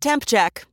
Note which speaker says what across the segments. Speaker 1: Temp check.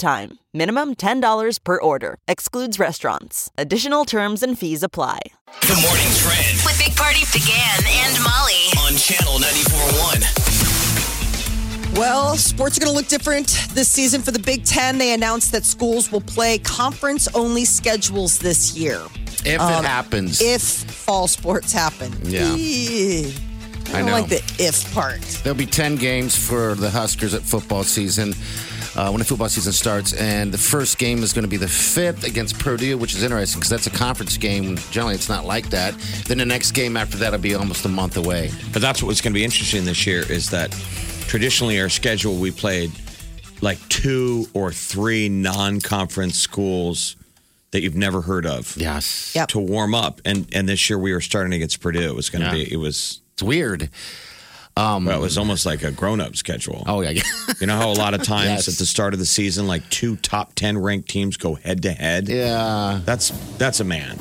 Speaker 1: time. Minimum $10 per order. Excludes restaurants. Additional terms and fees apply.
Speaker 2: The morning trend
Speaker 3: With Big Party began and Molly.
Speaker 2: on channel 94.1.
Speaker 4: Well, sports are going to look different this season for the Big Ten. They announced that schools will play conference only schedules this year Um,
Speaker 5: If it happens,
Speaker 4: if fall sports happen.
Speaker 5: Yeah.
Speaker 4: Eeh. I
Speaker 5: I
Speaker 4: don't
Speaker 5: know.
Speaker 4: like the if part.
Speaker 5: there'll be 10 games for the Huskers at football season. Uh, when the football season starts, and the first game is going to be the fifth against Purdue, which is interesting because that's a conference game. Generally, it's not like that. Then the next game after that will be almost a month away.
Speaker 6: But that's what's going to be interesting this year is that traditionally our schedule we played like two or three non-conference schools that you've never heard of
Speaker 5: Yes.
Speaker 4: Yep.
Speaker 6: to warm up, and and this year we were starting against Purdue. It was going to
Speaker 5: Yeah.
Speaker 6: be it was
Speaker 5: It's weird. Um,
Speaker 6: well it was almost like a grown-up schedule.
Speaker 5: Oh, yeah.
Speaker 6: You know how a lot of times
Speaker 5: Yes.
Speaker 6: at the start of the season, like two top ten ranked teams go head to head.
Speaker 5: yeah.
Speaker 6: That's that's a man.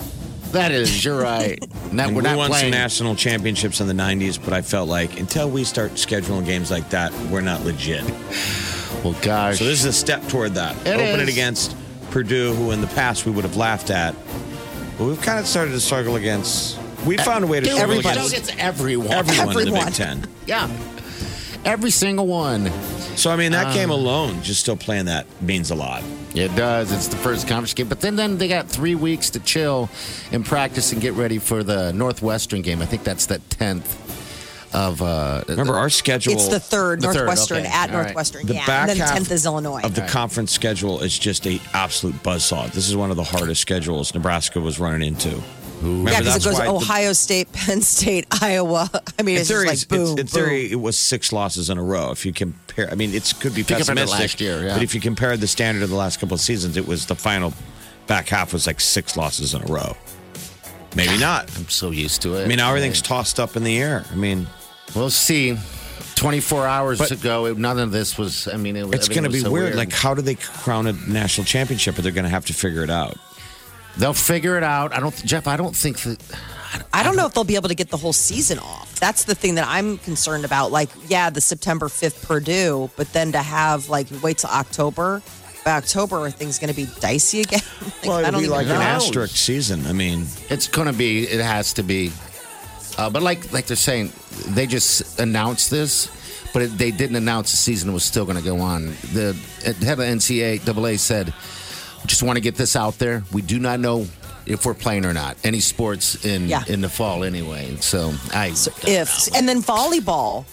Speaker 5: That is, you're right. Not,
Speaker 6: And
Speaker 5: we're
Speaker 6: we
Speaker 5: not
Speaker 6: won some
Speaker 5: playing.
Speaker 6: national championships in the '90s, but I felt like until we start scheduling games like that, we're not legit.
Speaker 5: Well, gosh.
Speaker 6: So this is a step toward that.
Speaker 5: It
Speaker 6: Open
Speaker 5: is.
Speaker 6: it against Purdue, who in the past we would have laughed at. But we've kind of started to struggle against. We found a way to struggle
Speaker 5: E- everybody.
Speaker 6: against
Speaker 5: It's everyone.
Speaker 6: everyone, in the
Speaker 4: Everyone.
Speaker 6: Big Ten.
Speaker 5: Yeah. Every single one. Uh,
Speaker 6: So I mean, that game alone, just still playing that means a lot.
Speaker 5: It does. It's the first conference game, but then then they got three weeks to chill and practice and get ready for the Northwestern game. I think that's the tenth of. Uh,
Speaker 6: Remember our schedule.
Speaker 4: It's the third,
Speaker 5: The third,
Speaker 4: Northwestern,
Speaker 5: okay.
Speaker 4: at
Speaker 5: All right.
Speaker 4: Northwestern.
Speaker 6: The
Speaker 4: yeah.
Speaker 6: back
Speaker 4: and then
Speaker 6: half
Speaker 4: 10th is Illinois.
Speaker 6: of the conference schedule is just a absolute buzzsaw. This is one of the hardest schedules Nebraska was running into. Remember,
Speaker 4: yeah, because it
Speaker 6: that's
Speaker 4: goes
Speaker 6: why the-
Speaker 4: Ohio State, Penn State, Iowa. I mean,
Speaker 6: in
Speaker 4: it's
Speaker 6: theory,
Speaker 4: just like boom.
Speaker 6: it's- in theory, it was six losses in a row. If you compare, I mean, it could be
Speaker 5: Think about it
Speaker 6: pessimistic.
Speaker 5: last year, yeah.
Speaker 6: But if you compare the standard of the last couple of seasons, it was the final back half was like six losses in a row. Maybe not.
Speaker 5: I'm so used to it.
Speaker 6: I mean, now everything's tossed up in the air. I mean,
Speaker 5: We'll see. Twenty four hours
Speaker 6: But-
Speaker 5: ago, it, none of this was. I mean, it was.
Speaker 6: it's
Speaker 5: everything
Speaker 6: going to
Speaker 5: was
Speaker 6: be
Speaker 5: so
Speaker 6: weird. Like, how do they crown a national championship? But they're going to have to figure it out.
Speaker 5: they'll figure it out. I don't, Jeff. I don't think that.
Speaker 4: I don't know if they'll be able to get the whole season off. That's the thing that I'm concerned about. Like, yeah, the September 5th Purdue, but then to have like wait till October. By October, are things going to be dicey again? Like, I don't even
Speaker 6: like an
Speaker 4: know.
Speaker 5: know.
Speaker 6: asterisk season. I mean,
Speaker 5: It's gonna be. It has to be. Uh, but like like they're saying, they just announced this, but it, they didn't announce the season was still gonna go on. The uh, head of NCAA said, "We "Just want to get this out there. We do not know if we're playing or not. Any sports in
Speaker 4: Yeah.
Speaker 5: in the fall anyway. So I don't
Speaker 4: If
Speaker 5: know.
Speaker 4: and then volleyball,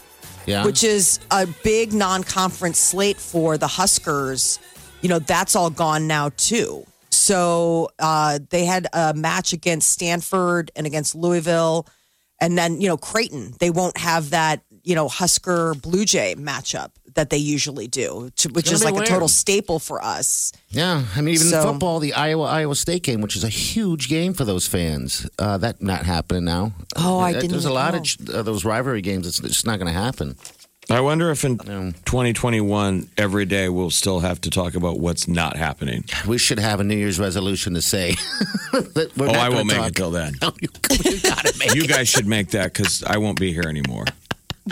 Speaker 5: yeah,
Speaker 4: which is a big non-conference slate for the Huskers, you know that's all gone now too. So uh, they had a match against Stanford and against Louisville, and then you know Creighton. They won't have that you know Husker Blue Jay matchup that they usually do, to, which
Speaker 5: It's
Speaker 4: is
Speaker 5: gonna
Speaker 4: like
Speaker 5: be
Speaker 4: a total
Speaker 5: weird.
Speaker 4: staple for us.
Speaker 5: yeah. I mean, even in
Speaker 4: So-
Speaker 5: football, the Iowa Iowa State game, which is a huge game for those fans, uh, that not happening now.
Speaker 4: Oh, I
Speaker 5: Uh,
Speaker 4: didn't
Speaker 5: There's a lot
Speaker 4: know.
Speaker 5: of ch- uh, those rivalry games. It's, it's just not gonna happen.
Speaker 6: I wonder if in 2021, every day we'll still have to talk about what's not happening.
Speaker 5: We should have a New Year's resolution to say. that we're
Speaker 6: Oh,
Speaker 5: not
Speaker 6: I
Speaker 5: gonna
Speaker 6: won't make
Speaker 5: talk.
Speaker 6: it till then.
Speaker 5: No, you, you gotta make
Speaker 6: You guys should make that because I won't be here anymore.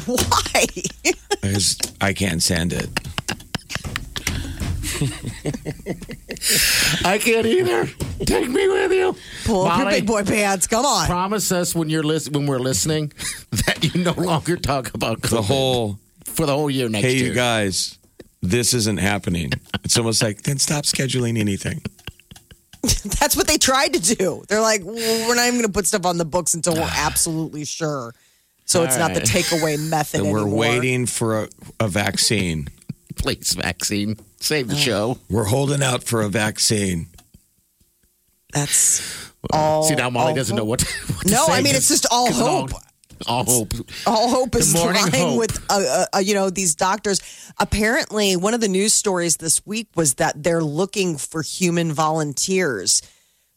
Speaker 4: Why?
Speaker 6: Because I can't send it.
Speaker 5: it. I can't either. Take me with you.
Speaker 4: Pull up your
Speaker 5: Molly,
Speaker 4: big boy pants. Come on.
Speaker 5: Promise us when you're lis- when we're listening that you no longer talk about
Speaker 6: The
Speaker 5: COVID
Speaker 6: whole,
Speaker 5: for the whole year next
Speaker 6: hey,
Speaker 5: year.
Speaker 6: you guys, this isn't happening. It's almost like, then stop scheduling anything.
Speaker 4: That's what they tried to do. They're like, "Well, we're not even going to put stuff on the books until we're absolutely sure. So it's not the takeaway method
Speaker 6: And we're
Speaker 4: anymore.
Speaker 6: waiting for a, a vaccine.
Speaker 5: Please, vaccine, save
Speaker 4: Oh.
Speaker 5: the show.
Speaker 6: We're holding out for a vaccine.
Speaker 4: That's all.
Speaker 5: See now, Molly
Speaker 4: all
Speaker 5: doesn't know what. what to
Speaker 4: No,
Speaker 5: say
Speaker 4: I mean
Speaker 5: 'cause-
Speaker 4: it's just all
Speaker 5: 'cause of the
Speaker 4: hope.
Speaker 5: whole- All hope.
Speaker 4: all hope is
Speaker 5: Good morning,
Speaker 4: lying
Speaker 5: hope.
Speaker 4: with uh, uh, uh, you know these doctors. Apparently, one of the news stories this week was that they're looking for human volunteers.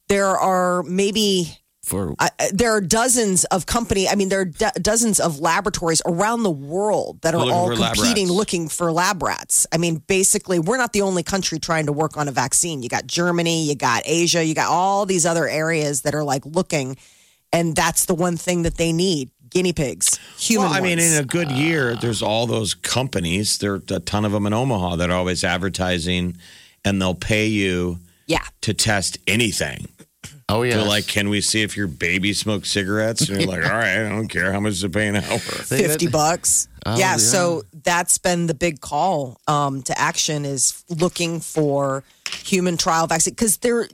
Speaker 4: There are maybe
Speaker 5: For
Speaker 4: uh, uh, there are dozens of company. I mean, there are do- dozens of laboratories around the world that are
Speaker 6: Looking
Speaker 4: all
Speaker 6: for lab
Speaker 4: competing,
Speaker 6: rats.
Speaker 4: looking for lab rats. I mean, basically, we're not the only country trying to work on a vaccine. You got Germany, you got Asia, you got all these other areas that are like looking, and that's the one thing that they need: guinea pigs, human.
Speaker 6: Well, I mean,
Speaker 4: ones.
Speaker 6: in a good year, there's all those companies. There are a ton of them in Omaha that are always advertising, and they'll pay you
Speaker 4: yeah,
Speaker 6: to test anything.
Speaker 5: oh yeah,
Speaker 6: They're like, "Can we see if your baby smokes cigarettes?" And you're like, "All right, I don't care how much they pay an hour."
Speaker 4: fifty bucks.
Speaker 5: Oh,
Speaker 4: yeah,
Speaker 5: yeah.
Speaker 4: so that's been the big call um, to action is looking for human trial vaccine because they're,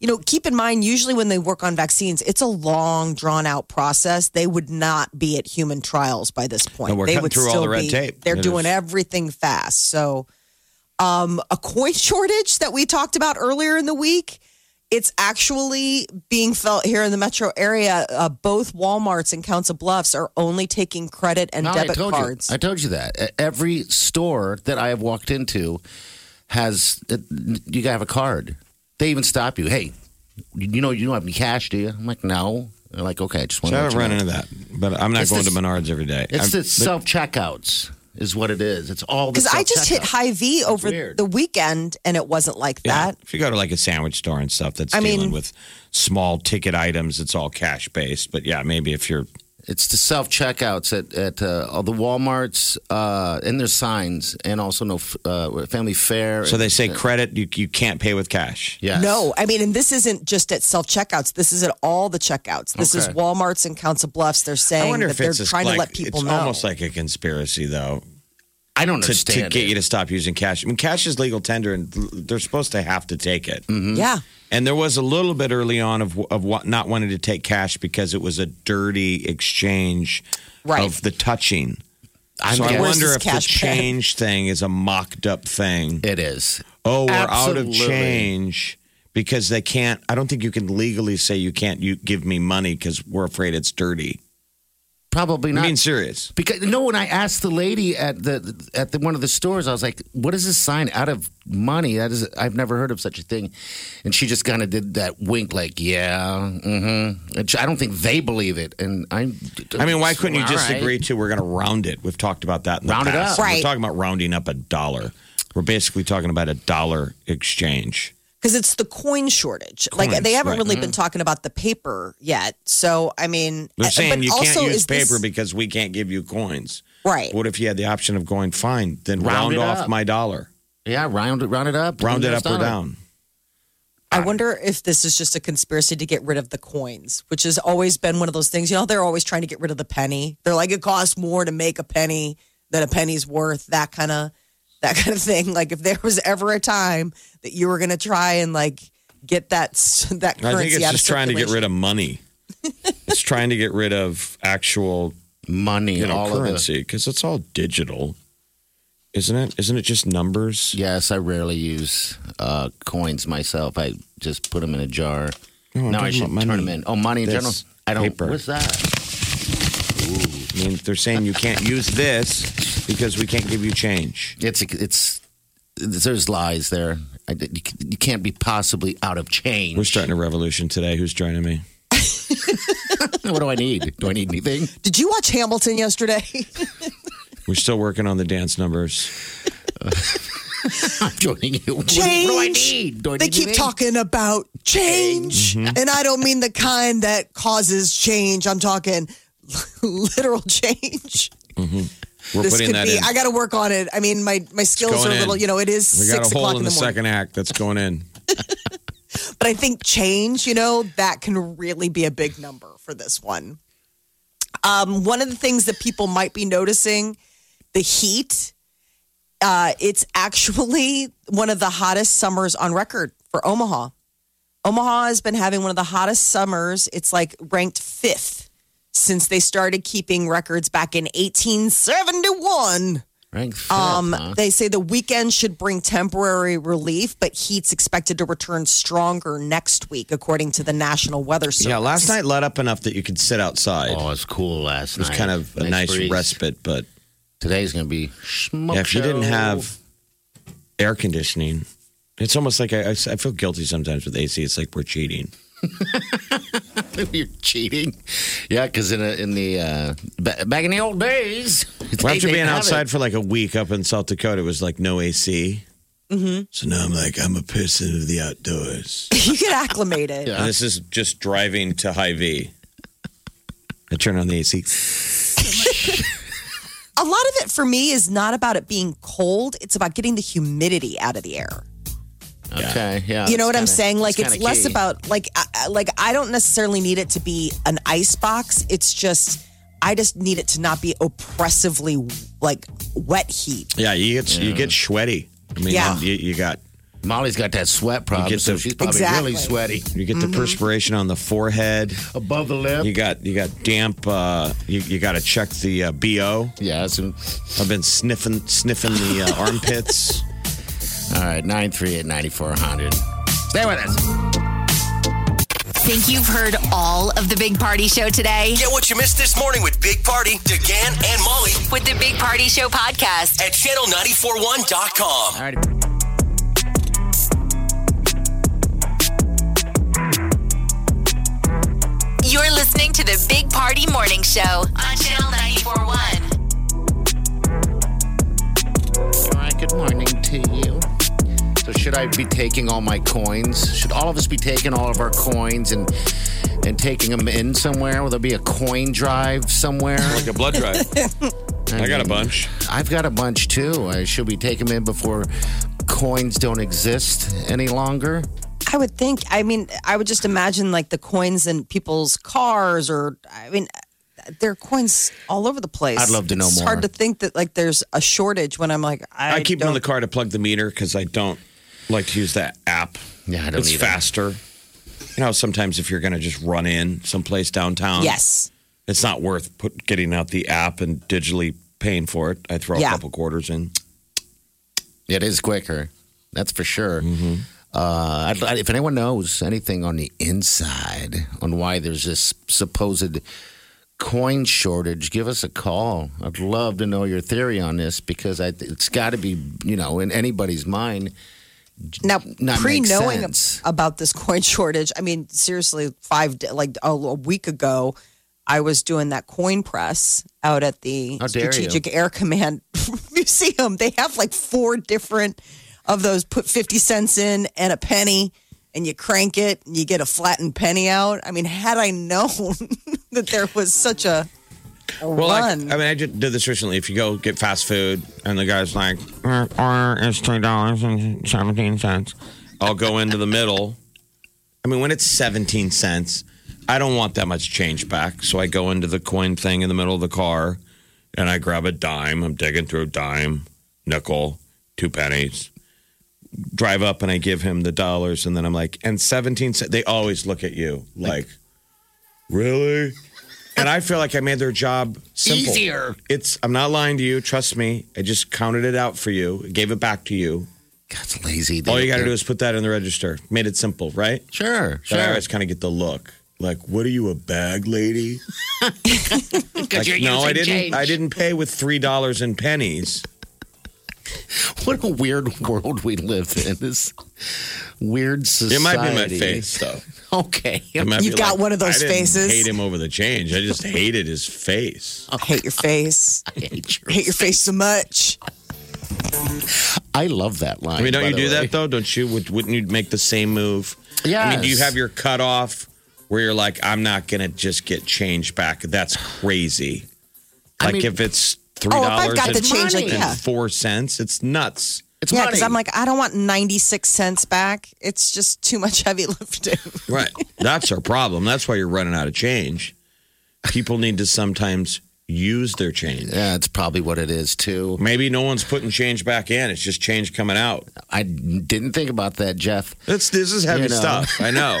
Speaker 4: you know, keep in mind usually when they work on vaccines, it's a long drawn out process. They would not be at human trials by this point.
Speaker 6: No, we're
Speaker 4: they
Speaker 6: cutting
Speaker 4: would
Speaker 6: through all
Speaker 4: still
Speaker 6: the red
Speaker 4: be-
Speaker 6: tape.
Speaker 4: They're
Speaker 6: It
Speaker 4: doing
Speaker 6: is-
Speaker 4: everything fast. So, um, a coin shortage that we talked about earlier in the week. It's actually being felt here in the metro area. Uh, both Walmarts and Council Bluffs are only taking credit and
Speaker 5: No,
Speaker 4: debit
Speaker 5: I told
Speaker 4: cards.
Speaker 5: You, I told you that. E- Every store that I have walked into has uh, you gotta have a card. They even stop you. Hey, you know you don't have any cash, do you? I'm like, no. They're like, okay, I just want
Speaker 6: So I
Speaker 5: to
Speaker 6: haven't run into that, but I'm not
Speaker 5: It's
Speaker 6: going
Speaker 5: this-
Speaker 6: to Menards every day.
Speaker 5: It's
Speaker 6: I'm-
Speaker 5: the self checkouts is what it is. It's all the
Speaker 4: Because I just hit
Speaker 5: self-checkout.
Speaker 4: high V over
Speaker 5: weird.
Speaker 4: the weekend and it wasn't like
Speaker 6: yeah,
Speaker 4: that.
Speaker 6: if you go to like a sandwich store and stuff that's
Speaker 4: I mean-
Speaker 6: dealing with small ticket items, it's all cash based. But yeah, maybe if you're
Speaker 5: It's the self checkouts at at uh, all the WalMarts uh, and their signs, and also no f- uh, Family Fair.
Speaker 6: so they say credit, you you can't pay with cash.
Speaker 5: yes.
Speaker 4: No, I mean, and this isn't just at self checkouts. This is at all the checkouts. This is
Speaker 5: Okay.
Speaker 4: Walmart's and Council Bluffs. They're
Speaker 6: I
Speaker 4: saying
Speaker 6: wonder
Speaker 4: that
Speaker 6: if
Speaker 4: they're
Speaker 6: it's just
Speaker 4: trying
Speaker 6: like,
Speaker 4: to let people
Speaker 6: it's
Speaker 4: know.
Speaker 6: almost like a conspiracy though
Speaker 5: I don't
Speaker 6: to, to
Speaker 5: understand.
Speaker 6: get you to stop using cash. I mean, cash is legal tender, and they're supposed to have to take it.
Speaker 5: Mm-hmm.
Speaker 4: Yeah.
Speaker 6: And there was a little bit early on of of what not wanting to take cash because it was a dirty exchange
Speaker 4: Right.
Speaker 6: of the touching.
Speaker 5: I
Speaker 6: so I
Speaker 4: Where's
Speaker 6: wonder
Speaker 4: this
Speaker 6: if the
Speaker 4: cash pen?
Speaker 6: change thing is a mocked up thing.
Speaker 5: it is.
Speaker 6: Oh, we're out of
Speaker 5: Absolutely.
Speaker 6: change because they can't. I don't think you can legally say you can't. You give me money because we're afraid it's dirty.
Speaker 5: Probably
Speaker 6: I
Speaker 5: not.
Speaker 6: mean, serious.
Speaker 5: Because no, when I asked the lady at the at the, one of the stores, I was like, "What is this sign? Out of money? That is, I've never heard of such a thing." And she just kind of did that wink, like, "Yeah, mm-hmm." And she- I don't think they believe it. And I,
Speaker 6: I mean, why couldn't you just
Speaker 5: All right.
Speaker 6: agree to we're going to round it? We've talked about that in the
Speaker 5: Round it
Speaker 6: past.
Speaker 5: up.
Speaker 4: Right.
Speaker 6: We're talking about rounding up a dollar. We're basically talking about a dollar exchange.
Speaker 4: Because it's the coin shortage. like
Speaker 6: Coins,
Speaker 4: they haven't
Speaker 6: right. Mm-hmm.
Speaker 4: really been talking about the paper yet. So, I mean,
Speaker 6: They're saying
Speaker 4: Uh, but
Speaker 6: you can't
Speaker 4: also
Speaker 6: use
Speaker 4: is this-
Speaker 6: paper because we can't give you coins.
Speaker 4: Right.
Speaker 6: What if you had the option of going, fine, then
Speaker 5: Round
Speaker 6: round,
Speaker 5: it
Speaker 6: off
Speaker 5: up.
Speaker 6: my dollar,
Speaker 5: Yeah, round it, round it up,
Speaker 6: round it
Speaker 5: There's
Speaker 6: up or
Speaker 5: dollar.
Speaker 6: down?
Speaker 4: I wonder if this is just a conspiracy to get rid of the coins, which has always been one of those things. You know, they're always trying to get rid of the penny. They're like, it costs more to make a penny than a penny's worth. That kind of that kind of thing. Like, if there was ever a time that you were going to try and like get that s- that currency
Speaker 6: I think it's
Speaker 4: out
Speaker 6: just
Speaker 4: of
Speaker 6: trying to get rid of money. it's trying to get rid of actual
Speaker 5: money,
Speaker 6: you know,
Speaker 5: all
Speaker 6: currency because it's all digital, isn't it? Isn't it just numbers?
Speaker 5: Of the, yes, I rarely use uh, coins myself. I just put them in a jar.
Speaker 6: No, I'm
Speaker 5: now I
Speaker 6: talking
Speaker 5: should
Speaker 6: about
Speaker 5: turn
Speaker 6: money.
Speaker 5: them in. Oh, money in general.
Speaker 6: This
Speaker 5: I don't.
Speaker 6: paper.
Speaker 5: What's that?
Speaker 6: I mean, they're saying you can't use this because we can't give you change.
Speaker 5: It's it's there's lies there. I, you, you can't be possibly out of change.
Speaker 6: We're starting a revolution today. Who's joining me?
Speaker 5: what do I need? Do I need anything?
Speaker 4: Did you watch Hamilton yesterday?
Speaker 6: We're still working on the dance numbers.
Speaker 5: I'm joining you. What, do- what do I need? Do I
Speaker 4: they
Speaker 5: need
Speaker 4: keep
Speaker 5: anything?
Speaker 4: talking about change, and I don't mean the kind that causes change. I'm talking literal change.
Speaker 6: We're
Speaker 4: this
Speaker 6: putting
Speaker 4: could
Speaker 6: that
Speaker 4: be.
Speaker 6: in.
Speaker 4: I got to work on it. I mean, my my skills are
Speaker 6: going
Speaker 4: a little.
Speaker 6: in.
Speaker 4: You know, it is
Speaker 6: we
Speaker 4: six
Speaker 6: got a
Speaker 4: o'clock
Speaker 6: hole
Speaker 4: in
Speaker 6: in
Speaker 4: the,
Speaker 6: the
Speaker 4: morning.
Speaker 6: second act that's going in.
Speaker 4: But I think change. You know, that can really be a big number for this one. Um, one of the things that people might be noticing, the heat. Uh, it's actually one of the hottest summers on record for Omaha. Omaha has been having one of the hottest summers. It's like ranked fifth since they started keeping records back in 1871.
Speaker 5: Ranked fifth,
Speaker 4: Um,
Speaker 5: huh?
Speaker 4: They say the weekend should bring temporary relief, but heat's expected to return stronger next week, according to the National Weather Service.
Speaker 6: Yeah, last night let up enough that you could sit outside.
Speaker 5: oh, it was cool last
Speaker 6: it was
Speaker 5: night.
Speaker 6: kind of a nice
Speaker 5: breeze.
Speaker 6: respite, but
Speaker 5: Today's gonna be smoke
Speaker 6: yeah, if you didn't
Speaker 5: show.
Speaker 6: have air conditioning, it's almost like I, I, I feel guilty sometimes with AC. It's like we're cheating.
Speaker 5: You're cheating. Yeah, because in, a, in the uh, ba- back in the old days,
Speaker 6: Well,
Speaker 5: they
Speaker 6: after being
Speaker 5: didn't have
Speaker 6: outside
Speaker 5: it.
Speaker 6: for like a week up in South Dakota, it was like no AC. Mm-hmm. So now I'm like, I'm a person of the outdoors.
Speaker 4: you get acclimated.
Speaker 5: Yeah.
Speaker 6: And this is just driving to High V. I turn on the AC.
Speaker 4: A lot of it for me is not about it being cold, it's about getting the humidity out of the air.
Speaker 5: okay, yeah,
Speaker 4: you know what
Speaker 5: that's
Speaker 4: I'm
Speaker 5: kinda-
Speaker 4: saying? Like
Speaker 5: that's
Speaker 4: it's
Speaker 5: kinda
Speaker 4: less
Speaker 5: key.
Speaker 4: about like I, I- like I don't necessarily need it to be an ice box. It's just I just need it to not be oppressively like wet heat.
Speaker 6: Yeah, you get you get sweaty. I mean,
Speaker 4: Yeah.
Speaker 6: you, you got
Speaker 5: Molly's got that sweat problem,
Speaker 6: get
Speaker 5: so
Speaker 6: the-
Speaker 5: she's probably
Speaker 4: Exactly. Mm-hmm.
Speaker 5: really sweaty
Speaker 6: you get the perspiration on the forehead.
Speaker 5: above the lip.
Speaker 6: You got you got damp. Uh, you you got to check the uh, bo.
Speaker 5: yeah, that's an-
Speaker 6: I've been sniffing sniffing the uh, armpits.
Speaker 5: all right. Nine three eight ninety four hundred. Stay with us.
Speaker 3: Think you've heard all of the Big Party Show today?
Speaker 2: Get what you missed this morning with Big Party, DeGan, and Molly
Speaker 3: With the Big Party Show podcast.
Speaker 2: at channel941.com.
Speaker 5: All right.
Speaker 3: You're listening to the Big Party Morning Show on Channel 941.
Speaker 5: All right. Good morning to you. So should I be taking all my coins? Should all of us be taking all of our coins and and taking them in somewhere? Will there be a coin drive somewhere?
Speaker 6: like a blood drive. I got a
Speaker 5: mean,
Speaker 6: bunch.
Speaker 5: I've got a bunch too. I should we take them in before coins don't exist any longer?
Speaker 4: I would think. I mean, I would just imagine like the coins in people's cars, or I mean, there are coins all over the place.
Speaker 5: I'd love to know
Speaker 4: it's
Speaker 5: more.
Speaker 4: hard to think that like there's a shortage when I'm like I,
Speaker 6: I, keep them in
Speaker 4: don't,
Speaker 6: the car to plug the meter because I don't like to use that app.
Speaker 5: Yeah, I don't
Speaker 6: It's
Speaker 5: either.
Speaker 6: faster. You know, sometimes if you're going to just run in someplace downtown,
Speaker 4: Yes,
Speaker 6: it's not worth put, getting out the app and digitally paying for it. I throw a
Speaker 4: Yeah.
Speaker 6: couple quarters in.
Speaker 5: It is quicker. That's for sure.
Speaker 6: Mm-hmm.
Speaker 5: Uh, I'd, I'd- if anyone knows anything on the inside on why there's this supposed coin shortage, give us a call. I'd love to know your theory on this because I, it's got to be, you know, in anybody's mind.
Speaker 4: now
Speaker 5: Not
Speaker 4: pre
Speaker 5: make
Speaker 4: knowing
Speaker 5: sense.
Speaker 4: about this coin shortage. I mean, seriously, five da- like a, a week ago, I was doing that coin press out at the
Speaker 5: How dare you.
Speaker 4: Strategic Air Command Museum. They have like four different of those. Put fifty cents in and a penny. And you crank it, and you get a flattened penny out. I mean, had I known that there was such a, a
Speaker 6: Well, like, I
Speaker 4: run,
Speaker 6: mean, I just did this recently. If you go get fast food and the guy's like, "Your order is three dollars and seventeen cents," I'll go into the middle. I mean, when it's seventeen cents, I don't want that much change back, so I go into the coin thing in the middle of the car, and I grab a dime. I'm digging through a dime, nickel, two pennies. Drive up and I give him the dollars, and then I'm like, and seventeen cents. They always look at you like really. And I feel like I made their job simple.
Speaker 5: Easier.
Speaker 6: It's I'm not lying to you. Trust me. I just counted it out for you, gave it back to you.
Speaker 5: God's lazy.
Speaker 6: All you got to do is put that in the register. Made it simple, right?
Speaker 5: Sure,
Speaker 6: But I
Speaker 5: sure.
Speaker 6: always kind of get the look. Like, what are you a bag lady? Like,
Speaker 5: Because you're
Speaker 6: no, I
Speaker 5: using
Speaker 6: didn't.
Speaker 5: change.
Speaker 6: I didn't pay with three dollars in pennies.
Speaker 5: What a weird world we live in. This weird society.
Speaker 6: It might be my face, though.
Speaker 5: Okay.
Speaker 6: It might
Speaker 4: You
Speaker 6: be
Speaker 4: got
Speaker 6: like,
Speaker 4: one of those
Speaker 6: I didn't
Speaker 4: faces.
Speaker 6: Hate him over the change. I just hated his face.
Speaker 5: Oh.
Speaker 4: I hate your face.
Speaker 5: I hate your-
Speaker 4: hate your face so much.
Speaker 5: I love that line.
Speaker 6: I mean, don't
Speaker 5: by
Speaker 6: you
Speaker 5: the
Speaker 6: do
Speaker 5: way.
Speaker 6: that though? Don't you? would- Wouldn't you make the same move? I mean, do you
Speaker 5: Yes.
Speaker 6: have your cutoff where you're like, I'm not gonna just get change back? That's crazy.
Speaker 5: I
Speaker 6: Like
Speaker 5: mean-
Speaker 6: if it's three
Speaker 4: Oh, if I've
Speaker 6: dollars
Speaker 4: got
Speaker 6: and,
Speaker 4: the change, like,
Speaker 6: and
Speaker 4: yeah.
Speaker 6: four cents, it's nuts.
Speaker 5: It's
Speaker 4: Yeah,
Speaker 5: money.
Speaker 4: because I'm like, I don't want 96 cents back. It's just too much heavy lifting.
Speaker 6: Right. That's our problem. That's why you're running out of change. People need to sometimes use their change.
Speaker 5: Yeah, it's probably what it is too.
Speaker 6: Maybe no one's putting change back in. It's just change coming out.
Speaker 5: I didn't think about that, Jeff.
Speaker 6: It's, this is heavy
Speaker 5: You know.
Speaker 6: stuff. I know.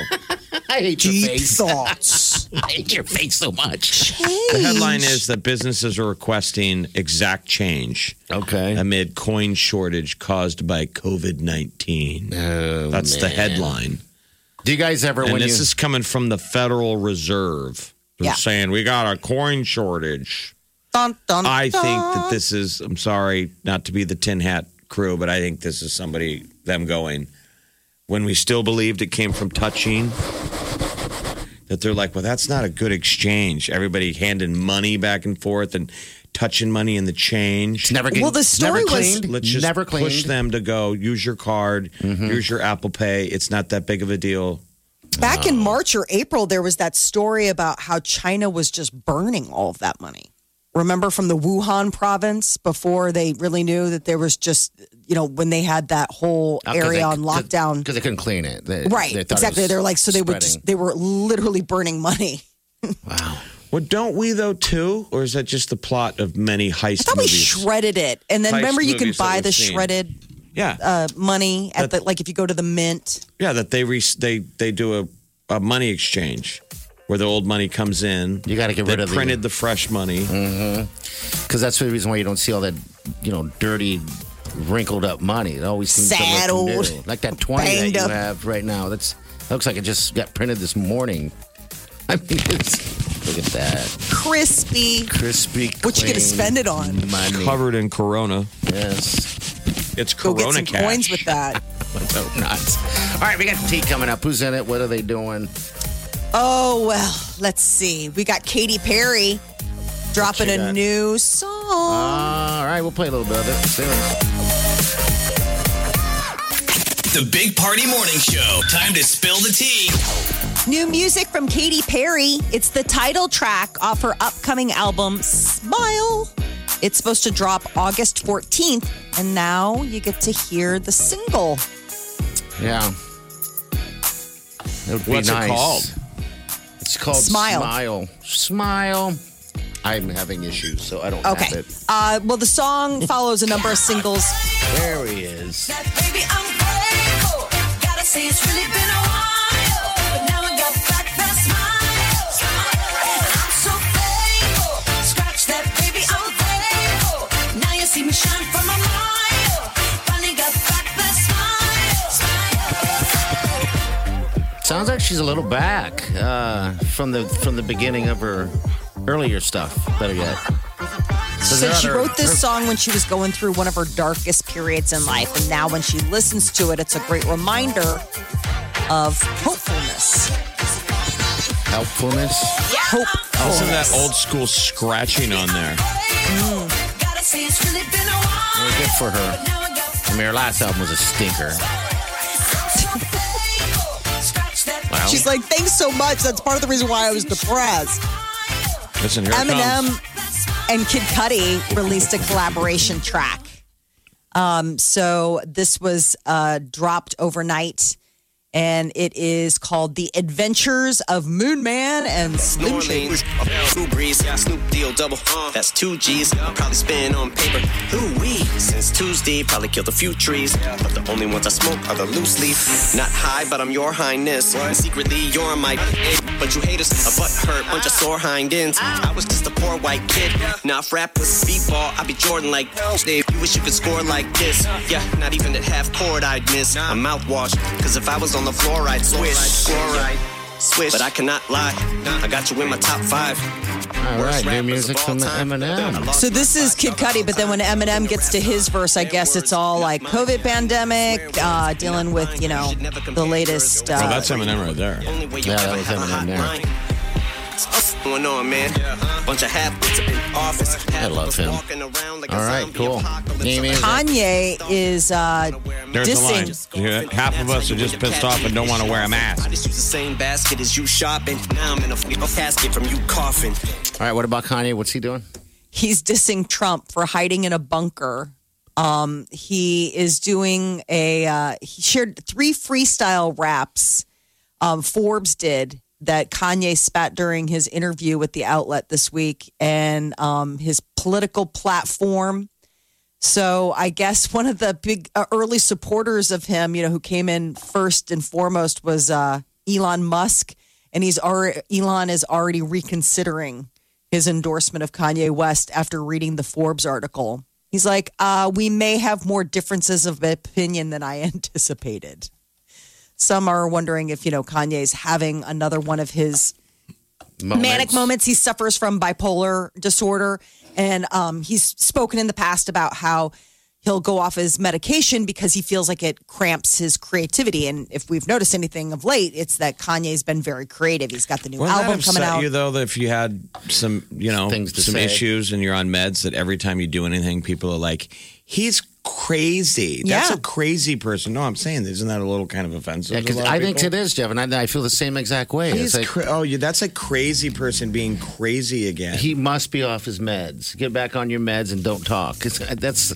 Speaker 5: I hate your face.
Speaker 4: thoughts.
Speaker 5: I hate your face so much.
Speaker 6: The headline is that businesses are requesting exact change
Speaker 5: Okay.
Speaker 6: amid coin shortage caused by COVID 19. That's the headline.
Speaker 5: Oh, Do you guys ever
Speaker 6: And
Speaker 5: when you
Speaker 6: this is coming from the Federal Reserve. They're
Speaker 4: Yeah.
Speaker 6: saying we got a coin shortage.
Speaker 4: Dun, dun,
Speaker 6: I think
Speaker 4: dun.
Speaker 6: that this is, I'm sorry not to be the tin hat crew, but I think this is somebody, them going, when we still believed it came from touching, that they're like, well, that's not a good exchange. Everybody handing money back and forth and touching money in the change.
Speaker 5: it's never get-
Speaker 4: Well, the story
Speaker 5: never
Speaker 4: was-
Speaker 5: cleaned,
Speaker 6: Let's just
Speaker 5: never Mm-hmm. cleaned.
Speaker 6: push them to go, use your card, use your Apple Pay. It's not that big of a deal.
Speaker 4: Back in March or April, there was that story about how China was just burning all of that money. Remember from the Wuhan province before they really knew that there was just, you know, when they had that whole area on lockdown.
Speaker 5: because they couldn't clean it. They-
Speaker 4: Um, right.
Speaker 5: they thought it
Speaker 4: exactly.
Speaker 5: was
Speaker 4: They're like, so they were just,
Speaker 5: spreading.
Speaker 4: they were literally burning money.
Speaker 5: wow.
Speaker 6: Well, don't we though too, or is that just the plot of many heist
Speaker 4: I thought we
Speaker 6: movies?
Speaker 4: shredded it. And then
Speaker 6: Heist
Speaker 4: remember, you can
Speaker 6: movies that
Speaker 4: buy
Speaker 6: we've
Speaker 4: the
Speaker 6: seen.
Speaker 4: shredded
Speaker 6: yeah,
Speaker 4: uh, money at the, like if you go to the mint.
Speaker 6: yeah, that they re- they they do a, a money exchange where the old money comes in.
Speaker 5: You gotta get
Speaker 6: They
Speaker 5: rid of the- Mm-hmm.
Speaker 6: printed the, fresh money.
Speaker 5: Because that's the reason why you don't see all that, you know, dirty, wrinkled up money. It always seems to look
Speaker 4: Saddled,
Speaker 5: new. like that twenty that
Speaker 4: banged
Speaker 5: you
Speaker 4: up.
Speaker 5: have right now. That's that looks like it just got printed this morning. I mean, it's, look at that
Speaker 4: Crispy.
Speaker 5: crispy.
Speaker 4: What you gonna
Speaker 5: clean
Speaker 4: spend it on?
Speaker 5: Money.
Speaker 6: Covered in Corona,
Speaker 5: Yes.
Speaker 6: it's
Speaker 4: Go
Speaker 6: Corona
Speaker 4: get some
Speaker 6: cash.
Speaker 4: coins with that.
Speaker 5: No, not. All right, we got tea coming up. Who's in it? What are they doing?
Speaker 4: Oh, well, let's see. We got Katy Perry dropping
Speaker 5: she
Speaker 4: a
Speaker 5: got?
Speaker 4: new song.
Speaker 5: all right, we'll play a little bit of it. Stay with us.
Speaker 2: The Big Party Morning Show. Time to spill the tea.
Speaker 4: new music from Katy Perry. It's the title track off her upcoming album, Smile. It's supposed to drop August 14th, and now you get to hear the single.
Speaker 5: Yeah. It would be
Speaker 6: What's it
Speaker 5: nice.
Speaker 6: called?
Speaker 5: It's called
Speaker 4: Smile.
Speaker 5: Smile. Smile. I'm having issues, so I don't have
Speaker 4: Okay.
Speaker 5: it.
Speaker 4: Uh, well, the song follows a number of singles.
Speaker 5: There he is.
Speaker 7: Baby, I'm grateful. Gotta say it's really been a while, but now I got back that smile. I'm so thankful. Scratch that, baby, I'm thankful. Now you see me shine from a mile. Finally got back that smile.
Speaker 5: Sounds like she's a little back uh, from the from the beginning of her earlier stuff. Better yet,
Speaker 4: She said she wrote this song when she was going through one of her darkest periods in life, and now when she listens to it, it's a great reminder of hopefulness.
Speaker 5: helpfulness.
Speaker 6: Listen to
Speaker 4: Hopefulness.
Speaker 6: that old school scratching on there.
Speaker 7: Gotta say it's really been a while.
Speaker 5: Well, good for her.
Speaker 7: but now I got
Speaker 5: I mean, her last album was a stinker. Wow.
Speaker 4: She's like, thanks so much. That's part of the reason why I was depressed.
Speaker 6: Listen here it comes.
Speaker 4: Eminem and Kid Cudi released a collaboration track. Um, so this was uh, dropped overnight, and it is called "The Adventures of Moon Man and
Speaker 8: New
Speaker 4: Slim Shady."
Speaker 8: Orleans, two breeze, got Snoop deal double. That's two G's. I'll probably spin on paper. Who we? Since Tuesday, probably killed a few trees. But the only ones I smoke are the loose leaf. Not high, but I'm your highness. And secretly, you're my but you haters. A butt hurt, bunch of sore hind ends. I was just a poor white kid. Now if rap was beatball, I'd be Jordan like Dave. You wish you could score like this. Yeah, not even at half court I'd miss. A mouthwash, cause if I was on the floor, I'd swish. Fluoride. Swish. But I cannot lie. I got you in my top five.
Speaker 5: All right, new music from the Eminem.
Speaker 4: So this is Kid Cudi, but then when Eminem gets to his verse, I guess it's all like COVID pandemic, uh, dealing with you know the latest. Uh,
Speaker 6: Oh, that's Eminem right there.
Speaker 5: Yeah, that was Eminem there.
Speaker 8: What's going on, man? Bunch of half wits up in office.
Speaker 5: I love him. All right, cool. New music.
Speaker 4: Kanye is uh,
Speaker 6: There's the line.
Speaker 4: dissing.
Speaker 6: You hear it? Half of us are just pissed off and don't want to wear a
Speaker 8: I
Speaker 6: mask.
Speaker 8: just use the same basket as you shopping. Now I'm in a f- casket from you coughing.
Speaker 5: All right, what about Kanye? What's he doing?
Speaker 4: He's dissing Trump for hiding in a bunker. Um, he is doing a. Uh, he shared three freestyle raps. Um, Forbes did that. Kanye spat during his interview with the outlet this week, and um, his political platform. So I guess one of the big uh, early supporters of him, you know, who came in first and foremost was uh, Elon Musk, and he's already Elon is already reconsidering his endorsement of Kanye West after reading the Forbes article. He's like, uh, we may have more differences of opinion than I anticipated. Some are wondering if you know Kanye's having another one of his manic moments. He suffers from bipolar disorder, and um, he's spoken in the past about how he'll go off his medication because he feels like it cramps his creativity. And if we've noticed anything of late, it's that Kanye's been very creative. He's got the new
Speaker 6: Wouldn't that
Speaker 4: album
Speaker 6: upset
Speaker 4: coming out.
Speaker 6: you though that if you had some, you know,
Speaker 5: Things to
Speaker 6: some
Speaker 5: say.
Speaker 6: issues and you're on meds that every time you do anything, people are like, "He's crazy. That's
Speaker 4: Yeah.
Speaker 6: a crazy person." No, I'm saying, isn't that a little kind of offensive?
Speaker 5: Yeah,
Speaker 6: to a
Speaker 5: 'cause
Speaker 6: lot of
Speaker 5: I think it
Speaker 6: people?
Speaker 5: is, Jeff, and I, I feel the same exact way. It's
Speaker 6: He's
Speaker 5: like,
Speaker 6: cra- oh, yeah, that's a crazy person being crazy again.
Speaker 5: he must be off his meds. Get back on your meds and don't talk. It's- that's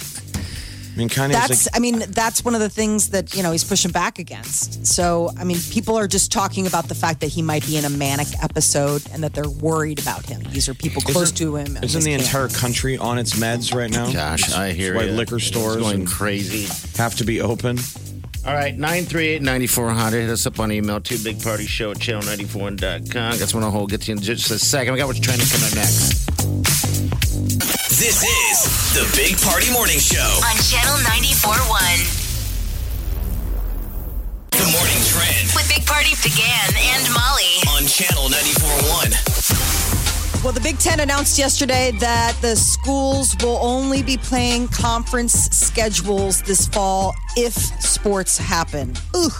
Speaker 6: I mean, Kanye's
Speaker 4: That's,
Speaker 6: like,
Speaker 4: I mean, that's one of the things that, you know, he's pushing back against. So, I mean, people are just talking about the fact that he might be in a manic episode and that they're worried about him. These are people close
Speaker 6: isn't-
Speaker 4: to him. and
Speaker 6: Isn't
Speaker 4: his
Speaker 6: the
Speaker 4: camp.
Speaker 6: entire country on its meds right now?
Speaker 5: gosh, I hear
Speaker 6: why
Speaker 5: ya.
Speaker 6: liquor
Speaker 5: It's
Speaker 6: stores
Speaker 5: going
Speaker 6: and-
Speaker 5: crazy.
Speaker 6: Have to be open.
Speaker 5: All right, 938-9400. Hit us up on email, two big party show at channel94.com. That's when I'll hold- get to you in just a second. We got what's trending coming up next.
Speaker 2: This is the Big Party Morning Show.
Speaker 3: on Channel 941
Speaker 2: The morning trend
Speaker 3: with Big Party began and Molly.
Speaker 2: on channel 941.
Speaker 4: Well, the Big Ten announced yesterday that the schools will only be playing conference schedules this fall if sports happen. Ooh.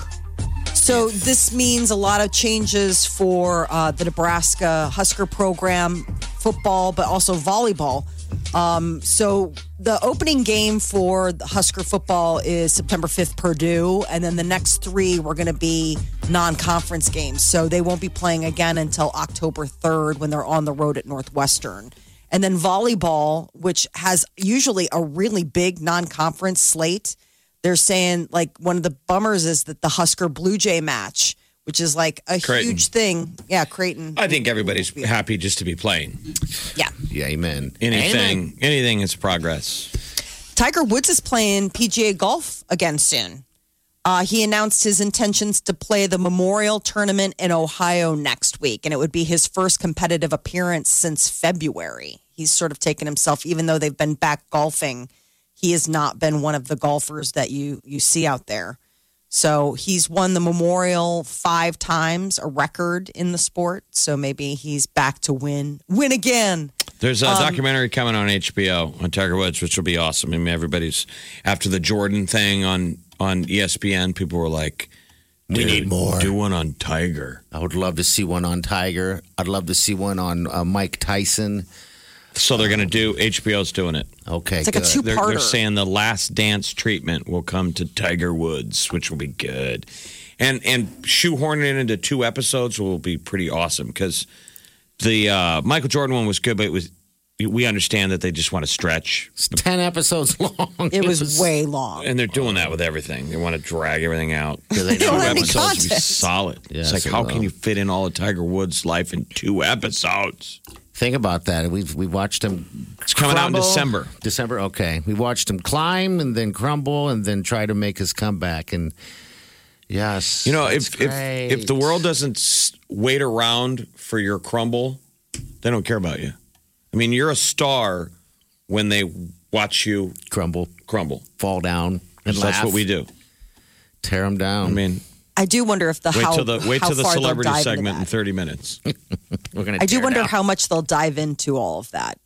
Speaker 4: So this means a lot of changes for uh, the Nebraska Husker program, football, but also volleyball. Um, so the opening game for the Husker football is September 5th, Purdue, and then the next three were going to be non-conference games. So they won't be playing again until October 3rd when they're on the road at Northwestern. And then volleyball, which has usually a really big non-conference slate, they're saying like one of the bummers is that the Husker Blue Jay match, which is like a
Speaker 6: Creighton.
Speaker 4: huge thing. Yeah, Creighton.
Speaker 6: I think everybody's happy just to be playing.
Speaker 4: Yeah.
Speaker 5: Yeah, amen.
Speaker 6: Anything,
Speaker 5: Amen.
Speaker 6: anything is progress.
Speaker 4: Tiger Woods is playing PGA golf again soon. Uh, he announced his intentions to play the Memorial Tournament in Ohio next week, and it would be his first competitive appearance since February. He's sort of taken himself, even though they've been back golfing, he has not been one of the golfers that you you see out there. So he's won the Memorial five times, a record in the sport. So maybe he's back to win, win again.
Speaker 6: There's
Speaker 5: Um,
Speaker 6: a documentary coming on HBO on Tiger Woods, which will be awesome. I mean, everybody's after the Jordan thing on on E ESPN. People were like,
Speaker 5: We
Speaker 6: "Dude,
Speaker 5: need more."
Speaker 6: Do one on Tiger.
Speaker 5: I would love to see one on Tiger. I'd love to see one on uh, Mike Tyson.
Speaker 6: So they're going to do. HBO's doing it.
Speaker 5: Okay,
Speaker 4: It's like
Speaker 5: good.
Speaker 4: a two
Speaker 6: They're, they're
Speaker 4: parter.
Speaker 6: saying the Last Dance treatment will come to Tiger Woods, which will be good, and and shoehorning it into two episodes will be pretty awesome because the uh, Michael Jordan one was good, but it was we understand that they just want to stretch
Speaker 5: It's ten episodes long.
Speaker 4: It was way long.
Speaker 6: And they're doing that with everything. They want to drag everything out.
Speaker 5: they
Speaker 6: two
Speaker 5: don't
Speaker 4: have any
Speaker 6: episodes would be
Speaker 4: content.
Speaker 6: solid.
Speaker 5: Yeah,
Speaker 6: it's like,
Speaker 5: so
Speaker 6: how
Speaker 5: well.
Speaker 6: can you fit in all of Tiger Woods' life in two episodes?
Speaker 5: Think about that. We've we watched him.
Speaker 6: It's coming out in
Speaker 5: crumble.
Speaker 6: December.
Speaker 5: December. Okay, we watched him climb and then crumble and then try to make his comeback. And yes,
Speaker 6: You know,
Speaker 5: that's
Speaker 6: if, if if
Speaker 5: great.
Speaker 6: the world doesn't s- wait around for your crumble, they don't care about you. I mean, you're a star when they watch you
Speaker 5: crumble,
Speaker 6: crumble.
Speaker 5: fall down, and
Speaker 6: That's
Speaker 5: laugh.
Speaker 6: what we do.
Speaker 5: Tear him down.
Speaker 6: I mean,
Speaker 4: I do wonder if the
Speaker 6: wait
Speaker 4: how
Speaker 6: till the wait
Speaker 4: how
Speaker 6: till the
Speaker 4: far they'll
Speaker 6: celebrity
Speaker 4: dive into
Speaker 6: segment in
Speaker 4: that.
Speaker 6: 30 minutes.
Speaker 5: we're gonna.
Speaker 4: I do
Speaker 5: tear
Speaker 4: wonder
Speaker 5: down.
Speaker 4: how much they'll dive into all of that.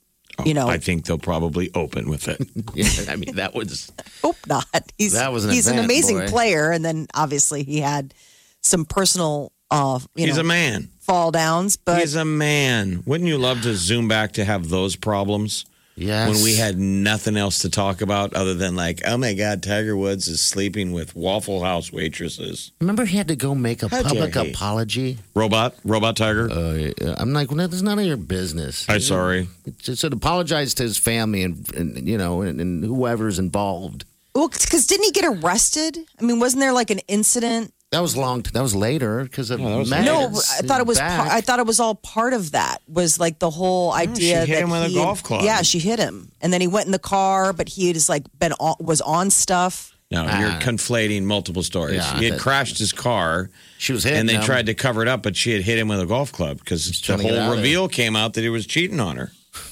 Speaker 4: you know,
Speaker 6: I think they'll probably open with it.
Speaker 5: Yeah, I mean, that was
Speaker 4: hope not. He's
Speaker 5: That was an
Speaker 4: he's an
Speaker 5: event,
Speaker 4: amazing
Speaker 5: boy.
Speaker 4: player, and then obviously he had some personal uh you
Speaker 6: He's
Speaker 4: know
Speaker 6: a man.
Speaker 4: fall downs, but
Speaker 6: He's a man. Wouldn't you love to zoom back to have those problems
Speaker 5: yes.
Speaker 6: when we had nothing else to talk about other than like, oh my God, Tiger Woods is sleeping with Waffle House waitresses.
Speaker 5: remember he had to go make a
Speaker 6: How dare
Speaker 5: public
Speaker 6: he.
Speaker 5: apology.
Speaker 6: Robot, Robot Tiger.
Speaker 5: Uh, yeah, I'm like, well, that's none of your business.
Speaker 6: I'm sorry.
Speaker 5: Just sort of apologize to his family and, and you know and, and whoever's involved.
Speaker 4: well, because didn't he get arrested? I mean, wasn't there like an incident?
Speaker 5: That was long. That was later because of
Speaker 6: that was
Speaker 5: Matt's
Speaker 4: No, I thought it was.
Speaker 5: back.
Speaker 4: Part, I thought it was all part of that. Was like the whole idea.
Speaker 6: Oh, hit
Speaker 4: that
Speaker 6: him with a
Speaker 4: he-
Speaker 6: golf club.
Speaker 4: Yeah, she hit him, and then he went in the car, but he just like been on, was on stuff.
Speaker 6: No, you're
Speaker 5: Ah.
Speaker 6: conflating multiple stories.
Speaker 5: Yeah,
Speaker 6: he had
Speaker 5: that-
Speaker 6: crashed his car.
Speaker 5: She was hitting
Speaker 6: and they
Speaker 5: him.
Speaker 6: tried to cover it up, but she had hit him with a golf club because the
Speaker 5: trying to get out
Speaker 6: whole
Speaker 5: of
Speaker 6: reveal came out that he was cheating on her.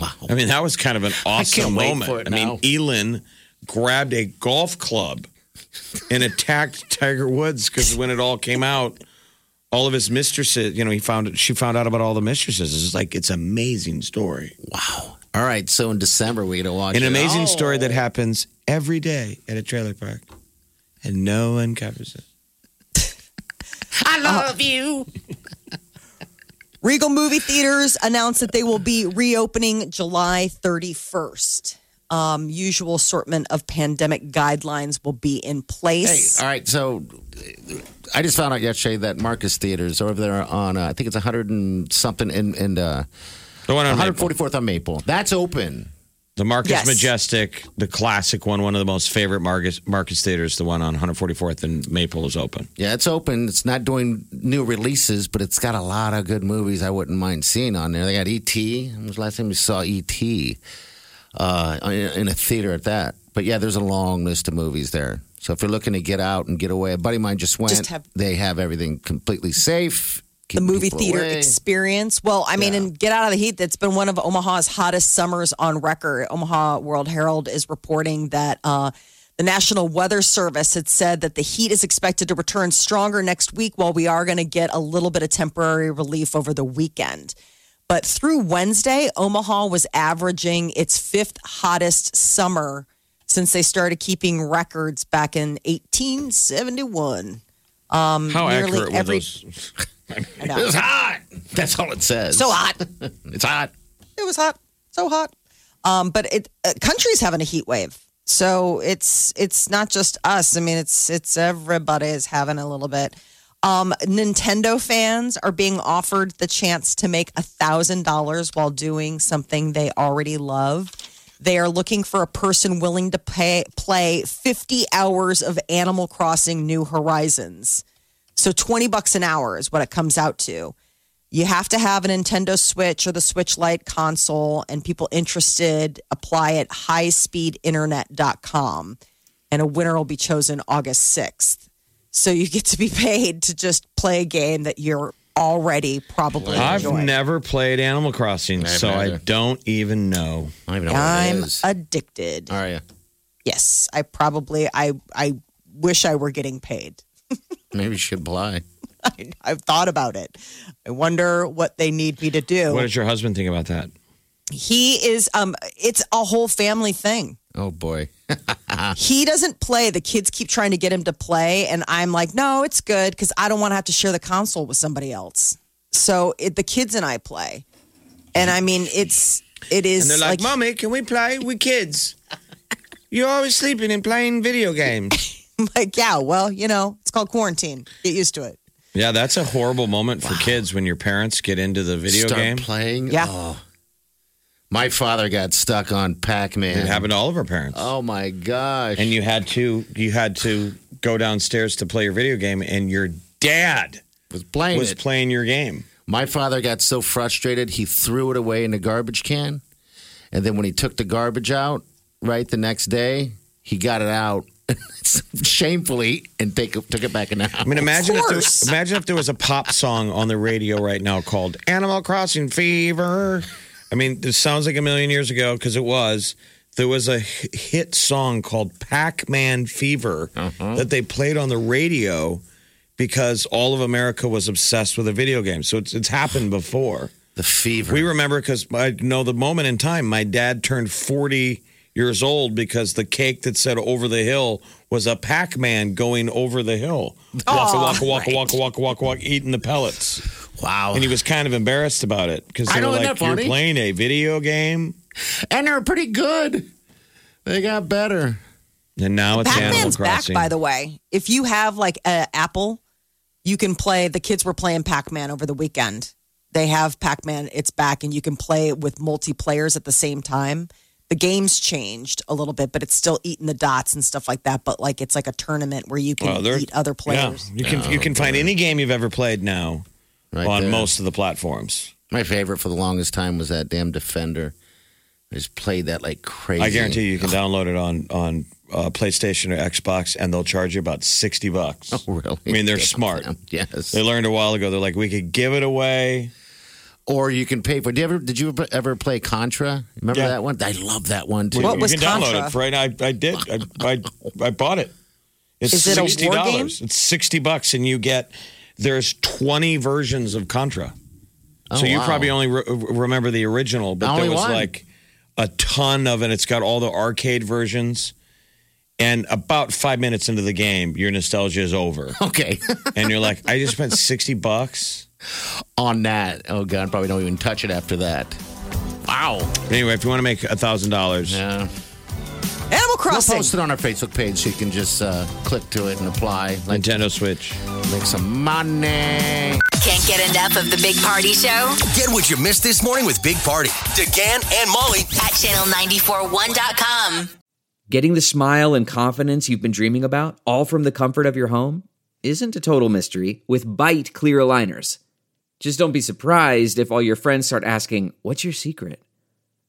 Speaker 5: Wow.
Speaker 6: I mean, that was kind of an awesome
Speaker 5: wait
Speaker 6: moment.
Speaker 5: for it
Speaker 6: I mean,
Speaker 5: now.
Speaker 6: Elon grabbed a golf club and attacked Tiger Woods because when it all came out, all of his mistresses, you know, he found she found out about all the mistresses. It's like it's amazing story.
Speaker 5: Wow. All right. So in December we had to watch
Speaker 6: An
Speaker 5: it.
Speaker 6: amazing
Speaker 5: Oh.
Speaker 6: story that happens every day at a trailer park. And no one covers it.
Speaker 5: I love you.
Speaker 4: Uh-huh. Regal Movie Theaters announced that they will be reopening July 31st. Um, usual assortment of pandemic guidelines will be in
Speaker 5: Hey,
Speaker 4: place.
Speaker 5: all right. So I just found out yesterday that Marcus Theaters over there on uh, I think it's 100 and something in, in uh,
Speaker 6: The one on Maple.
Speaker 5: 144th on Maple. That's open.
Speaker 6: The Marcus
Speaker 4: Yes.
Speaker 6: Majestic, the classic one, one of the most favorite Marcus Marcus theaters, the one on 144th and Maple is open.
Speaker 5: Yeah, it's open. It's not doing new releases, but it's got a lot of good movies I wouldn't mind seeing on there. They got E.T. When was the last time we saw E.T. Uh, in in a theater at that? But yeah, there's a long list of movies there. So if you're looking to get out and get away, a buddy of mine just went.
Speaker 4: Just have-
Speaker 5: they have everything completely safe.
Speaker 4: the
Speaker 5: keeping
Speaker 4: movie
Speaker 5: people
Speaker 4: theater
Speaker 5: away.
Speaker 4: experience. Well, I mean, and get out of the heat. That's been one of Omaha's hottest summers on record. Omaha World Herald is reporting that uh, the National Weather Service had said that the heat is expected to return stronger next week, while we are going to get a little bit of temporary relief over the weekend. But through Wednesday, Omaha was averaging its fifth hottest summer since they started keeping records back in 1871.
Speaker 6: How
Speaker 4: Um, nearly
Speaker 6: accurate were
Speaker 4: every-
Speaker 6: those?
Speaker 4: I know.
Speaker 5: It's hot. That's all it says.
Speaker 4: So hot.
Speaker 5: It's hot.
Speaker 4: it was hot, so hot. Um, but it uh, country's having a heat wave, so it's it's not just us. I mean, it's it's everybody is having a little bit. Um, Nintendo fans are being offered the chance to make a thousand dollars while doing something they already love. They are looking for a person willing to pay, play 50 hours of Animal Crossing New Horizons. So 20 bucks an hour is what it comes out to. You have to have a Nintendo Switch or the Switch Lite console, and people interested apply at highspeedinternet.com. And a winner will be chosen August 6th. So you get to be paid to just play a game that you're already probably
Speaker 6: I've
Speaker 4: enjoying.
Speaker 6: never played Animal Crossing, so I
Speaker 5: neither.
Speaker 6: don't even know.
Speaker 5: I don't even know what it
Speaker 4: I'm
Speaker 5: is.
Speaker 4: addicted.
Speaker 5: Are you?
Speaker 4: Yes, I probably I I wish I were getting paid.
Speaker 5: Maybe you should apply.
Speaker 4: I, I've thought about it. I wonder what they need me to do.
Speaker 6: What does your husband think about that?
Speaker 4: he is um it's a whole family thing.
Speaker 5: Oh boy.
Speaker 4: He doesn't play. The kids keep trying to get him to play and I'm like, "No, it's good cuz I don't want to have to share the console with somebody else." So, it, the kids and I play. And I mean, it's it is
Speaker 6: And they're like, Mommy, can we play? We kids. You're always sleeping and playing video games.
Speaker 4: like, yeah, well, you know, it's called quarantine. Get used to it.
Speaker 6: yeah, that's a horrible moment for kids when your parents get into the video
Speaker 5: Start
Speaker 6: game.
Speaker 5: playing.
Speaker 4: Yeah.
Speaker 5: Oh. My father got stuck on Pac-Man.
Speaker 6: It happened to all of our parents.
Speaker 5: Oh my gosh.
Speaker 6: and you had to you had to go downstairs to play your video game and your dad
Speaker 5: was playing
Speaker 6: was
Speaker 5: it.
Speaker 6: playing your game
Speaker 5: My father got so frustrated he threw it away in the garbage can. And then when he took the garbage out, right the next day, he got it out shamefully and take, took it back in the house.
Speaker 6: i mean imagine if, there, imagine if there was a pop song on the radio right now called animal crossing fever i mean this sounds like a million years ago because it was there was a h- hit song called pac-man fever
Speaker 5: Uh-huh.
Speaker 6: that they played on the radio because all of america was obsessed with a video game so it's, it's happened before
Speaker 5: the fever.
Speaker 6: We remember because I know the moment in time my dad turned 40 years old because the cake that said over the hill was a Pac Man going over the hill. Walka, walka, walka, walka, walka, walka, walka, eating the pellets.
Speaker 5: wow.
Speaker 6: And he was kind of embarrassed about it because
Speaker 5: I
Speaker 6: they were
Speaker 5: know, isn't
Speaker 6: like,
Speaker 5: that
Speaker 6: You're
Speaker 5: funny?"
Speaker 6: playing a video game.
Speaker 5: and they're pretty good. They got better.
Speaker 6: And now Oh, it's Animal
Speaker 4: Pac-Man's back,
Speaker 6: Crossing.
Speaker 4: by the way. If you have like an Apple, you can play. The kids were playing Pac-Man over the weekend. They have Pac-Man. It's back, and you can play it with multiplayers at the same time. The game's changed a little bit, but it's still eating the dots and stuff like that. But like it's like a tournament where you
Speaker 6: Well,
Speaker 4: can
Speaker 6: they're-
Speaker 4: eat other
Speaker 6: yeah,
Speaker 4: players.
Speaker 6: you can you can find any game you've ever played now
Speaker 5: Oh, Right
Speaker 6: on
Speaker 5: there.
Speaker 6: most of the platforms.
Speaker 5: My favorite for the longest time was that damn Defender. I just played that like crazy.
Speaker 6: I guarantee you, you can download it on on uh, PlayStation or Xbox, and they'll charge you about sixty bucks.
Speaker 5: Oh, really?
Speaker 6: I mean, they're
Speaker 5: Good for
Speaker 6: smart.
Speaker 5: them. Yes.
Speaker 6: They learned a while ago. They're like, we could give it away.
Speaker 5: Or you can pay for. Did you ever, did you ever play Contra? Remember
Speaker 6: Yeah.
Speaker 5: that one? I love that one too.
Speaker 4: What
Speaker 6: you
Speaker 4: was
Speaker 6: can download it
Speaker 4: Contra?
Speaker 6: for right now. I, I did. I, I, I bought it. It's
Speaker 4: Is it a war
Speaker 6: sixty dollars. It's sixty bucks, and you get there's twenty versions of Contra.
Speaker 5: Oh,
Speaker 6: so you
Speaker 5: wow.
Speaker 6: probably only re- remember the original, but
Speaker 5: Only
Speaker 6: there was
Speaker 5: one.
Speaker 6: like a ton of it. It's got all the arcade versions. And about five minutes into the game, your nostalgia is over,
Speaker 5: Okay.
Speaker 6: and you're like, "I just spent sixty bucks."
Speaker 5: On that. Oh, God. Probably don't even touch it after that. Wow.
Speaker 6: Anyway, if you want to make a thousand dollars,
Speaker 5: Yeah.
Speaker 4: Animal
Speaker 5: We'll
Speaker 4: Crossing.
Speaker 5: post it on our Facebook page so you can just uh, click to it and apply. Like,
Speaker 6: Nintendo Switch.
Speaker 5: make some money.
Speaker 3: Can't get enough of the Big Party Show
Speaker 2: Get what you missed this morning with Big Party. DeGan and Molly
Speaker 3: at channel941.com.
Speaker 9: Getting the smile and confidence you've been dreaming about, all from the comfort of your home, isn't a total mystery with bite clear aligners. Just don't be surprised if all your friends start asking, What's your secret?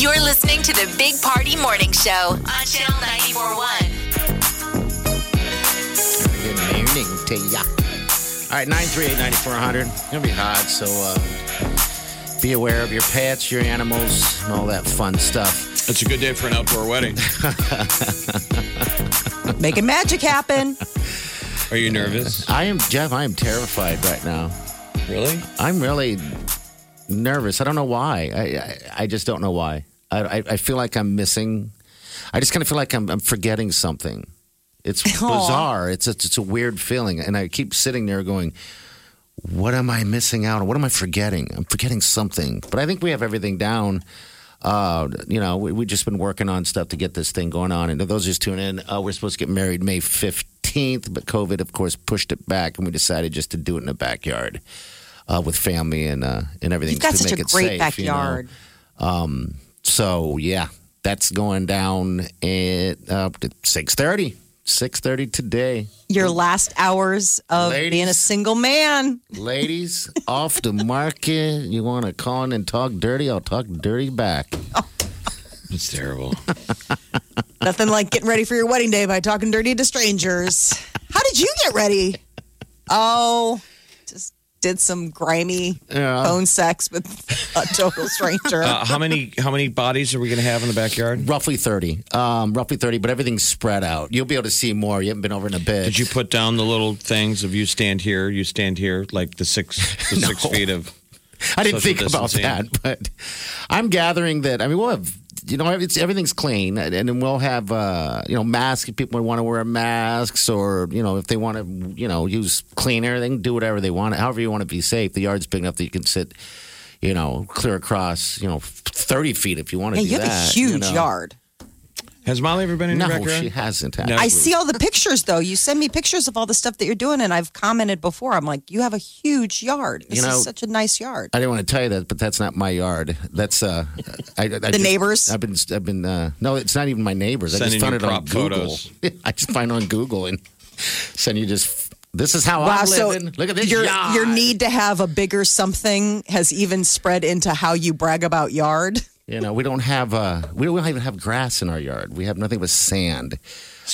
Speaker 3: You're listening to the Big Party Morning Show on channel 941.
Speaker 5: Good morning to ya. All right, 938-9400. It's Gonna be hot, so uh, be aware of your pets, your animals, and all that fun stuff.
Speaker 6: It's a good day for an outdoor wedding.
Speaker 4: Making magic happen.
Speaker 6: Are you nervous?
Speaker 5: I am Jeff. I am terrified right now.
Speaker 6: Really?
Speaker 5: I'm really nervous. I don't know why. I I, I just don't know why. I, I I feel like I'm missing. I just kind of feel like I'm I'm forgetting something. It's bizarre. It's a, it's a weird feeling, and I keep sitting there going, "What am I missing out on? What am I forgetting? I'm forgetting something." But I think we have everything down. Uh, you know, we, we've just been working on stuff to get this thing going on. And to those just tune in, uh, we're supposed to get married May 15th, but COVID, of course, pushed it back, and we decided just to do it in the backyard uh, with family and uh, and everything.
Speaker 4: You've got
Speaker 5: to
Speaker 4: such a
Speaker 5: make it
Speaker 4: great
Speaker 5: safe, you know.
Speaker 4: backyard.
Speaker 5: Um, So yeah, that's going down at uh, six thirty. Six thirty today,
Speaker 4: Your last hours of
Speaker 5: Ladies.
Speaker 4: being a single man.
Speaker 5: ladies. off the market. You want to call in and talk dirty? I'll talk dirty back.
Speaker 6: It's terrible.
Speaker 4: Nothing like getting ready for your wedding day by talking dirty to strangers. How did you get ready? Oh, just did some grimy phone sex with a total stranger.
Speaker 6: Uh, how many how many bodies are we going to have in the backyard?
Speaker 5: Roughly thirty. Um, roughly thirty, but everything's spread out. You'll be able to see more. You haven't been over in a bit.
Speaker 6: Did you put down the little things of you stand here, you stand here, like the six the six feet of?
Speaker 5: I didn't
Speaker 6: social
Speaker 5: think about
Speaker 6: distancing.
Speaker 5: that, but I'm gathering that. I mean, we'll have you know it's, everything's clean, and and then we'll have uh, you know masks. If people want to wear masks, or you know if they want to you know use cleaner, they can do whatever they want. However, you want to be safe. The yard's big enough that you can sit. You know, clear across. You know, thirty feet if you want to.
Speaker 4: Hey,
Speaker 5: do
Speaker 4: you have
Speaker 5: that,
Speaker 4: a huge
Speaker 5: you know.
Speaker 4: yard.
Speaker 6: Has Molly ever been in your
Speaker 5: No,
Speaker 6: backyard?
Speaker 5: she hasn't.
Speaker 6: No.
Speaker 4: I see all the pictures though. You send me pictures of all the stuff that you're doing, and I've commented before. I'm like, you have a huge yard. This
Speaker 5: You know-
Speaker 4: is such a nice yard.
Speaker 5: I didn't want to tell you that, but that's not my yard. That's uh, I, I the
Speaker 4: neighbors?
Speaker 5: I've been, I've been. Uh, no, it's not even my neighbors. I
Speaker 6: Sending
Speaker 5: just found
Speaker 6: you
Speaker 5: it on
Speaker 6: prop
Speaker 5: Google.
Speaker 6: photos.
Speaker 5: I just find on Google and send you just. This is how I'm living. Look at this
Speaker 4: your
Speaker 5: yard.
Speaker 4: your need to have a bigger something has even spread into how you brag about yard.
Speaker 5: You know, we don't have. Uh, we don't even have grass in our yard. We have nothing but sand.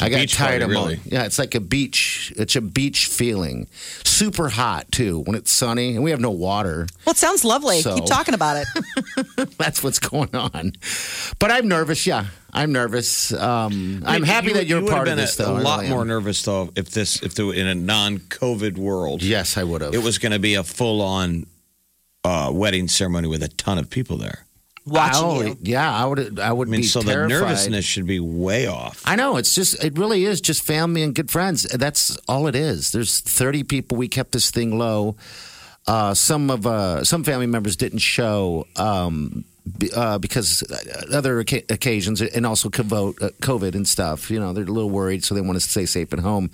Speaker 5: I got
Speaker 6: beach
Speaker 5: tired
Speaker 6: party,
Speaker 5: of mowing.
Speaker 6: really.
Speaker 5: Yeah, it's like a beach. It's a beach feeling. Super hot too when it's sunny, and we have no water.
Speaker 4: Well, it sounds lovely.
Speaker 5: So-
Speaker 4: Keep talking about it.
Speaker 5: That's what's going on. But I'm nervous. Yeah, I'm nervous. Um, I'm
Speaker 6: You-
Speaker 5: happy
Speaker 6: you-
Speaker 5: that you're
Speaker 6: you would have
Speaker 5: part of
Speaker 6: been
Speaker 5: this,
Speaker 6: a,
Speaker 5: though.
Speaker 6: A
Speaker 5: I
Speaker 6: lot
Speaker 5: really am.
Speaker 6: more nervous though if this if there were in a non-COVID world,
Speaker 5: Yes, I would have.
Speaker 6: it was going to be a full-on uh, wedding ceremony with a ton of people there.
Speaker 4: Watching
Speaker 5: Oh,
Speaker 4: you.
Speaker 5: Yeah, I would. I would
Speaker 6: I mean,
Speaker 5: be
Speaker 6: so
Speaker 5: terrified.
Speaker 6: the nervousness should be way off.
Speaker 5: I know it's just it really is just family and good friends. That's all it is. There's 30 people. We kept this thing low. Uh, some of uh, some family members didn't show. Um, be- uh, because uh, other oca- occasions and also covo- uh, COVID and stuff. You know, they're a little worried, so they want to stay safe at home.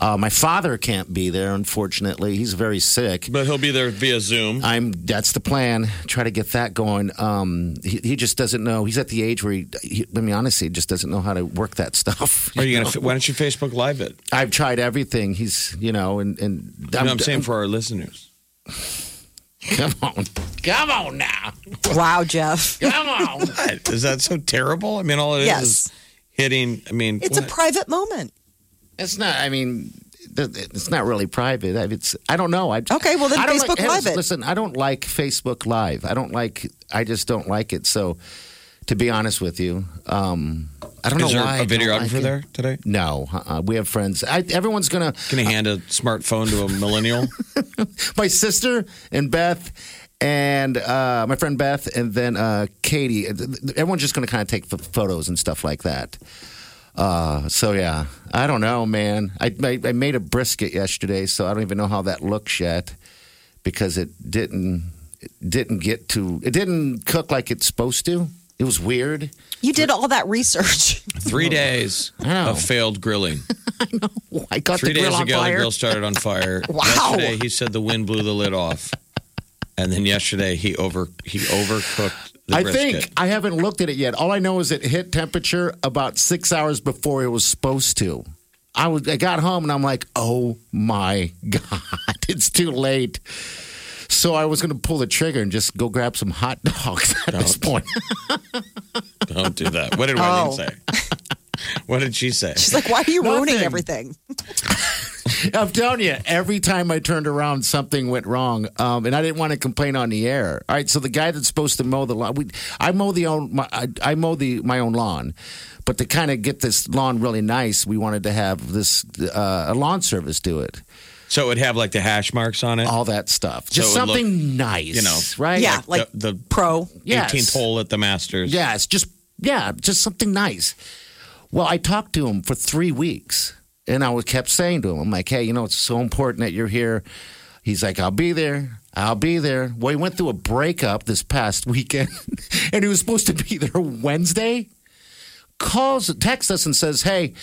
Speaker 5: Uh, my father can't be there, unfortunately. He's very sick.
Speaker 6: But he'll be there via Zoom.
Speaker 5: I'm. That's the plan. Try to get that going. Um, he, he just doesn't know. He's at the age where he, he. I mean, honestly, he just doesn't know how to work that stuff.
Speaker 6: Are you gonna? Why don't you Facebook Live it?
Speaker 5: I've tried everything. He's, you know, and and
Speaker 6: You know what I'm saying for our listeners.
Speaker 5: Come on, come on now,
Speaker 4: Wow, Jeff.
Speaker 5: come on.
Speaker 6: What? Is that so terrible? I mean, all it is
Speaker 4: Yes.
Speaker 6: is hitting. I mean,
Speaker 4: It's a
Speaker 6: what?
Speaker 4: private moment.
Speaker 5: It's not. I mean, th- it's not really private. I- It's. I don't know. I
Speaker 4: Okay, well, then
Speaker 5: I don't
Speaker 4: Facebook
Speaker 5: like-
Speaker 4: Live it.
Speaker 5: Listen, I don't like Facebook Live. I don't like. I just don't like it. So, to be honest with you, um, I don't
Speaker 6: is
Speaker 5: know
Speaker 6: there
Speaker 5: why. I
Speaker 6: a
Speaker 5: don't
Speaker 6: videographer
Speaker 5: like it.
Speaker 6: there today?
Speaker 5: No, uh-uh. we have friends. I, everyone's gonna.
Speaker 6: Can you hand a smartphone to a millennial?
Speaker 5: My sister and Beth. And uh, my friend Beth, and then uh, Katie. Everyone's just going to kind of take ph photos and stuff like that. Uh, so yeah, I don't know, man. I, I I made a brisket yesterday, so I don't even know how that looks yet because it didn't it didn't get to it didn't cook like it's supposed to. It was weird.
Speaker 4: You did all that research.
Speaker 6: Three days
Speaker 5: Wow.
Speaker 6: of failed grilling.
Speaker 5: I got
Speaker 6: Three
Speaker 5: the grill
Speaker 6: days
Speaker 5: on
Speaker 6: ago,
Speaker 5: fire.
Speaker 6: the grill started on fire. wow. Yesterday, he said the wind blew the lid off, and then yesterday he over he overcooked the
Speaker 5: I
Speaker 6: brisket.
Speaker 5: think I haven't looked at it yet. All I know is it hit temperature about six hours before it was supposed to. I was I got home and I'm like, oh my god, it's too late. So I was going to pull the trigger and just go grab some hot dogs at this point.
Speaker 6: Don't do that. What did Wileen
Speaker 4: Oh.
Speaker 6: say? What did she say?
Speaker 4: She's like, why are you ruining
Speaker 5: Nothing.
Speaker 4: everything?
Speaker 5: I'm telling you, every time I turned around, something went wrong, um, and I didn't want to complain on the air. All right, so the guy that's supposed to mow the lawn, we, I mow the own, my, I, I mow the my own lawn, but to kind of get this lawn really nice, we wanted to have this uh, a lawn service do it,
Speaker 6: So it would have like the hash marks on it.
Speaker 5: all that stuff,
Speaker 6: So
Speaker 5: just
Speaker 6: it would look,
Speaker 5: something nice,
Speaker 6: you know,
Speaker 5: right?
Speaker 4: Yeah, like
Speaker 6: the, the
Speaker 4: pro.
Speaker 5: Yes.
Speaker 6: 18th hole at the Masters.
Speaker 5: Yeah, it's just yeah, just something nice. Well, I talked to him for three weeks, and I was kept saying to him, "I'm like, hey, you know, it's so important that you're here." He's like, "I'll be there." I'll be there. Well, he went through a breakup this past weekend, and he was supposed to be there Wednesday. Calls, texts us, and says, "Hey,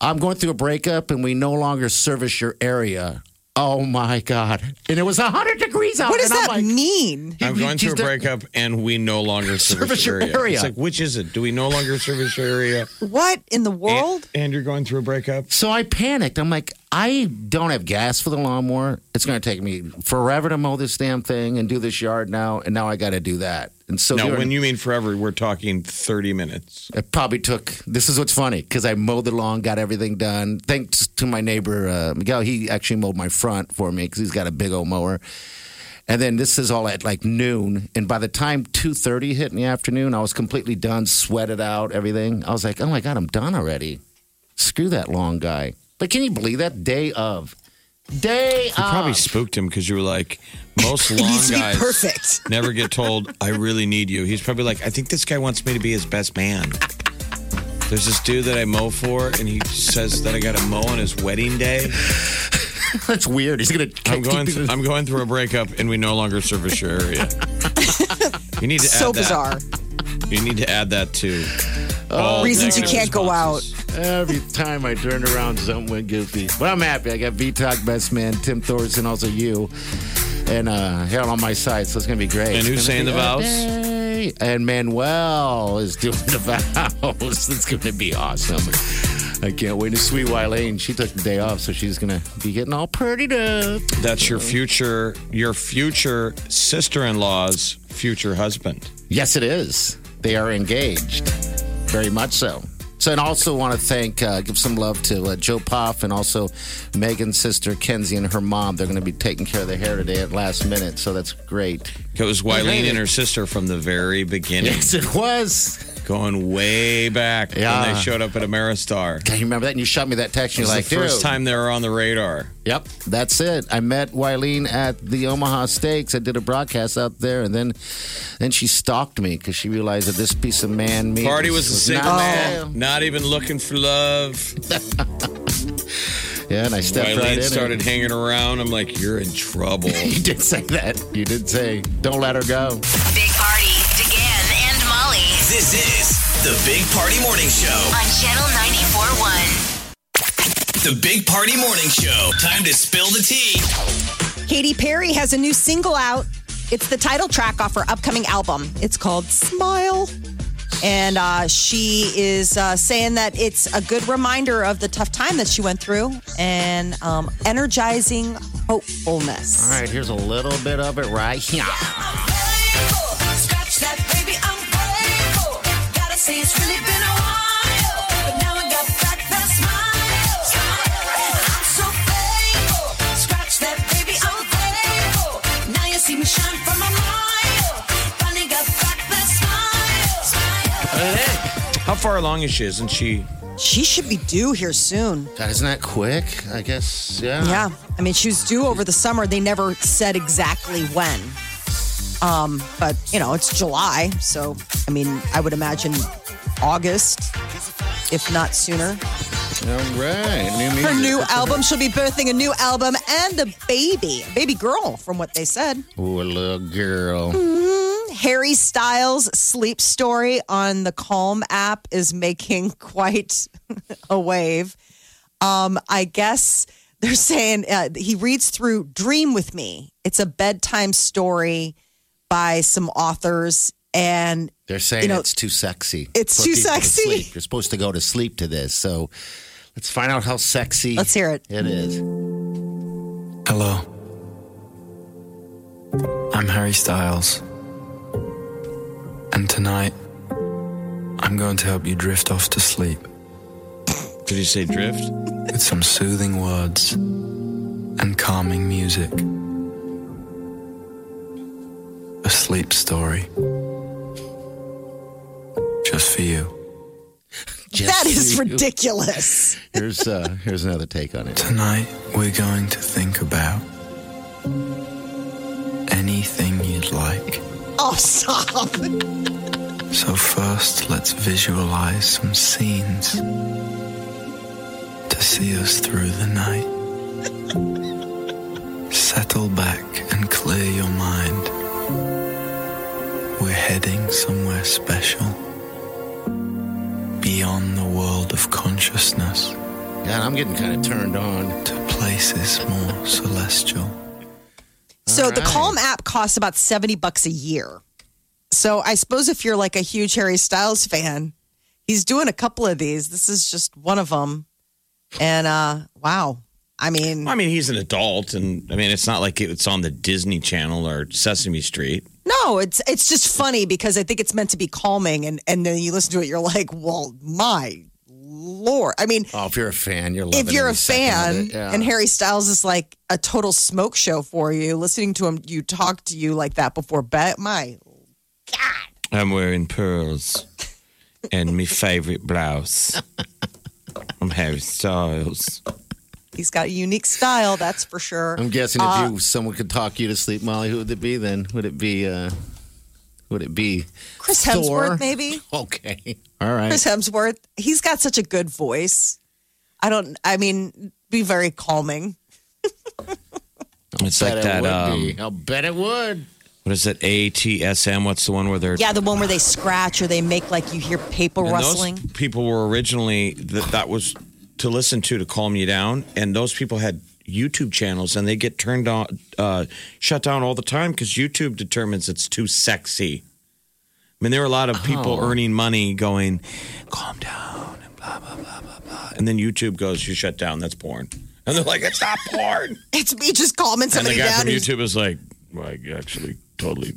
Speaker 5: I'm going through a breakup, and we no longer service your area." Oh my god! And it was hundred degrees out.
Speaker 4: What does
Speaker 5: and I'm
Speaker 4: that
Speaker 5: like,
Speaker 4: mean?
Speaker 6: I'm going
Speaker 5: He's
Speaker 6: through a
Speaker 5: the-
Speaker 6: breakup and we no longer service,
Speaker 5: Service your area.
Speaker 6: It's like, which is it? Do we no longer service your area?
Speaker 4: What in the world?
Speaker 6: And, and you're going through a breakup?
Speaker 5: So I panicked. I'm like, I don't have gas for the lawnmower. It's going to take me forever to mow this damn thing and do this yard now. And now I got to do that. And so
Speaker 6: No,
Speaker 5: you're-
Speaker 6: when you mean forever, we're talking 30 minutes.
Speaker 5: it probably took. This is what's funny because I mowed the lawn, got everything done. Thanks to my neighbor uh, Miguel, he actually mowed my front for me because he's got a big old mower. And then this is all at like noon, and by the time two thirty hit in the afternoon, I was completely done, sweated out, everything. I was like, oh my god, I'm done already. Screw that long guy. Like, can you believe that day of? Day
Speaker 6: You
Speaker 5: of.
Speaker 4: Oh.
Speaker 6: probably spooked him because you were like, most long
Speaker 4: needs to be
Speaker 6: guys
Speaker 4: perfect.
Speaker 6: never get told, I really need you. He's probably like, I think this guy wants me to be his best man. There's this dude that I mow for, and he says that I got to mow on his wedding day.
Speaker 5: That's weird. He's gonna.
Speaker 6: I'm going. Th- I'm going through a breakup, and we no longer service your area. you need to add
Speaker 4: so
Speaker 6: that.
Speaker 4: bizarre.
Speaker 6: You need to add that to all
Speaker 4: Reasons you
Speaker 6: negative
Speaker 4: can't go out.
Speaker 6: responses.
Speaker 5: Every time I turned around, something went goofy. But I'm happy. I got VTOC best man, Tim Thorson, also you, and uh, Harold on my side. So it's going to be great.
Speaker 6: And who's
Speaker 5: It's
Speaker 6: saying the
Speaker 5: gonna be
Speaker 6: vows?
Speaker 5: a day. And Manuel is doing the vows. It's going to be awesome. I can't wait to sweet Wylene. She took the day off, so she's going to be getting all prettied up.
Speaker 6: That's your future. Your future sister-in-law's future husband.
Speaker 5: Yes, it is. They are engaged, very much so. So, and also want to thank, uh, give some love to uh, Joe Poff and also Megan's sister Kenzie and her mom. They're going to be taking care of their hair today at last minute, so that's great.
Speaker 6: It was Wileen and her sister from the very beginning,
Speaker 5: Yes, it was.
Speaker 6: going way back when
Speaker 5: Yeah.
Speaker 6: they showed up at Ameristar.
Speaker 5: God, you remember that? And you shot me that text. And
Speaker 6: It
Speaker 5: you're
Speaker 6: was
Speaker 5: like,
Speaker 6: the first
Speaker 5: dude.
Speaker 6: time they were on the radar.
Speaker 5: Yep, that's it. I met Wileen at the Omaha Steaks. I did a broadcast out there, and then, then she stalked me because she realized that this piece of man meat
Speaker 6: Party was a single
Speaker 5: not-
Speaker 6: man, not even looking for love.
Speaker 5: Yeah, and I stepped right in.
Speaker 6: Wileen
Speaker 5: and-
Speaker 6: started hanging around. I'm like, you're in trouble.
Speaker 5: You did say that. You did say, don't let her go.
Speaker 3: Big Party, DeGan
Speaker 2: This is the Big Party Morning Show.
Speaker 3: on Channel 94.1.
Speaker 2: The Big Party Morning Show. Time to spill the tea.
Speaker 4: Katy Perry has a new single out. It's the title track off her upcoming album. It's called Smile. And uh, she is uh, saying that it's a good reminder of the tough time that she went through and um, energizing hopefulness.
Speaker 5: All right, here's a little bit of it right here.
Speaker 7: Scratch that, baby, I'm grateful. Gotta say it's really been a while, but now I got back that smile. I'm so thankful. Scratch that, baby, I'm grateful. Now you see me shine from a mile. Finally got back that smile.
Speaker 6: How far along is she? Isn't she?
Speaker 4: She should be due here soon.
Speaker 5: God, isn't that quick? I guess, yeah.
Speaker 4: Yeah. I mean, she was due over the summer. They never said exactly when. Um, but, you know, it's July. So, I mean, I would imagine August, if not sooner.
Speaker 5: All right. New music.
Speaker 4: Her new album, she'll be birthing a new album and a baby, a baby girl, from what they said.
Speaker 5: Ooh, a little girl.
Speaker 4: Mm-hmm. Harry Styles' sleep story on the Calm app is making quite a wave. Um, I guess they're saying uh, he reads through Dream with Me. It's a bedtime story by some authors, and
Speaker 5: They're saying
Speaker 4: You know,
Speaker 5: it's too sexy.
Speaker 4: it's
Speaker 5: for
Speaker 4: too
Speaker 5: people to
Speaker 4: sexy.
Speaker 5: sleep. You're supposed to go to sleep to this. So let's find out how sexy
Speaker 4: Let's hear it.
Speaker 5: it is.
Speaker 10: Hello. I'm Harry Styles. And tonight, I'm going to help you drift off to sleep
Speaker 6: Did you say drift?
Speaker 10: with some soothing words and calming music. A sleep story. Just for you.
Speaker 5: Just
Speaker 4: that is
Speaker 5: for you.
Speaker 4: ridiculous.
Speaker 5: Here's uh, here's another take on it.
Speaker 10: Tonight, we're going to think about anything you'd like.
Speaker 4: Oh, stop.
Speaker 10: So, first, let's visualize some scenes to see us through the night. Settle back and clear your mind. We're heading somewhere special, beyond the world of consciousness
Speaker 5: God, I'm getting kind of turned on.
Speaker 10: to places more celestial.
Speaker 4: So the
Speaker 5: right.
Speaker 4: Calm app costs about 70 bucks a year. So I suppose if you're like a huge Harry Styles fan, he's doing a couple of these. This is just one of them. And uh wow. I mean,
Speaker 6: I mean, he's an adult, and I mean, it's not like it's on the Disney Channel or Sesame Street.
Speaker 4: no, it's it's just funny because I think it's meant to be calming and and then you listen to it you're like, "Well, my lord." I mean,
Speaker 5: Oh, if you're a fan, you're loving
Speaker 4: if you're a
Speaker 5: every second of
Speaker 4: fan
Speaker 5: it. Yeah.
Speaker 4: and Harry Styles is like a total smoke show for you, listening to him you talk to you like that before bet my
Speaker 6: I'm wearing pearls and my favorite blouse. I'm Harry Styles.
Speaker 4: He's got a unique style, that's for sure.
Speaker 5: I'm guessing if
Speaker 4: uh,
Speaker 5: you someone could talk you to sleep, Molly, who would it be then? Would it be uh would it be
Speaker 4: Chris
Speaker 5: Thor?
Speaker 4: Hemsworth, maybe.
Speaker 5: Okay. All right.
Speaker 4: Chris Hemsworth. He's got such a good voice. I don't. I mean, be very calming.
Speaker 6: It's like
Speaker 5: Bet
Speaker 6: that.
Speaker 5: it would
Speaker 6: Um,
Speaker 5: be. I'll bet it would.
Speaker 6: what is it? ATSM? What's the one where they're
Speaker 4: Yeah, the one where they scratch or they make like you hear paper
Speaker 6: And
Speaker 4: rustling.
Speaker 6: Those people were originally that that was to listen to to calm you down, and those people had YouTube channels, and they get turned on, uh, shut down all the time because YouTube determines it's too sexy. I mean, there were a lot of people
Speaker 4: Oh.
Speaker 6: earning money going, calm down and blah blah blah blah blah, and then YouTube goes, you shut down, that's porn, and they're like, it's not porn,
Speaker 4: It's me just calming
Speaker 6: and the
Speaker 4: somebody
Speaker 6: guy
Speaker 4: down.
Speaker 6: from
Speaker 4: who's-
Speaker 6: YouTube is like, well, I actually totally.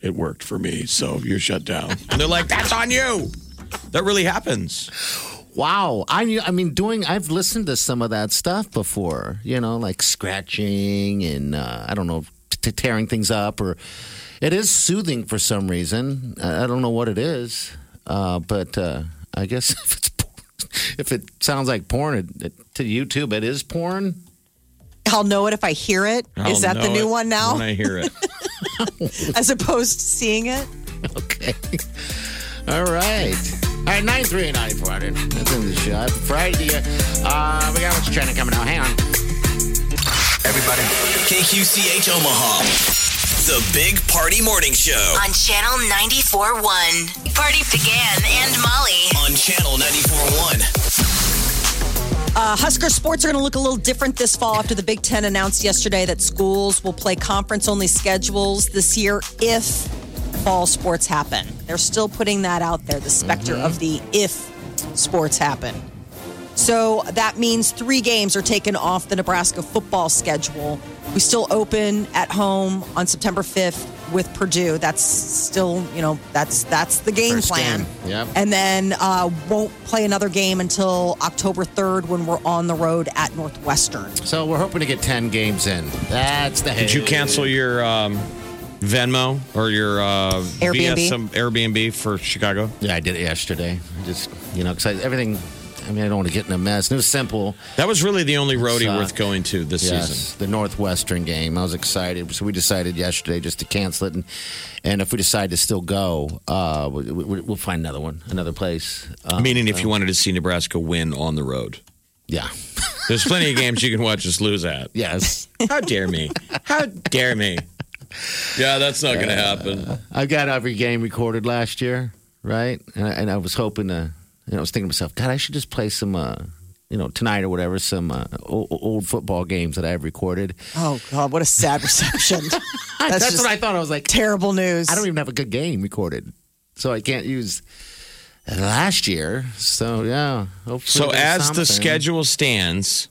Speaker 6: It worked for me, so you're shut down. And they're like, "That's on you." That really happens.
Speaker 5: Wow. I I mean doing I've listened to some of that stuff before, you know, like scratching and uh, I don't know t- tearing things up or it is soothing for some reason. I I don't know what it is. Uh, but uh, I guess if it's porn, if it sounds like porn it, it- to YouTube it is porn.
Speaker 4: I'll know it if I hear it. Is
Speaker 6: I'll
Speaker 4: that the
Speaker 6: know
Speaker 4: new
Speaker 6: it
Speaker 4: one now?
Speaker 6: When I hear it.
Speaker 4: As opposed to seeing it.
Speaker 5: Okay. All right. All right, 93 and 94. I didn't- That's in the shot. Friday. Uh, we got what's trending coming out. Hang on.
Speaker 2: Everybody. KQCH Omaha. The Big Party Morning Show.
Speaker 3: On Channel 94.1. Big Party began and Molly.
Speaker 2: on Channel 94.1.
Speaker 4: Uh, Husker sports are going to look a little different this fall after the Big Ten announced yesterday that schools will play conference only schedules this year if fall sports happen. They're still putting that out there, the specter
Speaker 5: Mm-hmm.
Speaker 4: of the if sports happen. So that means three games are taken off the Nebraska football schedule. We still open at home on September 5th with Purdue. That's still, you know, that's that's the game
Speaker 5: First
Speaker 4: plan.
Speaker 5: game. Yep.
Speaker 4: And then uh, won't play another game until October 3rd when we're on the road at Northwestern.
Speaker 5: So we're hoping to get 10 games in. That's the
Speaker 6: Did you cancel your um, Venmo or your uh,
Speaker 4: Airbnb?
Speaker 6: VSM Airbnb for Chicago?
Speaker 5: Yeah, I did it yesterday. I just, you know, because everything, I mean, I don't want to get in a mess. And it was simple.
Speaker 6: That was really the only roadie
Speaker 5: uh,
Speaker 6: worth going to this season.
Speaker 5: the Northwestern game. I was excited. So we decided yesterday just to cancel it. And, and if we decide to still go, uh, we, we, we'll find another one, another place. Um,
Speaker 6: Meaning, if you wanted to see Nebraska win on the road,
Speaker 5: yeah.
Speaker 6: there's plenty of games you can watch us lose at.
Speaker 5: Yes.
Speaker 6: How dare me? How dare me? Yeah, that's not going to happen.
Speaker 5: I've got every game recorded last year, right? And I, and I was hoping to, and I was thinking to myself, God, I should just play some, uh, you know, tonight or whatever, some uh, o- old football games that I have recorded.
Speaker 4: Oh, God, what a sad reception. That's,
Speaker 5: That's,
Speaker 4: just
Speaker 5: what I thought. I was like,
Speaker 4: terrible news.
Speaker 5: I don't even have a good game recorded, so I can't use last year. So yeah, hopefully
Speaker 6: So,
Speaker 5: there's
Speaker 6: as
Speaker 5: something.
Speaker 6: the schedule stands,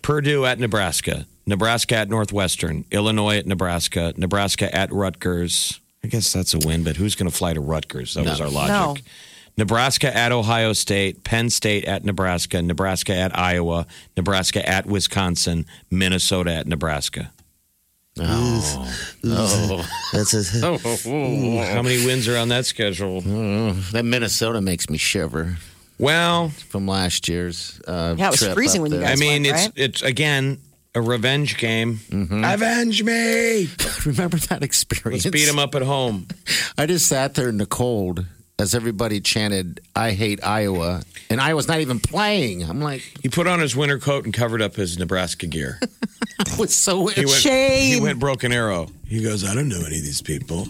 Speaker 6: Purdue at Nebraska, Nebraska at Northwestern, Illinois at Nebraska, Nebraska at Rutgers. I guess that's a win, but who's going to fly to Rutgers? That was our logic.
Speaker 4: No.
Speaker 6: Nebraska at Ohio State, Penn State at Nebraska, Nebraska at Iowa, Nebraska at Wisconsin, Minnesota at Nebraska.
Speaker 5: Oh.
Speaker 6: Oh. How many wins are on that schedule?
Speaker 5: Oh, that Minnesota makes me shiver
Speaker 6: Well,
Speaker 5: from last year's. Uh,
Speaker 4: Yeah, it was
Speaker 5: trip
Speaker 4: freezing
Speaker 5: up
Speaker 4: when you
Speaker 5: there.
Speaker 6: I
Speaker 4: guys-
Speaker 6: mean,
Speaker 4: one,
Speaker 6: it's it's again a revenge game.
Speaker 5: Mm-hmm.
Speaker 6: Avenge me!
Speaker 5: Mm. remember that experience.
Speaker 6: Let's beat them up at home.
Speaker 5: I just sat there in the cold as everybody chanted, "I hate Iowa," and Iowa's not even playing. I'm like,
Speaker 6: He put on his winter coat and covered up his Nebraska gear.
Speaker 5: it was so weird.
Speaker 6: He went, He
Speaker 4: Shame.
Speaker 6: went broken arrow. He goes, I don't know any of these people.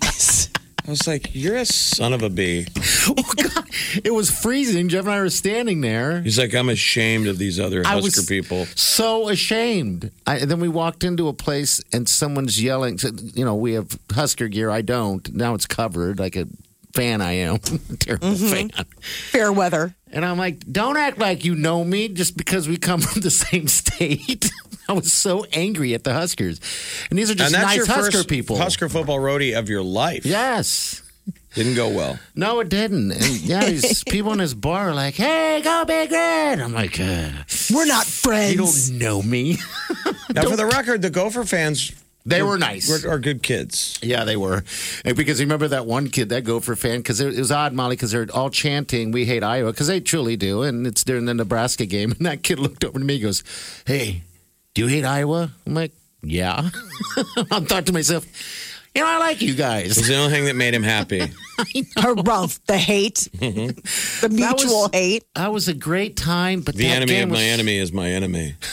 Speaker 6: I was like, You're a son of a bee.
Speaker 5: Oh, God. It was freezing. Jeff and I were standing there.
Speaker 6: He's like, I'm ashamed of these other
Speaker 5: I
Speaker 6: Husker
Speaker 5: was-
Speaker 6: people.
Speaker 5: so ashamed. I, and then we walked into a place and someone's yelling. said, You know, we have Husker gear. I don't. Now it's covered like a fan I am. Terrible fan.
Speaker 4: Mm-hmm. Fair weather.
Speaker 5: And I'm like, don't act like you know me just because we come from the same state. I was so angry at the Huskers. And these are just
Speaker 6: and
Speaker 5: nice
Speaker 6: that's your
Speaker 5: Husker
Speaker 6: first
Speaker 5: people.
Speaker 6: Husker football roadie of your life.
Speaker 5: Yes.
Speaker 6: Didn't go well.
Speaker 5: No, it didn't. And yeah, these people in this bar are like, hey, go Big Red. I'm like, uh,
Speaker 4: We're not friends.
Speaker 5: you don't know me.
Speaker 6: Now, for the record, the Gopher fans
Speaker 5: They were nice.
Speaker 6: were, are good kids.
Speaker 5: Yeah, they were. And because remember that one kid, that Gopher fan, because it was odd, Molly, because they're all chanting, We hate Iowa, because they truly do. And it's during the Nebraska game. And that kid looked over to me and goes, Hey, do you hate Iowa? I'm like, Yeah. I thought to myself, You know, I like you
Speaker 6: It was
Speaker 5: guys.
Speaker 6: the only thing that made him happy.
Speaker 4: Harumph, the hate, the mutual
Speaker 5: was-
Speaker 4: hate.
Speaker 5: That was a great time, but
Speaker 6: The
Speaker 5: that
Speaker 6: enemy
Speaker 5: game
Speaker 6: of my
Speaker 5: was-
Speaker 6: enemy is my enemy.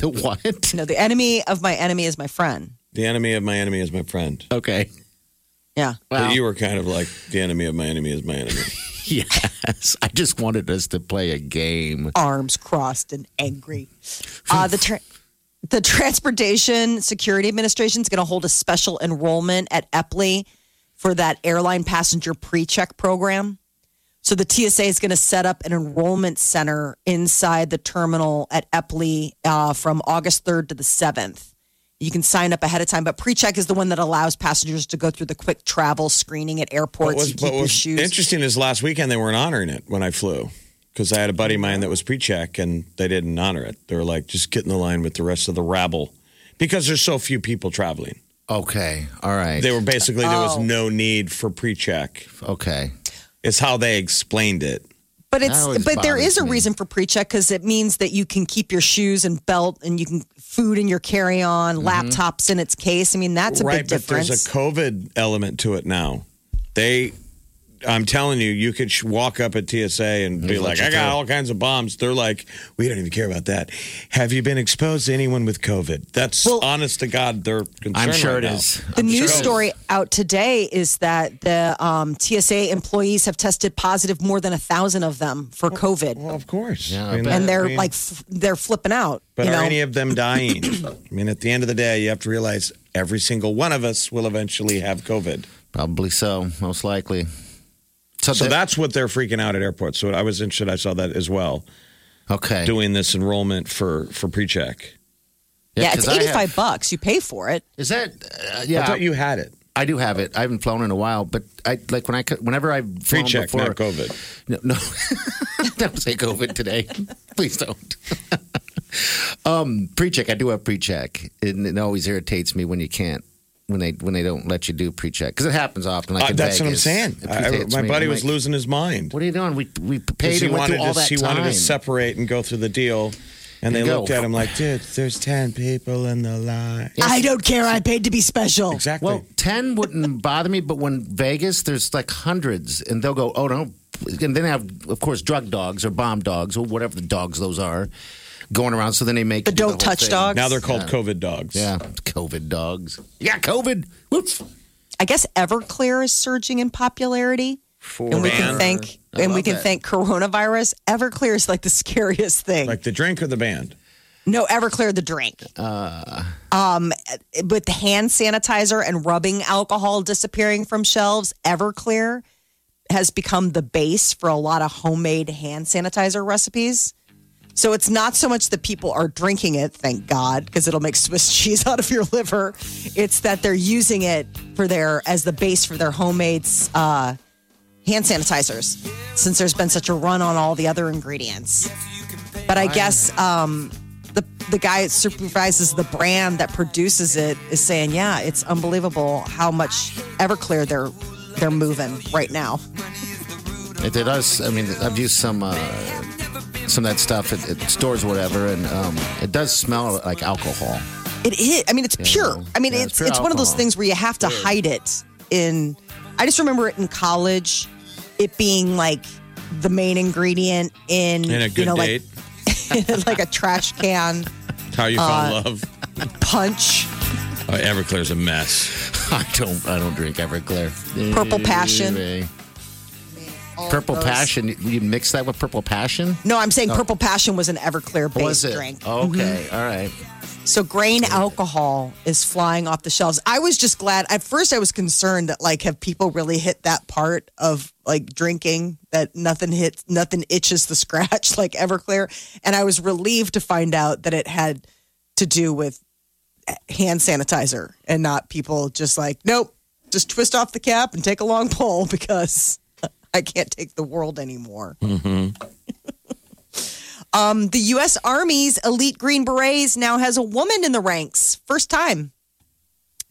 Speaker 5: The what?
Speaker 4: No, the enemy of my enemy is my friend.
Speaker 6: The enemy of my enemy is my friend.
Speaker 5: Okay.
Speaker 4: Yeah.
Speaker 5: Wow.
Speaker 6: But you were kind of like, the enemy of my enemy is my enemy.
Speaker 5: Yes. I just wanted us to play a game.
Speaker 4: arms crossed and angry. Uh, the tra- the Transportation Security Administration is going to hold a special enrollment at Epley for that airline passenger pre-check program. So the TSA is going to set up an enrollment center inside the terminal at Epley uh, from August 3rd to the 7th. You can sign up ahead of time, but pre-check is the one that allows passengers to go through the quick travel screening at airports.
Speaker 6: What was,
Speaker 4: you keep
Speaker 6: what
Speaker 4: your
Speaker 6: was
Speaker 4: shoes.
Speaker 6: interesting is last weekend they weren't honoring it when I flew because I had a buddy of mine that was pre-check and they didn't honor it. They were like, just get in the line with the rest of the rabble because there's so few people traveling.
Speaker 5: Okay. All right.
Speaker 6: They were basically there
Speaker 4: Oh.
Speaker 6: was no need for pre-check.
Speaker 5: okay.
Speaker 6: It's how they explained it.
Speaker 4: But
Speaker 5: That
Speaker 4: it's
Speaker 5: always
Speaker 4: but there
Speaker 5: bothers
Speaker 4: is a
Speaker 5: me.
Speaker 4: reason for pre-check because it means that you can keep your shoes and belt and you can food in your carry-on,
Speaker 5: Mm-hmm.
Speaker 4: laptops in its case. I mean that's a
Speaker 6: right,
Speaker 4: big
Speaker 6: but
Speaker 4: difference.
Speaker 6: there's a COVID element to it now. They I'm telling you, you could sh- walk up at TSA and be
Speaker 5: They'll let
Speaker 6: like,
Speaker 5: you
Speaker 6: I got
Speaker 5: through."
Speaker 6: all kinds of bombs. They're like, we don't even care about that. Have you been exposed to anyone with COVID? That's honest to God, they're concerned.
Speaker 5: I'm sure
Speaker 6: right
Speaker 5: it
Speaker 6: now.
Speaker 5: is.
Speaker 4: The
Speaker 5: I'm sure
Speaker 4: news
Speaker 5: it is.
Speaker 4: story out today is that the um, TSA employees have tested positive more than a thousand of them for COVID,
Speaker 6: Well, of course.
Speaker 5: Yeah, I bet.
Speaker 4: and they're
Speaker 6: I mean,
Speaker 4: like f- they're flipping out.
Speaker 6: But
Speaker 4: you
Speaker 6: are
Speaker 4: know?
Speaker 6: any of them dying? I mean, at the end of the day, you have to realize every single one of us will eventually have COVID.
Speaker 5: Probably so, most likely.
Speaker 6: So
Speaker 5: that-
Speaker 6: that's what they're freaking out at airports. So I was interested. I saw that as well.
Speaker 5: okay.
Speaker 6: Doing this enrollment for for pre-check.
Speaker 4: yeah, it's
Speaker 5: 'cause I have-
Speaker 4: eighty five bucks. You pay for it.
Speaker 5: Is that uh,
Speaker 6: I
Speaker 5: yeah?
Speaker 6: thought you had it.
Speaker 5: I do have it. I haven't flown in a while, but I like when I c- whenever I've flown
Speaker 6: Pre-check,
Speaker 5: before.
Speaker 6: not COVID.
Speaker 5: No, no. don't say COVID today. Please don't. um, pre-check. I do have pre-check, and it always irritates me when you can't. When they when they don't let you do pre-check because it happens often. Like
Speaker 6: Uh,
Speaker 5: in
Speaker 6: that's what I'm
Speaker 5: Vegas.
Speaker 6: saying.
Speaker 5: It
Speaker 6: I- I-
Speaker 5: irritates
Speaker 6: my
Speaker 5: me.
Speaker 6: buddy
Speaker 5: I'm
Speaker 6: was
Speaker 5: like,
Speaker 6: losing his mind
Speaker 5: What are you doing? We we paid
Speaker 6: he
Speaker 5: and went
Speaker 6: wanted
Speaker 5: through all
Speaker 6: to
Speaker 5: that
Speaker 6: he
Speaker 5: time.
Speaker 6: wanted to separate and go through the deal. And they
Speaker 5: And go.
Speaker 6: looked at him like, dude, there's ten people in the line.
Speaker 4: I don't care. I paid to be special.
Speaker 6: Exactly.
Speaker 5: Well, ten wouldn't bother me, but when Vegas, there's like hundreds, and they'll go, "Oh no!" And then they have, of course, drug dogs or bomb dogs or whatever the dogs those are going around. So then they make
Speaker 4: The
Speaker 5: you do
Speaker 4: don't
Speaker 5: whole
Speaker 4: touch
Speaker 5: thing.
Speaker 4: dogs.
Speaker 6: now they're called COVID dogs.
Speaker 5: Yeah, COVID dogs. Yeah, COVID. Whoops.
Speaker 4: I guess Everclear is surging in popularity, and we can
Speaker 6: Banner.
Speaker 4: thank
Speaker 5: I
Speaker 4: and we
Speaker 5: love
Speaker 4: can
Speaker 5: it.
Speaker 4: thank coronavirus. Everclear is like the scariest thing.
Speaker 6: Like the drink or the band.
Speaker 4: No, Everclear the drink.
Speaker 5: Uh.
Speaker 4: Um, with the hand sanitizer and rubbing alcohol disappearing from shelves, Everclear has become the base for a lot of homemade hand sanitizer recipes. So it's not so much that people are drinking it, thank God, because it'll make Swiss cheese out of your liver. It's that they're using it for their as the base for their homemade uh, hand sanitizers, since there's been such a run on all the other ingredients. But I guess um, the the guy that supervises the brand that produces it is saying, yeah, it's unbelievable how much Everclear they're they're moving right now.
Speaker 5: It, it does. I mean, I've used some uh, some of that stuff at, at stores, or whatever, and um, it does smell like alcohol.
Speaker 4: It is. I mean, it's pure. I mean,
Speaker 5: Yeah,
Speaker 4: it's
Speaker 5: it's
Speaker 4: it's,
Speaker 5: pure
Speaker 4: one of those
Speaker 5: alcohol.
Speaker 4: things where you have to hide it. In I just remember it in college, it being like the main ingredient in
Speaker 6: And a good
Speaker 4: you know
Speaker 6: date.
Speaker 4: like like a trash can
Speaker 6: How you
Speaker 4: uh,
Speaker 6: fall in love.
Speaker 4: punch,
Speaker 6: Oh, Everclear's a mess.
Speaker 5: I don't. I don't drink Everclear.
Speaker 4: Purple Passion.
Speaker 5: Anyway. Purple Passion. You- You mix that with Purple Passion. Oh,
Speaker 4: No, I'm saying Purple Passion was an Everclear
Speaker 5: Was
Speaker 4: based
Speaker 5: it?
Speaker 4: drink. Mm-hmm.
Speaker 5: Okay. All right.
Speaker 4: So grain alcohol is flying off the shelves. I was just glad. At first, I was concerned that like, have people really hit that part of like drinking that nothing hits, nothing itches the scratch like Everclear. And I was relieved to find out that it had to do with hand sanitizer and not people just like, nope, just twist off the cap and take a long pull because I can't take the world anymore. Um, the U.S. Army's elite Green Berets now has a woman in the ranks. First time.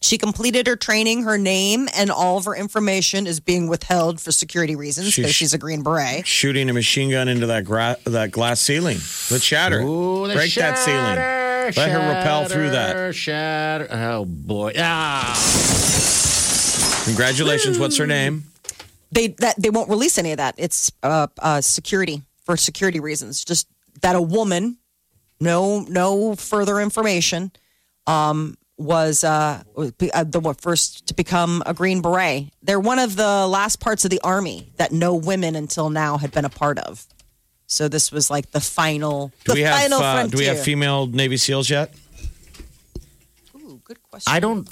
Speaker 4: She completed her training. Her name and all of her information is being withheld for security reasons
Speaker 6: Sheesh.
Speaker 4: because she's a Green Beret.
Speaker 6: Shooting a machine gun into that gra- that glass ceiling. Let's shatter. it.
Speaker 5: Ooh, the
Speaker 6: Break that ceiling.
Speaker 5: shatter,
Speaker 6: Let her rappel through that.
Speaker 5: Shatter. Oh boy. Ah.
Speaker 6: Congratulations. What's her name?
Speaker 4: They that they won't release any of that. It's uh, uh, security for security reasons. Just that a woman, no no further information, um, was uh, was be- uh, the one first to become a Green Beret. They're one of the last parts of the Army that no women until now had been a part of. So this was like the final, the
Speaker 6: Do we have
Speaker 4: final
Speaker 6: uh,
Speaker 4: frontier.
Speaker 6: do we have female Navy SEALs yet?
Speaker 4: Ooh, good question.
Speaker 5: I don't.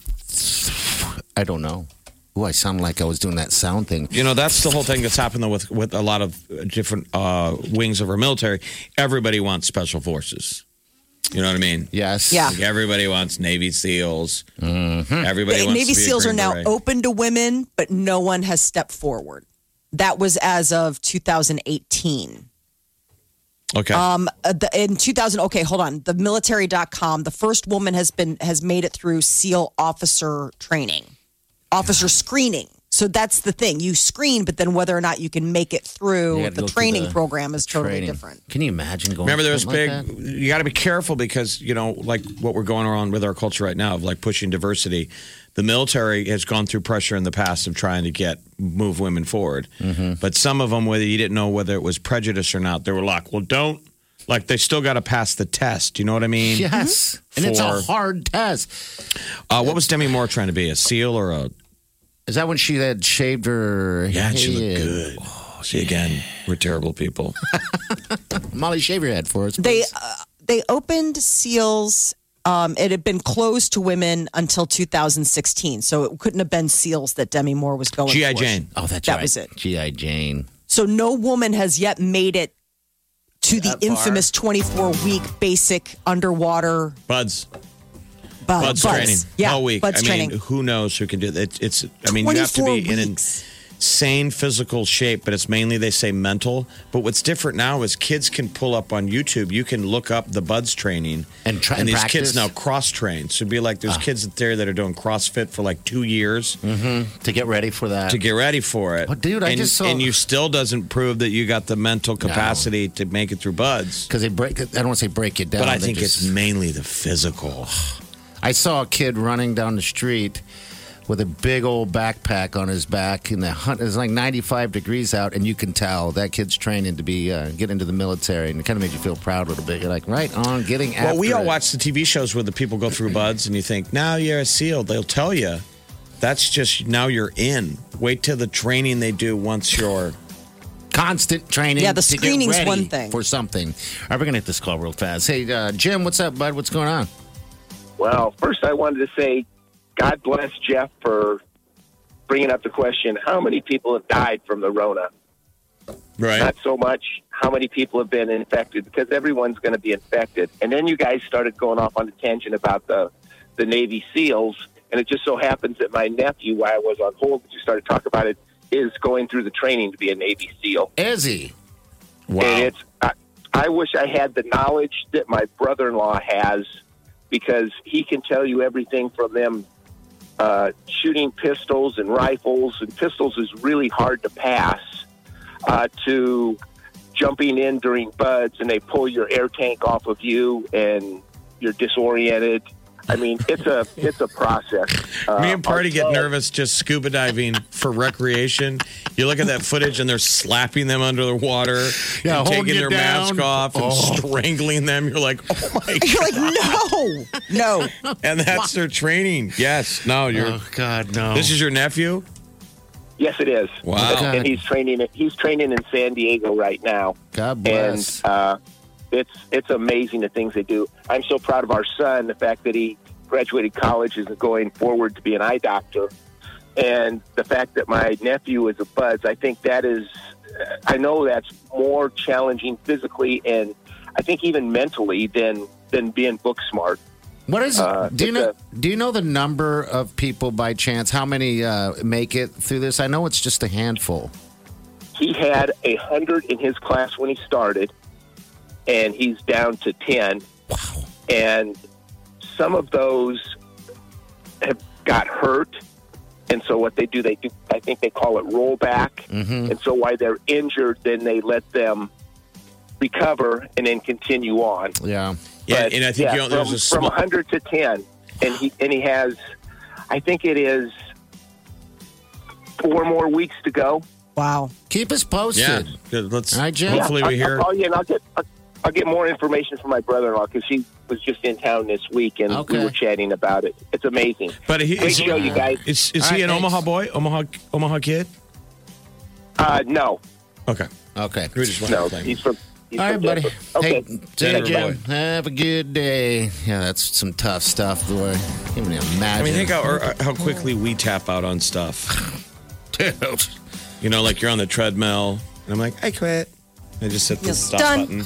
Speaker 5: I don't know. Ooh, I sound like I was doing that sound thing.
Speaker 6: You know, that's the whole thing that's happened though with with a lot of uh, different uh, wings of our military. Everybody wants special forces. You know what I mean?
Speaker 5: Yes.
Speaker 4: Yeah.
Speaker 6: Like everybody wants Navy SEAls. Everybody wants
Speaker 4: Navy
Speaker 6: to be a
Speaker 4: SEALs are
Speaker 6: Green
Speaker 4: now
Speaker 6: Beret.
Speaker 4: open to women, but no one has stepped forward. That was as of 2018.
Speaker 6: Okay.
Speaker 4: Um, uh, the, in 2000, okay, hold on. The military.com, the first woman has been has made it through SEAL officer training, officer screening. So that's the thing. You screen, but then whether or not you can make it
Speaker 5: You
Speaker 4: through
Speaker 5: gotta
Speaker 4: the
Speaker 5: go through
Speaker 4: training
Speaker 5: the
Speaker 4: program is totally
Speaker 5: Training.
Speaker 4: different.
Speaker 5: Can you imagine going?
Speaker 6: Remember,
Speaker 5: through
Speaker 6: there's big.
Speaker 5: something like that?
Speaker 6: you got to be careful because you know, like what we're going on with our culture right now of like pushing diversity. The military has gone through pressure in the past of trying to get move women forward,
Speaker 5: Mm-hmm.
Speaker 6: but some of them, whether you didn't know whether it was prejudice or not, they were like, "Well, don't." Like they still got to pass the test. You know what I mean?
Speaker 5: Yes, Mm-hmm. and it's a
Speaker 6: For-
Speaker 5: hard test.
Speaker 6: Uh, what was Demi Moore trying to be? A seal or a?
Speaker 5: Is that when she had shaved her?
Speaker 6: Yeah, she looked
Speaker 5: head?
Speaker 6: good. See again, we're terrible people.
Speaker 5: Molly, shave your head for us.
Speaker 4: They
Speaker 5: please.
Speaker 4: uh, they opened seals. Um, it had been closed to women until 2016, so it couldn't have been seals that Demi Moore was going.
Speaker 6: GI
Speaker 4: for.
Speaker 6: Jane.
Speaker 5: oh, that's
Speaker 4: that
Speaker 5: right.
Speaker 4: was it.
Speaker 5: GI Jane.
Speaker 4: So no woman has yet made it to the
Speaker 6: That far.
Speaker 4: infamous 24 week basic underwater
Speaker 6: Buds.
Speaker 4: bu- buds.
Speaker 6: Buds, training
Speaker 4: Yeah,
Speaker 6: all week.
Speaker 4: buds
Speaker 6: I mean,
Speaker 4: training.
Speaker 6: who knows who can do that? It's, I mean, you have to
Speaker 4: 24
Speaker 6: be in an
Speaker 4: weeks.
Speaker 6: insane physical shape, but it's mainly they say mental. But what's different now is kids can pull up on YouTube. You can look up the buds training,
Speaker 5: And try-
Speaker 6: these
Speaker 5: practice. Ah.
Speaker 6: kids now cross train. So it'd be like there's kids out there that are doing CrossFit for like two years
Speaker 5: Mm-hmm. to get ready for that.
Speaker 6: to get ready for it.
Speaker 5: But Oh, dude, I
Speaker 6: and,
Speaker 5: just saw-
Speaker 6: and you still doesn't prove that you got the mental capacity to make it through buds.
Speaker 5: because they break. I don't want to say break it down.
Speaker 6: But I
Speaker 5: they
Speaker 6: think
Speaker 5: just-
Speaker 6: it's mainly the physical.
Speaker 5: I saw a kid running down the street with a big old backpack on his back, and the hunt is like 95 degrees out, and you can tell that kid's training to be uh, get into the military, and it kind of made you feel proud a little bit. You're like, right on, getting after.
Speaker 6: Well, we all
Speaker 5: it.
Speaker 6: watch the TV shows where the people go through buds, and you think, now you're a SEAL. They'll tell you that's just now you're in. Wait till the training they do once you're.
Speaker 5: constant training.
Speaker 4: Yeah, the
Speaker 5: to get
Speaker 4: screening's
Speaker 5: ready
Speaker 4: one thing.
Speaker 5: for something. All right, we're gonna hit this call real fast. Hey, uh, Jim, what's up, bud? What's going on?
Speaker 11: Well, first I wanted to say, God bless Jeff for bringing up the question: How many people have died from the Rona?
Speaker 6: Right.
Speaker 11: Not so much how many people have been infected, because everyone's going to be infected. And then you guys started going off on a tangent about the the Navy SEALs, and it just so happens that my nephew, while I was on hold, you started talking about it, is going through the training to be a Navy SEAL.
Speaker 5: Izzy.
Speaker 11: And it's I, I wish I had the knowledge that my brother-in-law has because he can tell you everything from them uh, shooting pistols and rifles, and pistols is really hard to pass. Uh, to jumping in during buds, and they pull your air tank off of you, and you're disoriented. I mean, it's a it's a process. Uh,
Speaker 6: Me and Party
Speaker 11: our
Speaker 6: get
Speaker 11: club-
Speaker 6: nervous just scuba diving for recreation. You look at that footage and they're slapping them under the water,
Speaker 5: Yeah,
Speaker 6: and
Speaker 5: holding
Speaker 6: taking
Speaker 5: you
Speaker 6: their mask
Speaker 5: down.
Speaker 6: off and
Speaker 5: Oh.
Speaker 6: strangling them. You're like, oh my!
Speaker 4: You're like, no, no.
Speaker 6: And that's their training. Yes. No. You're.
Speaker 5: Oh God, no.
Speaker 6: This is your nephew.
Speaker 11: Yes, it is.
Speaker 6: Wow.
Speaker 11: And- and he's training. He's training in San Diego right now.
Speaker 5: God
Speaker 11: and
Speaker 5: bless.
Speaker 11: uh, it's it's amazing the things they do. I'm so proud of our son. The fact that he graduated college is going forward to be an eye doctor, and the fact that my nephew is a buzz. I think that is. I know that's more challenging physically and I think even mentally than than being book smart.
Speaker 5: What is?
Speaker 11: Uh,
Speaker 5: do you
Speaker 11: it's
Speaker 5: know? do you know the number of people by chance? How many uh, make it through this? I know it's just a handful.
Speaker 11: He had a hundred in his class when he started, and he's down to ten.
Speaker 5: Wow.
Speaker 11: and some of those have got hurt. And so what they do, they do. I think they call it rollback.
Speaker 5: Mm-hmm.
Speaker 11: And so while they're injured, then they let them recover and then continue on.
Speaker 5: Yeah.
Speaker 6: Yeah.
Speaker 11: But,
Speaker 6: and I think
Speaker 11: yeah,
Speaker 6: you know,
Speaker 11: from,
Speaker 6: there's a
Speaker 11: from
Speaker 6: small.
Speaker 11: 100 to 10, and he and he has, I think it is four more weeks to go.
Speaker 4: Wow.
Speaker 5: Keep us
Speaker 6: Yeah.
Speaker 5: posted.
Speaker 6: Good. Let's.
Speaker 5: All right, Jim.
Speaker 6: Hopefully
Speaker 11: I'll,
Speaker 6: we hear.
Speaker 11: I'll call you and I'll get I'll, I'll get more information from my brother-in-law because he was just in town this week and
Speaker 5: Okay.
Speaker 11: we were chatting about it. It's amazing.
Speaker 6: But he,
Speaker 11: Great
Speaker 6: is,
Speaker 11: show, you guys.
Speaker 6: is, is
Speaker 5: All right,
Speaker 6: he an
Speaker 5: thanks.
Speaker 6: Omaha boy? Omaha Omaha kid?
Speaker 11: Uh, no,
Speaker 6: Okay.
Speaker 5: Okay.
Speaker 6: We just want
Speaker 11: no,
Speaker 6: to
Speaker 11: he's from. He's
Speaker 5: All right,
Speaker 11: from
Speaker 5: buddy.
Speaker 11: Denver. Okay.
Speaker 5: Hey, see ya,
Speaker 6: Denver
Speaker 5: Jim.
Speaker 6: boy.
Speaker 5: Have a good day. Yeah, that's some tough stuff, boy. Can't even imagine.
Speaker 6: I mean, think how, or, how quickly we tap out on stuff.
Speaker 5: Dude.
Speaker 6: You know, like you're on the treadmill, and I'm like, I quit. I just hit the stop
Speaker 4: done.
Speaker 6: button.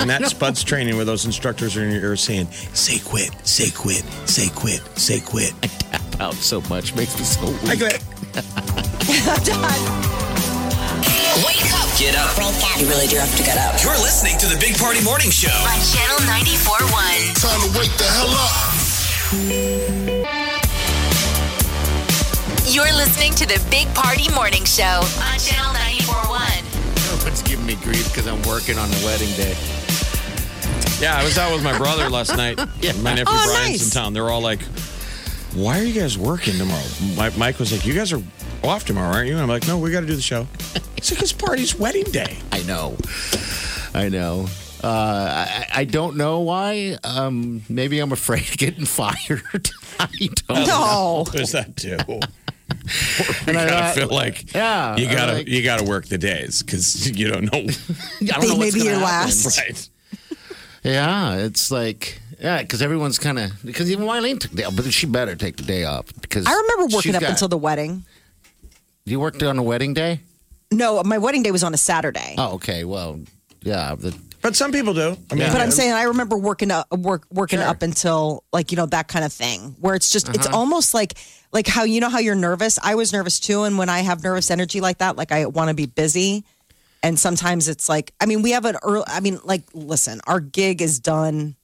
Speaker 6: And that's Bud's training where those instructors are in your ear saying, say quit, say quit, say quit, say quit.
Speaker 5: Tap out so much makes me so weak.
Speaker 6: I quit.
Speaker 3: Wake up
Speaker 2: Get up.
Speaker 7: You really do have to get up.
Speaker 2: You're listening to the Big Party Morning Show.
Speaker 3: on Channel 94.1.
Speaker 2: Time to wake the hell up.
Speaker 3: You You're listening to the Big Party Morning Show on Channel 941.
Speaker 5: Everyone's giving me grief because I'm working on the wedding day.
Speaker 6: Yeah, I was out with my brother last night. My nephew
Speaker 4: Oh,
Speaker 6: Brian's
Speaker 4: nice.
Speaker 6: in town. They're all like, why are you guys working tomorrow? Mi- Mike was like, you guys are off tomorrow, aren't you? And I'm like, no, we got to do the show. It's like his party's wedding day.
Speaker 5: I know. I know. Uh, I, I don't know why. Um, maybe I'm afraid of getting fired. I don't
Speaker 4: No.
Speaker 6: There's that too. you
Speaker 5: Oh, And I-
Speaker 6: gotta feel like
Speaker 5: Yeah,
Speaker 6: you gotta
Speaker 5: like-
Speaker 6: you gotta work the days because you don't know.
Speaker 5: know. I don't know what's
Speaker 4: Maybe
Speaker 5: gonna
Speaker 4: your
Speaker 5: happen.
Speaker 4: last.
Speaker 6: right?
Speaker 5: Yeah, it's like yeah, because everyone's kind of because even Wileen took the day off, but she better take the day off because
Speaker 4: I remember working
Speaker 5: she's
Speaker 4: up
Speaker 5: got-
Speaker 4: until the wedding.
Speaker 5: You worked on a wedding day?
Speaker 4: No, my wedding day was on a Saturday.
Speaker 5: Oh, okay. Well, yeah. The,
Speaker 6: But some people do. I mean,
Speaker 5: Yeah.
Speaker 4: But I'm saying I remember working up, work, working
Speaker 5: Sure. Uh-huh.
Speaker 4: up until like you know that kind of thing, where it's just it's almost like like how you know how you're nervous. I was nervous too, and when I have nervous energy like that, like I want to be busy, and sometimes it's like I mean we have an early. I mean like listen, our gig is done.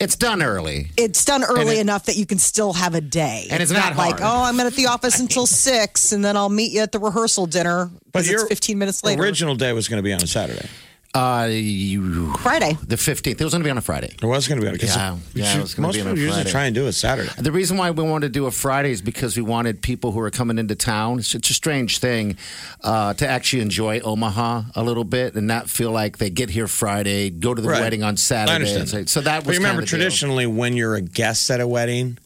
Speaker 5: it's done early.
Speaker 4: It's done early
Speaker 5: it-
Speaker 4: enough that you can still have a day,
Speaker 5: And it's not
Speaker 4: like
Speaker 5: hard.
Speaker 4: oh I'm at the office until six, and then I'll meet you at the rehearsal dinner. But
Speaker 6: but
Speaker 4: it's
Speaker 6: your
Speaker 4: 15 minutes later.
Speaker 6: Original day was going to be on a Saturday.
Speaker 5: Uh, you,
Speaker 4: Friday.
Speaker 5: the fifteenth. It was going to be on a Friday.
Speaker 6: It was going to be on. 'cause
Speaker 5: Yeah,
Speaker 6: you
Speaker 5: yeah, it
Speaker 6: should-
Speaker 5: was gonna
Speaker 6: most
Speaker 5: be on
Speaker 6: people
Speaker 5: a
Speaker 6: usually
Speaker 5: Friday.
Speaker 6: try and do a Saturday.
Speaker 5: The reason why we wanted to do a Friday is because we wanted people who are coming into town. It's such a strange thing uh, to actually enjoy Omaha a little bit and not feel like they get here Friday, go to the
Speaker 6: Right.
Speaker 5: wedding on Saturday.
Speaker 6: I
Speaker 5: and
Speaker 6: understand.
Speaker 5: say- so that
Speaker 6: But
Speaker 5: was
Speaker 6: you remember
Speaker 5: kinda the deal.
Speaker 6: traditionally when you're a guest at a wedding.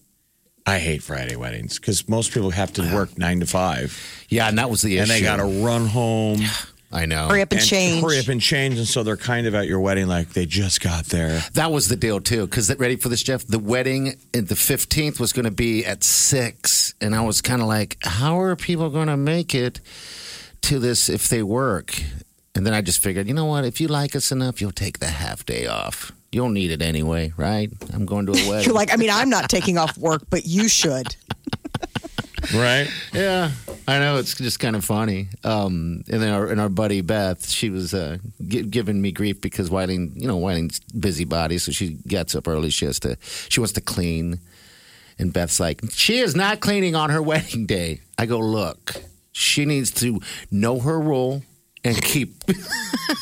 Speaker 6: I hate Friday weddings because most people have to work nine to five,
Speaker 5: Yeah, and that was the issue.
Speaker 6: and they got to run home.
Speaker 5: I know.
Speaker 4: Hurry up and, change.
Speaker 6: Hurry up and change. And so they're kind of at your wedding like they just got there.
Speaker 5: That was the deal too. Because ready for this, Jeff? The wedding at the fifteenth was going to be at six, and I was kind of like, "How are people going to make it to this if they work?" And then I just figured, you know what? If you like us enough, you'll take the half day off. You'll need it anyway, right? I'm going to a wedding.
Speaker 4: You're like, I mean, I'm not taking off work, but you should.
Speaker 6: Right?
Speaker 5: yeah, I know. It's just kind of funny. Um, and then our and our buddy Beth, she was uh, gi- giving me grief because Whiting, you know, Whiting's busybody, so she gets up early. She has to, she wants to clean, and Beth's like, she is not cleaning on her wedding day. I go, look, she needs to know her role and keep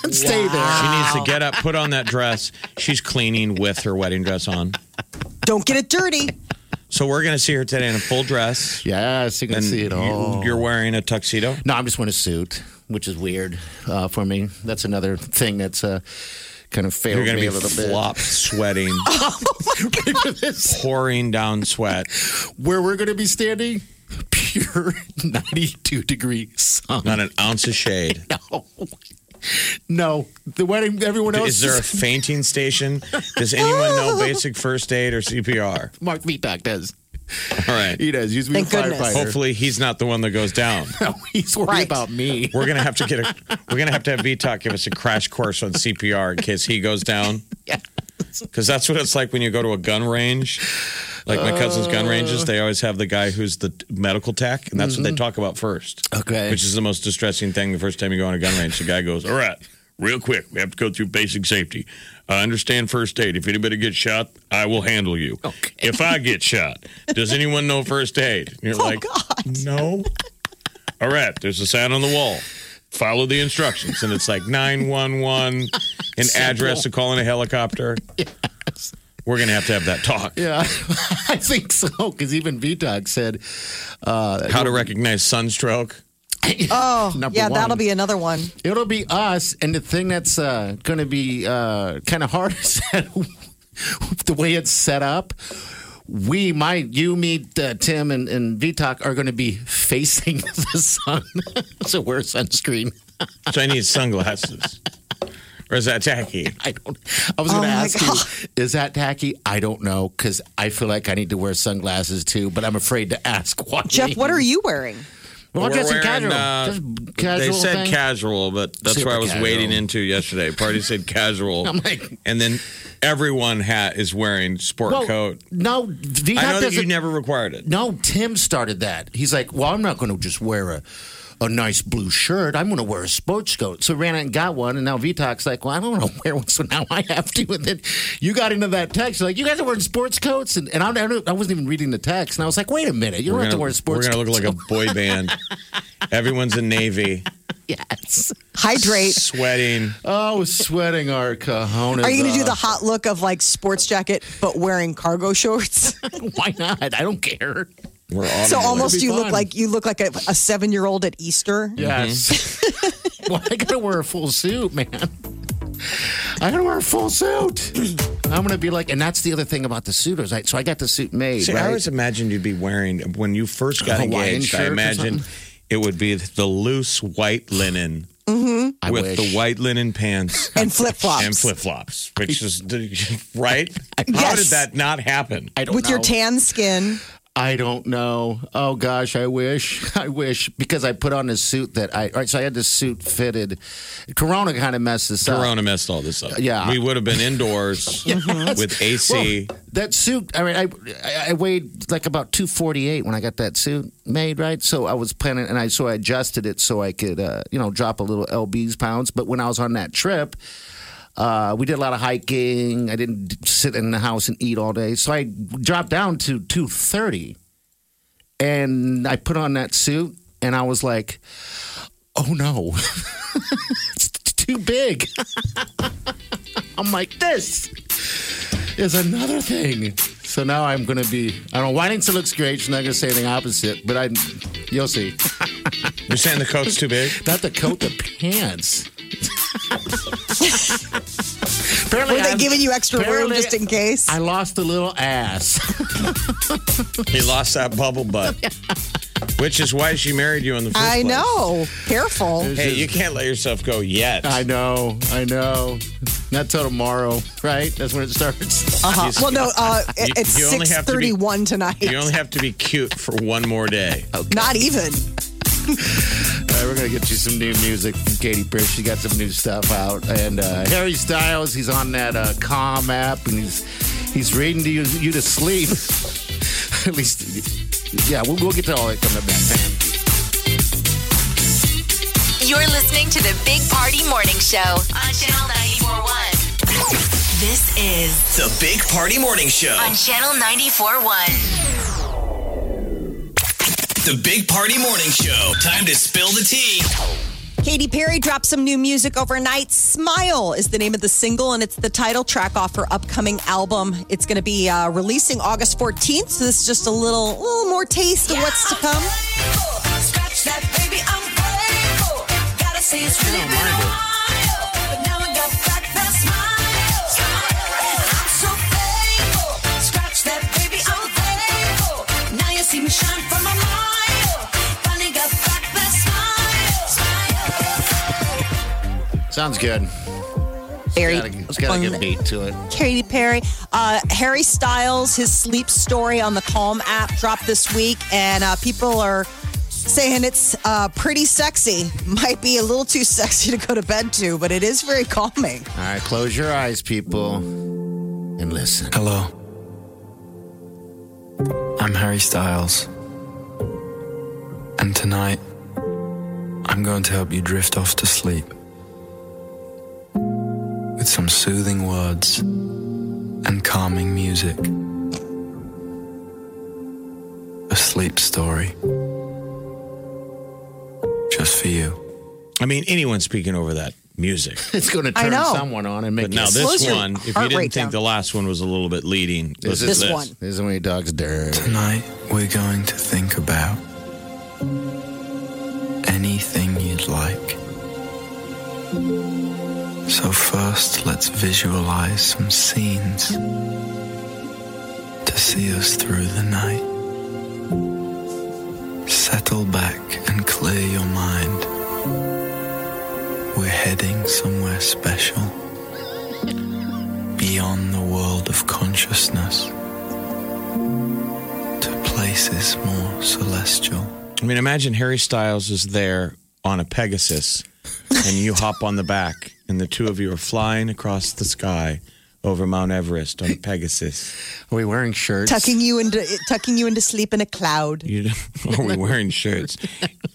Speaker 5: and stay there.
Speaker 6: She needs to get up, put on that dress. She's cleaning with her wedding dress on.
Speaker 4: Don't get it dirty.
Speaker 6: So we're going to see her today in a full dress.
Speaker 5: Yes, you can
Speaker 6: And
Speaker 5: see it all.
Speaker 6: You, are wearing a tuxedo.
Speaker 5: No, I'm just wearing a suit, which is weird uh, for me. That's another thing that's uh, kind of failed
Speaker 6: You're going to
Speaker 5: me
Speaker 6: be
Speaker 5: a little
Speaker 6: flopped, sweating,
Speaker 5: bit. This-
Speaker 6: pouring down sweat.
Speaker 5: Where we're going to be standing, pure 92 degree sun.
Speaker 6: Not an ounce of shade.
Speaker 5: No. No, the wedding. Everyone else
Speaker 6: Is there a fainting station? Does anyone know basic first aid or CPR?
Speaker 5: Mark Vitak does.
Speaker 6: All right.
Speaker 5: He does. He's been a
Speaker 4: Thank goodness.
Speaker 5: firefighter.
Speaker 6: Hopefully he's not the one that goes down.
Speaker 5: he's worried
Speaker 4: Right.
Speaker 5: about me.
Speaker 6: We're gonna have to get a. We're gonna have to have VTOC give us a crash course on CPR in case he goes down. Because that's what it's like when you go to a gun range. Like my cousin's gun ranges, they always have the guy who's the medical tech, and that's what they talk about first.
Speaker 5: Okay.
Speaker 6: Which is the most distressing thing. The first time you go on a gun range, the guy goes, "All right, real quick, we have to go through basic safety. I understand first aid. If anybody gets shot, I will handle you. If I get shot, does anyone know first aid?" And you're like, "No." All right, there's a sign on the wall. Follow the instructions. And it's like 911, an address to call in a helicopter. We're going to have to have that talk.
Speaker 5: Yeah, I think so. Because even Vitak said, uh,
Speaker 6: How to recognize sunstroke.
Speaker 4: Oh,
Speaker 5: Number
Speaker 4: yeah,
Speaker 5: one.
Speaker 4: that'll be another one.
Speaker 5: It'll be us, and the thing that's uh, going to be uh, kind of hard is that the way it's set up. We, my, you, me, uh, Tim, and, and Vitak are going to be facing the sun, so wear sunscreen.
Speaker 6: So I need sunglasses. Or is that tacky?
Speaker 5: I don't. I was
Speaker 4: Oh
Speaker 5: going to
Speaker 4: my
Speaker 5: ask you, is that tacky? I don't know because I feel like I need to wear sunglasses too, but I'm afraid to ask. Why.
Speaker 4: Jeff, what are you wearing?
Speaker 5: Well, I'm
Speaker 6: We're
Speaker 5: dressing
Speaker 6: wearing,
Speaker 5: casual.
Speaker 6: uh,
Speaker 5: Just casual.
Speaker 6: they said
Speaker 5: thing.
Speaker 6: casual, but that's
Speaker 5: Super
Speaker 6: where I was
Speaker 5: casual.
Speaker 6: wading into yesterday. Party said casual.
Speaker 5: I'm like-
Speaker 6: and then everyone hat is wearing sport
Speaker 5: Well,
Speaker 6: coat.
Speaker 5: No, Vitak
Speaker 6: I know that you
Speaker 5: doesn't.
Speaker 6: never required it.
Speaker 5: No, Tim started that. He's like, well, I'm not going to just wear a, a nice blue shirt. I'm going to wear a sports coat. So ran out and got one, and now Vitok's like, well, I don't want to wear one, so now I have to. And then you got into that text, you're like, you guys are wearing sports coats, and, and I, don't- I wasn't even reading the text, and I was like, wait a minute, you don't have to wear a sports
Speaker 6: We're
Speaker 5: coat.
Speaker 6: gonna look like a boy band. Everyone's in navy,
Speaker 5: yes.
Speaker 4: Hydrate.
Speaker 6: sweating.
Speaker 5: Oh, sweating our cojones.
Speaker 4: Are you
Speaker 6: uh,
Speaker 4: going to do the
Speaker 5: off.
Speaker 4: hot look of like sports jacket but wearing cargo shorts?
Speaker 6: Oh,
Speaker 5: Why not? I don't care.
Speaker 6: We're
Speaker 4: so
Speaker 6: autumn.
Speaker 4: almost
Speaker 5: be
Speaker 4: you
Speaker 5: fun.
Speaker 4: look like you look like a, a seven year old at Easter.
Speaker 6: Mm-hmm.
Speaker 5: Yes. well, I gotta wear a full suit, man. I gotta wear a full suit. I'm gonna be like, and that's the other thing about the suit. is I, so I got the suit made,
Speaker 6: See, I
Speaker 5: right?
Speaker 6: always imagined you'd be wearing when you first got
Speaker 5: A Hawaiian
Speaker 6: engaged.
Speaker 5: shirt
Speaker 6: I
Speaker 5: or
Speaker 6: imagined
Speaker 5: something?
Speaker 6: it would be the loose white linen
Speaker 5: I
Speaker 6: with
Speaker 5: wish.
Speaker 6: the white linen pants
Speaker 4: And flip
Speaker 6: and
Speaker 4: flops
Speaker 6: flip flops, which is right. How
Speaker 4: Yes.
Speaker 6: did that not happen?
Speaker 5: I don't
Speaker 4: with your
Speaker 5: know.
Speaker 4: tan skin.
Speaker 5: I don't know. Oh gosh, I wish. I wish because I put on this suit that I. All right, so I had this suit fitted. Corona kind of messed this up.
Speaker 6: Corona messed all this up.
Speaker 5: Yeah.
Speaker 6: we would have been indoors Mm-hmm. with AC.
Speaker 5: Well, that suit. I mean, I I- I weighed like about two forty eight when I got that suit made, right? So I was planning, and I so I adjusted it so I could, uh, you know, drop a little lbs pounds. But when I was on that trip, uh, we did a lot of hiking. I didn't d- sit in the house and eat all day, so I dropped down to two thirty, and I put on that suit, and I was like, oh no. it's t- Too big. I'm like, this is another thing. So now I'm going to be, I don't know, Whitington looks great. She's not going to say anything opposite, but I, you'll see.
Speaker 6: You're saying the coat's too big?
Speaker 5: Not the coat, the pants. apparently,
Speaker 4: Were they
Speaker 5: I'm-
Speaker 4: giving you extra room
Speaker 5: apparently
Speaker 4: just in case?
Speaker 5: I lost a little ass.
Speaker 6: He lost that bubble butt, which is why she married you in the first
Speaker 4: I
Speaker 6: place.
Speaker 4: know. Careful.
Speaker 6: Hey, you can't let yourself go yet.
Speaker 5: I know, I know. Not till tomorrow, right? That's when it starts.
Speaker 4: Uh-huh. Well, no, uh, it-
Speaker 6: You-
Speaker 4: it's
Speaker 6: you only
Speaker 4: six
Speaker 6: have to be-
Speaker 4: thirty-one tonight.
Speaker 6: You only have to be cute for one more day.
Speaker 4: Not even.
Speaker 5: All right, we're going to get you some new music from Katy Perry. She got some new stuff out. And uh, Harry Styles, he's on that uh, Calm app and he's he's reading to you, you to sleep. At least, yeah, we'll, we'll get to all that coming up next time.
Speaker 3: You're listening to the Big Party Morning Show on Channel 941. This is
Speaker 2: The Big Party Morning Show.
Speaker 3: on Channel 941.
Speaker 2: The Big Party Morning Show. Time to spill the tea.
Speaker 4: Katy Perry dropped some new music overnight. Smile is the name of the single, and it's the title track off her upcoming album. It's going to be uh, releasing August 14th, so this is just a little, little more taste of what's to come.
Speaker 7: Scratch that, baby, I'm grateful. Gotta say it's really been a while, but now I got back that smile. I'm so thankful. Scratch that, baby, I'm thankful. Now you see me shine from a mile. Finally got back that smile.
Speaker 5: Sounds good.
Speaker 4: Very
Speaker 5: Gotta, it's got a good beat to it.
Speaker 4: Katy Perry. Uh, Harry Styles, his sleep story on the Calm app dropped this week, and uh, people are saying it's uh, pretty sexy. Might be a little too sexy to go to bed to, but it is very calming.
Speaker 5: All right, close your eyes, people, and listen.
Speaker 10: Hello. I'm Harry Styles. And tonight, I'm going to help you drift off to sleep with some soothing words and calming music. A sleep story. Just for you.
Speaker 6: I mean, anyone speaking over that music.
Speaker 5: It's going to
Speaker 4: I
Speaker 5: turn
Speaker 4: know.
Speaker 5: someone on and make
Speaker 6: But now
Speaker 5: you
Speaker 4: Slows
Speaker 6: this
Speaker 4: your
Speaker 6: one, if you
Speaker 4: heart
Speaker 6: didn't
Speaker 4: rate
Speaker 6: think
Speaker 4: down.
Speaker 6: the last one was a little bit leading, this,
Speaker 5: This
Speaker 6: is
Speaker 4: this
Speaker 6: this.
Speaker 4: one.
Speaker 5: This is when your dog's dirt.
Speaker 10: Tonight, we're going to think about anything you'd like. So, first, let's visualize some scenes to see us through the night. Settle back and clear your mind. We're heading somewhere special, beyond the world of consciousness to places more celestial.
Speaker 6: I mean, imagine Harry Styles is there on a Pegasus, and you hop on the back, and the two of you are flying across the sky over Mount Everest on a Pegasus.
Speaker 5: Are we wearing shirts?
Speaker 4: tucking you into tucking you into sleep in a cloud.
Speaker 6: You, are we wearing shirts?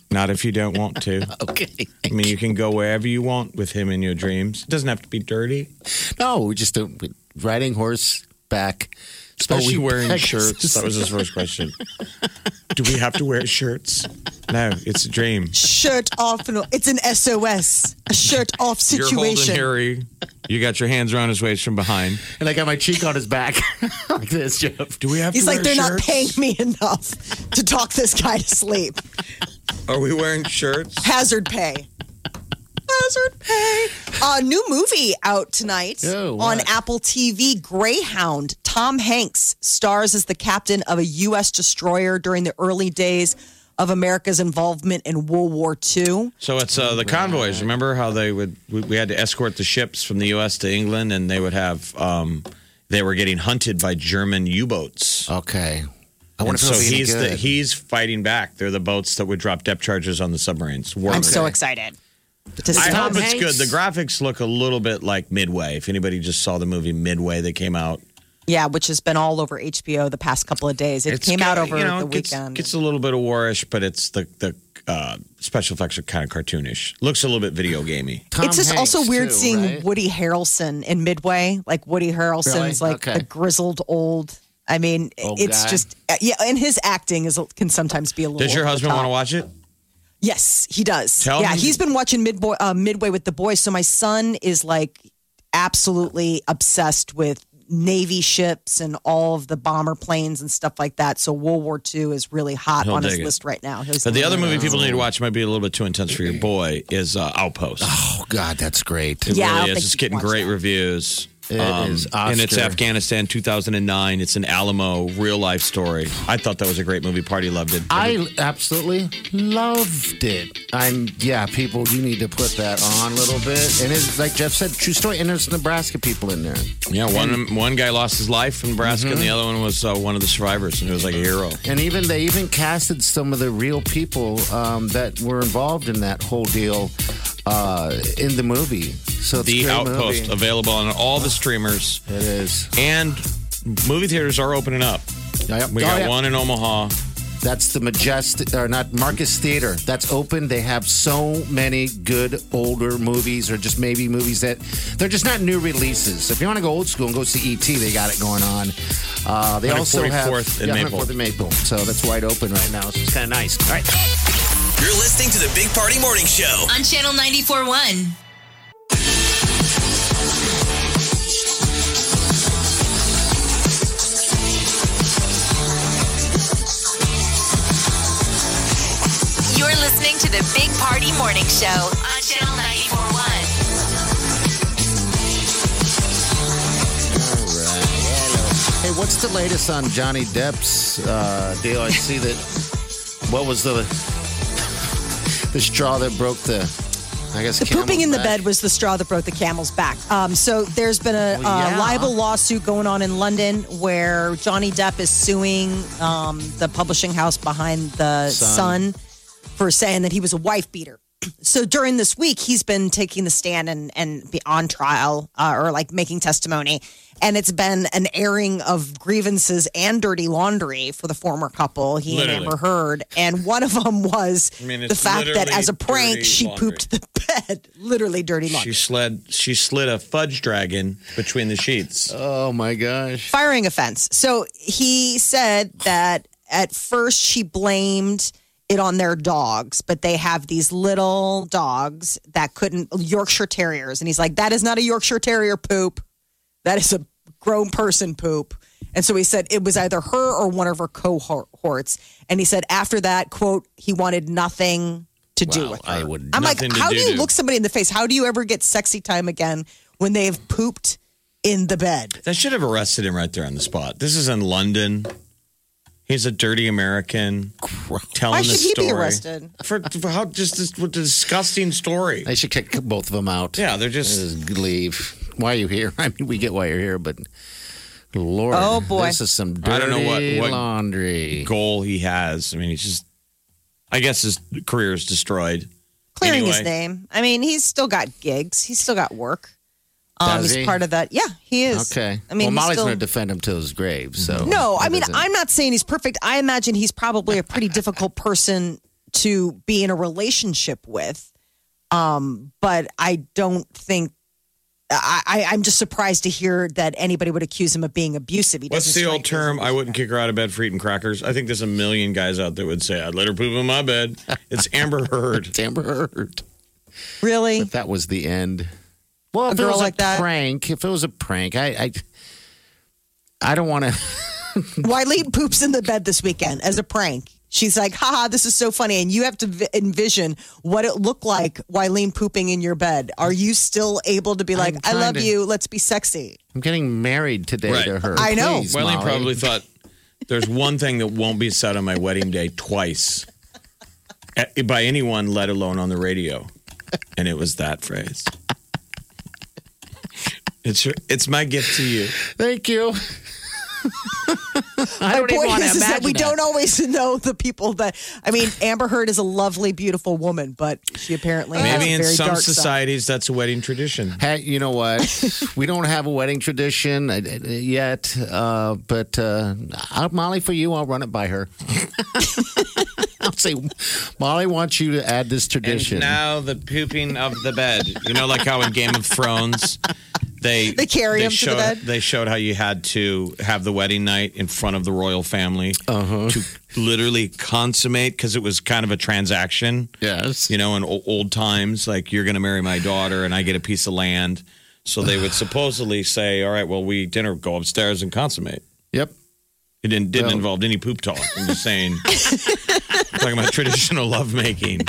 Speaker 6: Not if you don't want to.
Speaker 5: Okay.
Speaker 6: I mean, you can go wherever you want with him in your dreams. It doesn't have to be dirty.
Speaker 5: No, we just don't. we- Riding horseback.
Speaker 6: Are we
Speaker 5: Especially
Speaker 6: wearing
Speaker 5: Pegasus.
Speaker 6: shirts? That was his first question. Do we have to wear shirts? No, it's a dream.
Speaker 4: Shirt off. and- It's an SOS. A shirt off
Speaker 6: You're holding
Speaker 4: situation.
Speaker 6: Harry. You got your hands around his waist from behind.
Speaker 5: And I got my cheek on his back like this, Jeff.
Speaker 6: Do we have
Speaker 4: He's
Speaker 6: to
Speaker 4: like, they're
Speaker 6: wear shirts?
Speaker 4: not paying me enough to talk this guy to sleep.
Speaker 6: Are we wearing shirts?
Speaker 4: Hazard pay. Hazard pay. A new movie out tonight
Speaker 5: Oh,
Speaker 4: on
Speaker 5: what?
Speaker 4: Apple TV Greyhound. Tom Hanks stars as the captain of a U.S. destroyer during the early days of America's involvement in World War II.
Speaker 6: So it's uh, the convoys. Remember how they would? We, we had to escort the ships from the U.S. to England, and they would have. Um, they were getting hunted by German U-boats.
Speaker 5: Okay. I
Speaker 6: And
Speaker 5: wonder
Speaker 6: so
Speaker 5: if it'll be any
Speaker 6: he's the,
Speaker 5: good.
Speaker 6: he's fighting back. They're the boats that would drop depth charges on the submarines. Were-
Speaker 4: I'm so excited. To
Speaker 6: I
Speaker 4: see
Speaker 6: hope
Speaker 4: it.
Speaker 6: it's good. The graphics look a little bit like Midway. If anybody just saw the movie Midway that came out,
Speaker 4: Yeah, which has been all over HBO the past couple of days. It
Speaker 6: It's
Speaker 4: came out
Speaker 6: got-
Speaker 4: over
Speaker 6: you know,
Speaker 4: the
Speaker 6: it gets,
Speaker 4: weekend.
Speaker 6: Gets a little bit of warish, but it's the the uh, special effects are kind of cartoonish. Looks a little bit video gamey.
Speaker 5: Tom
Speaker 4: it's just
Speaker 5: Hanks,
Speaker 4: also weird
Speaker 5: too,
Speaker 4: seeing
Speaker 5: right?
Speaker 4: Woody Harrelson in Midway. Like Woody Harrelson's
Speaker 5: Really?
Speaker 4: like
Speaker 5: Okay.
Speaker 4: a grizzled old. I mean,
Speaker 5: Old
Speaker 4: it's
Speaker 5: guy.
Speaker 4: just uh, yeah, and his acting is can sometimes be a little.
Speaker 6: Does your husband want to watch it?
Speaker 4: Yes, he does.
Speaker 6: Tell
Speaker 4: yeah,
Speaker 6: him-
Speaker 4: he's been watching Midboy, uh, Midway with the boys. So my son is like absolutely obsessed with Navy ships and all of the bomber planes and stuff like that. So World War II is really hot
Speaker 6: He'll
Speaker 4: on his
Speaker 6: dig it.
Speaker 4: list right now. He's- "Oh."
Speaker 6: But the other movie people need to watch might be a little bit too intense for your boy is uh, Outpost.
Speaker 5: Oh, God, that's great.
Speaker 6: It
Speaker 4: Yeah, I don't
Speaker 6: really is.
Speaker 4: think
Speaker 6: It's
Speaker 4: you can
Speaker 6: getting
Speaker 4: watch
Speaker 6: great
Speaker 4: that.
Speaker 6: reviews. Um,
Speaker 5: It is
Speaker 6: and it's
Speaker 5: Oscar.
Speaker 6: Afghanistan 2009. It's an Alamo real life story. I thought that was a great movie. Party loved it.
Speaker 5: I absolutely loved it. I'm yeah, people, you need to put that on a little bit. And it's like Jeff said, true story. And there's Nebraska people in there.
Speaker 6: yeah, one one guy lost his life in Nebraska,
Speaker 4: Mm-hmm.
Speaker 6: and the other one was uh, one of the survivors, and he was like a hero.
Speaker 5: And even they even casted some of the real people um, that were involved in that whole deal uh, in the movie. So it's a
Speaker 6: The
Speaker 5: great
Speaker 6: Outpost
Speaker 5: movie.
Speaker 6: available on all the streamers,
Speaker 5: it is.
Speaker 6: and movie theaters are opening up.
Speaker 5: Yep.
Speaker 6: We
Speaker 5: Oh,
Speaker 6: got
Speaker 5: yeah.
Speaker 6: one in Omaha.
Speaker 5: That's the Majestic, or not Marcus Theater. That's open. They have so many good older movies, or just maybe movies that they're just not new releases. If you want to go old school and go see ET, they got it going on. Uh, they also have
Speaker 6: 144th and
Speaker 5: yeah,
Speaker 6: Maple.
Speaker 5: 144th and Maple. So that's wide open right now. So it's kind of nice. All right.
Speaker 2: You're listening to the Big Party Morning Show.
Speaker 3: On Channel 94.1. You're listening to the Big Party Morning Show on Channel 94.1.
Speaker 5: Hey, what's the latest on Johnny Depp's uh, deal? I see that. What was the the straw that broke the? I guess
Speaker 4: The pooping
Speaker 5: camel's
Speaker 4: in the
Speaker 5: back?
Speaker 4: bed was the straw that broke the camel's back. Um, so there's been a
Speaker 5: Well, yeah.
Speaker 4: uh, libel lawsuit going on in London where Johnny Depp is suing um, the publishing house behind the Sun. for saying that he was a wife beater. So during this week, he's been taking the stand and and be on trial uh, or like making testimony, and it's been an airing of grievances and dirty laundry for the former couple. He and
Speaker 6: Literally.
Speaker 4: Amber Heard, and one of them was
Speaker 6: I mean,
Speaker 4: the
Speaker 6: it's
Speaker 4: fact that
Speaker 6: literally
Speaker 4: as a prank
Speaker 6: dirty
Speaker 4: she
Speaker 6: laundry.
Speaker 4: pooped the bed, literally dirty laundry.
Speaker 6: She slid she slid a fudge dragon between the sheets.
Speaker 5: Oh my gosh!
Speaker 4: firing offense. So he said that at first she blamed it on their dogs, but they have these little dogs that couldn't Yorkshire terriers, and he's like, that is not a Yorkshire terrier poop. That is a grown person poop. And so he said it was either her or one of her cohorts. And he said after that, quote, he wanted nothing to do
Speaker 5: Wow,
Speaker 4: with her.
Speaker 5: I would
Speaker 4: I'm like,
Speaker 6: Nothing to
Speaker 4: how do
Speaker 6: do
Speaker 4: you
Speaker 6: do.
Speaker 4: look somebody in the face? How do you ever get sexy time again when they've pooped in the bed?
Speaker 6: That should have arrested him right there on the spot. This is in London. He's a dirty American telling
Speaker 4: Why
Speaker 6: the
Speaker 4: should he be
Speaker 6: story.
Speaker 4: arrested?
Speaker 6: For, for how just this what a disgusting story.
Speaker 5: They should kick both of them out.
Speaker 6: Yeah, they're just
Speaker 5: Just leave. Why are you here? I mean, we get why you're here, but Lord,
Speaker 4: Oh, boy.
Speaker 5: this is some dirty
Speaker 6: I don't know what- what-
Speaker 5: laundry.
Speaker 6: goal he has. I mean, he's just I guess his career is destroyed.
Speaker 4: clearing his
Speaker 6: Anyway.
Speaker 4: name. I mean, he's still got gigs. He's still got work. Um,
Speaker 5: Does
Speaker 4: he's
Speaker 5: he?
Speaker 4: part of that. Yeah, he is.
Speaker 5: Okay.
Speaker 4: I mean, he's
Speaker 5: well, Molly's
Speaker 4: still-
Speaker 5: going to defend him to his grave. So
Speaker 4: No, I
Speaker 5: it
Speaker 4: mean,
Speaker 5: doesn't-
Speaker 4: I'm not saying he's perfect. I imagine he's probably a pretty difficult person to be in a relationship with. Um, but I don't think. I, I, I'm just surprised to hear that anybody would accuse him of being abusive. He
Speaker 6: What's
Speaker 4: doesn't
Speaker 6: the old
Speaker 4: strike me as-
Speaker 6: term? I wouldn't kick her out of bed for eating crackers. I think there's a million guys out there would say, I'd let her poop in my bed. It's Amber Heard.
Speaker 5: it's Amber Heard.
Speaker 4: Really?
Speaker 5: If that was the end. Well,
Speaker 4: A
Speaker 5: if it
Speaker 4: girl
Speaker 5: was
Speaker 4: like
Speaker 5: a
Speaker 4: that?
Speaker 5: prank, if it was a prank, I, I, I don't want to.
Speaker 4: Wiley poops in the bed this weekend as a prank. She's like, haha, this is so funny. And you have to vi- envision what it looked like, Wileen pooping in your bed. Are you still able to be like, I
Speaker 5: trying
Speaker 4: love
Speaker 5: to-
Speaker 4: you. Let's be sexy?
Speaker 5: I'm getting married today
Speaker 6: Right.
Speaker 5: to her.
Speaker 4: I know.
Speaker 5: Please,
Speaker 6: Well, he
Speaker 5: Molly.
Speaker 6: probably thought there's one thing that won't be said on my wedding day twice eh, by anyone, let alone on the radio, and it was that phrase. It's your, it's my gift to you.
Speaker 5: Thank you. I
Speaker 4: My
Speaker 5: don't even
Speaker 4: point
Speaker 5: want to
Speaker 4: is, is that
Speaker 5: imagine
Speaker 4: we don't always know the people that. I mean, Amber Heard is a lovely, beautiful woman, but she apparently has
Speaker 6: Maybe
Speaker 4: a
Speaker 6: in
Speaker 4: very
Speaker 6: some
Speaker 4: dark side.
Speaker 6: societies that's a wedding tradition.
Speaker 5: Hey, you know what? we don't have a wedding tradition uh, uh, yet, uh, but uh, I'll, Molly, for you, I'll run it by her. I'll say, Molly wants you to add this tradition.
Speaker 6: now the pooping of the bed. You know, like how in Game of Thrones, they
Speaker 4: They carry him to the
Speaker 6: showed,
Speaker 4: bed?
Speaker 6: They showed how you had to have the wedding night in front of the royal family
Speaker 5: Uh-huh.
Speaker 6: to literally consummate because it was kind of a transaction.
Speaker 5: yes.
Speaker 6: You know, in o- old times, like you're going to marry my daughter and I get a piece of land. So they would supposedly say, "All right, well, we dinner go upstairs and consummate."
Speaker 5: Yep.
Speaker 6: It didn't didn't
Speaker 5: Well-
Speaker 6: involve any poop talk. I'm just saying, talking about traditional lovemaking.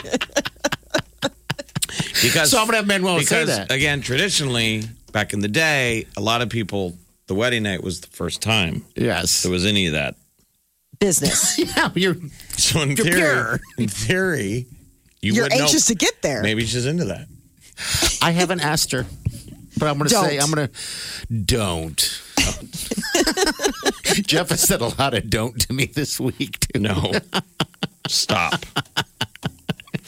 Speaker 6: Because
Speaker 5: Some of that men won't say
Speaker 6: because
Speaker 5: that.
Speaker 6: again, traditionally, back in the day, a lot of people the wedding night was the first time
Speaker 5: Yes.
Speaker 6: there was any of that.
Speaker 4: business.
Speaker 5: Yeah, you're
Speaker 6: So in
Speaker 5: You're
Speaker 6: theory,
Speaker 5: pure.
Speaker 6: in theory, you
Speaker 4: You're
Speaker 6: would know.
Speaker 4: anxious to get there.
Speaker 6: Maybe she's into that.
Speaker 5: I haven't asked her, but I'm going to say
Speaker 4: Don't.
Speaker 5: I'm going to don't.
Speaker 6: Oh.
Speaker 5: Jeff has said a lot of don't to me this week. Too.
Speaker 6: No, stop.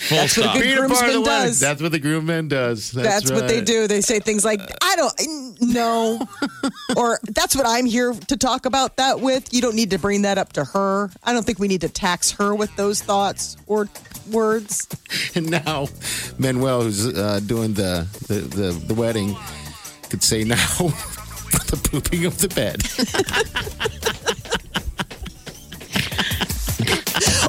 Speaker 6: Full stop.
Speaker 4: good-
Speaker 5: Being a part
Speaker 4: groomsman
Speaker 5: of the wedding.
Speaker 4: does.
Speaker 5: That's what the groom man does. That's,
Speaker 4: That's what they
Speaker 5: right.
Speaker 4: do. They say things like, I don't mm, no, or that's what I'm here to talk about that with. You don't need to bring that up to her. I don't think we need to tax her with those thoughts or words.
Speaker 5: And now Manuel, who's uh, doing the, the, the, the wedding, could say now the pooping of the bed.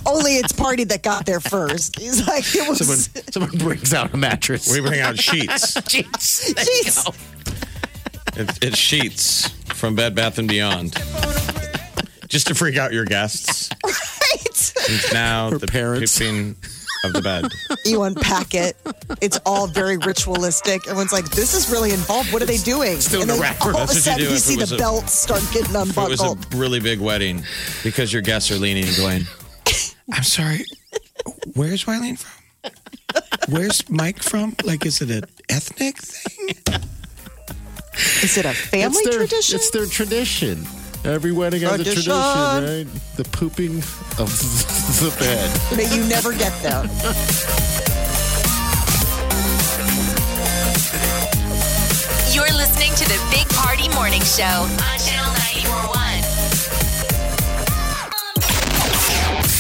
Speaker 4: Only it's party that got there first. He's like, it was.
Speaker 5: Someone, someone brings out a mattress.
Speaker 6: We bring out sheets.
Speaker 5: Jeez.
Speaker 4: Jeez.
Speaker 6: It, it's sheets from Bed Bath and Beyond. Just to freak out your guests.
Speaker 4: Right.
Speaker 6: It's now the
Speaker 5: parents.
Speaker 6: pooping of the bed.
Speaker 4: You unpack it. It's all very ritualistic. Everyone's like, this is really involved. What are they doing?
Speaker 5: still
Speaker 4: and
Speaker 5: in the
Speaker 4: then
Speaker 5: wrapper.
Speaker 4: all of
Speaker 6: That's
Speaker 4: a
Speaker 6: what
Speaker 4: sudden,
Speaker 6: you do
Speaker 4: you,
Speaker 6: if
Speaker 4: see
Speaker 6: it was
Speaker 4: the
Speaker 6: a-
Speaker 4: belts start getting
Speaker 6: It was a
Speaker 4: unbuckled.
Speaker 6: really big wedding because your guests are leaning and going, I'm sorry, where's Wileen from? Where's Mike from? Like, is it an ethnic thing?
Speaker 4: Is it a family
Speaker 5: it's their,
Speaker 4: tradition?
Speaker 5: It's their tradition. Every wedding has
Speaker 4: Tradition.
Speaker 5: a tradition, right? The pooping of the bed.
Speaker 4: May you never get there.
Speaker 3: You're listening to the Big Party Morning Show on Channel 941.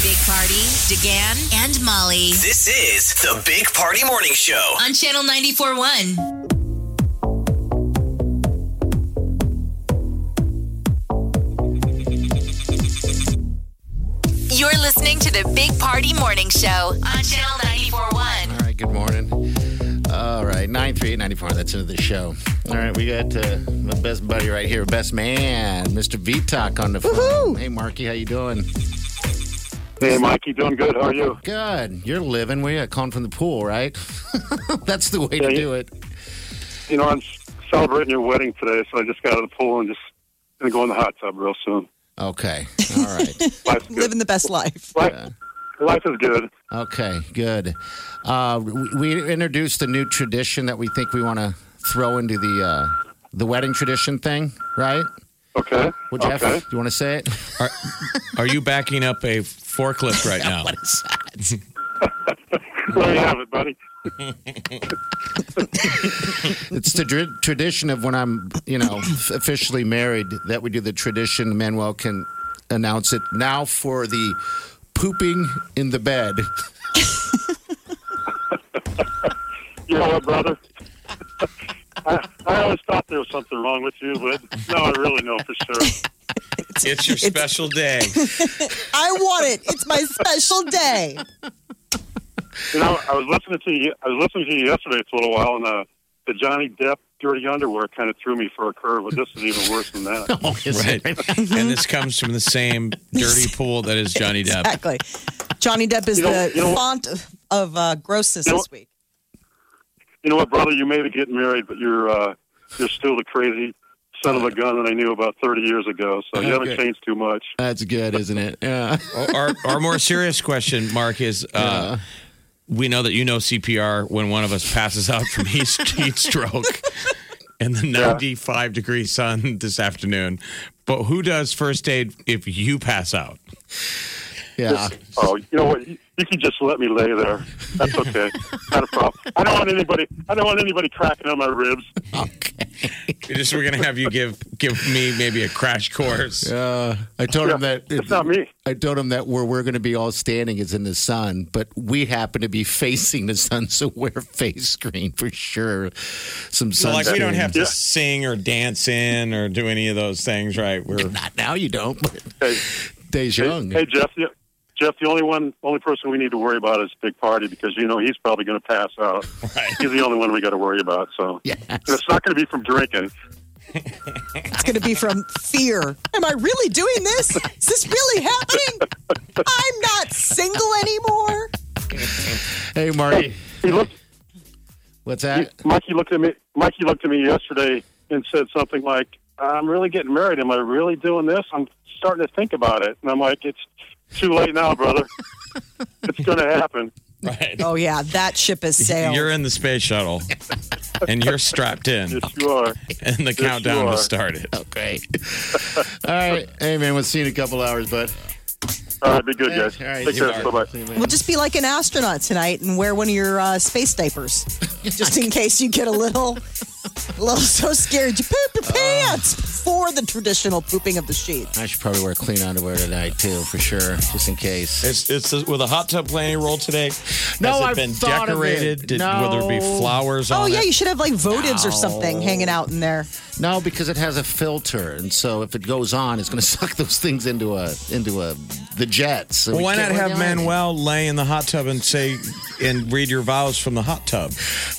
Speaker 3: Big Party, DeGan, and Molly
Speaker 2: This is the Big Party Morning Show.
Speaker 3: on Channel 941. You're listening to the Big Party Morning Show on Channel 941.
Speaker 5: All right, good morning. All right, 93894, that's into the show. All right, we got uh, my best buddy right here, best man, Mr. VTalk on the phone. Hey, Marky, how you doing?
Speaker 11: Hey, Mikey, doing good. How are you?
Speaker 5: Good. You're living. We got calling from the pool, right? that's the way
Speaker 11: Yeah,
Speaker 5: to
Speaker 11: you-
Speaker 5: do it.
Speaker 11: You know, I'm celebrating your wedding today, so I just got out of the pool and just gonna go in the hot tub real soon.
Speaker 5: Okay. All right.
Speaker 11: Life's good.
Speaker 4: Living the best life.
Speaker 11: Life, life is good.
Speaker 5: okay, good. Uh, we- we introduced a new tradition that we think we want to throw into the uh, the wedding tradition thing, right?
Speaker 11: Okay.
Speaker 5: Well, Jeff,
Speaker 11: Okay.
Speaker 5: you want to say it?
Speaker 6: Are, are you backing up a forklift right now?
Speaker 5: What is that?
Speaker 11: There you have it, buddy.
Speaker 5: It's the dr- tradition of when I'm, you know, officially married that we do the tradition. Manuel can announce it now for the pooping in the bed.
Speaker 12: You know what, brother? I, I always thought there was something wrong with you, but now I really know for sure.
Speaker 6: It's your special day.
Speaker 4: I want it. It's my special day.
Speaker 12: You know, I was listening to you. I was listening to you yesterday for a little while, and uh, the Johnny Depp dirty underwear kind of threw me for a curve. But this is even worse than that.
Speaker 5: Oh,
Speaker 6: right. and this comes from the same dirty pool that is Johnny Depp.
Speaker 4: Exactly. Johnny Depp is
Speaker 12: You know-
Speaker 4: the
Speaker 12: you know-
Speaker 4: font of, of uh, grossness
Speaker 12: You know-
Speaker 4: this week.
Speaker 12: You know what, brother? You may be getting married, but you're uh, you're still the crazy son of a gun that I knew about 30 years ago. So you haven't
Speaker 5: Okay.
Speaker 12: changed too much.
Speaker 5: That's good, isn't it? Yeah.
Speaker 6: our, our more serious question, Mark, is uh, we know that you know CPR when one of us passes out from heat, heat stroke in the 95 degree sun this afternoon. But who does first aid if you pass out?
Speaker 5: Yeah.
Speaker 12: Oh, you know what? You, you can just let me lay there. That's okay. Not a problem. I don't want anybody. I don't want anybody cracking on my ribs.
Speaker 6: We just we're gonna have you give give me maybe a crash course.
Speaker 5: Uh, I told him that
Speaker 12: It's not me.
Speaker 5: I told him that where we're going to be all standing is in the sun, but we happen to be facing the sun, so we're face screen for sure. Some
Speaker 6: So
Speaker 5: sun.
Speaker 6: like we don't have to
Speaker 12: Yeah.
Speaker 6: sing or dance in or do any of those things, right? We're
Speaker 5: Not now, you don't. But
Speaker 12: Hey,
Speaker 5: days young.
Speaker 12: hey, Jeff. You, Jeff, the only one, only person we need to worry about is Big Party because you know he's probably going to pass out.
Speaker 6: Right.
Speaker 12: He's the only one we got to worry about. So
Speaker 5: Yes.
Speaker 12: And it's not going to be from drinking.
Speaker 4: It's going to be from fear. Am I really doing this? Is this really happening? I'm not single anymore.
Speaker 5: Hey, Marty,
Speaker 12: He looked.
Speaker 5: what's that?
Speaker 12: Mikey looked at me. Mikey looked at me yesterday and said something like, "I'm really getting married. Am I really doing this? I'm starting to think about it." And I'm like, "It's too late now, brother. it's going to happen."
Speaker 6: right.
Speaker 4: Oh, yeah. That ship has sailed.
Speaker 6: You're in the space shuttle and you're strapped in
Speaker 12: Yes, you are.
Speaker 6: and the
Speaker 12: you
Speaker 6: countdown
Speaker 12: are.
Speaker 6: has started.
Speaker 5: Okay. All right. Hey, man, we'll see you in a couple hours, bud.
Speaker 12: All right, be good, guys.
Speaker 5: All right,
Speaker 12: Take
Speaker 5: you
Speaker 12: care.
Speaker 5: are.
Speaker 12: Bye
Speaker 5: See
Speaker 12: bye.
Speaker 5: you, man.
Speaker 4: We'll just be like an astronaut tonight and wear one of your uh, space diapers, just in case you get a little, a little so scared you poop
Speaker 6: Oh.
Speaker 4: your pants for the traditional pooping of the sheets.
Speaker 5: I should probably wear clean underwear tonight too, for sure, just in case.
Speaker 6: It's it's with a hot tub planning roll today.
Speaker 5: No,
Speaker 6: Has it
Speaker 5: I've
Speaker 6: been
Speaker 5: thought of it.
Speaker 6: decorated? Did, Will there be
Speaker 5: No.
Speaker 6: flowers on
Speaker 4: Oh yeah,
Speaker 6: it?
Speaker 4: you should have like votives or something hanging out in there.
Speaker 5: No, because it has a filter, and so if it goes on, it's going to suck those things into a into a the jets. So
Speaker 6: well,
Speaker 5: we
Speaker 6: why
Speaker 5: can't
Speaker 6: not have
Speaker 5: really on it.
Speaker 6: Manuel lay in the hot tub and say and read your vows from the hot tub?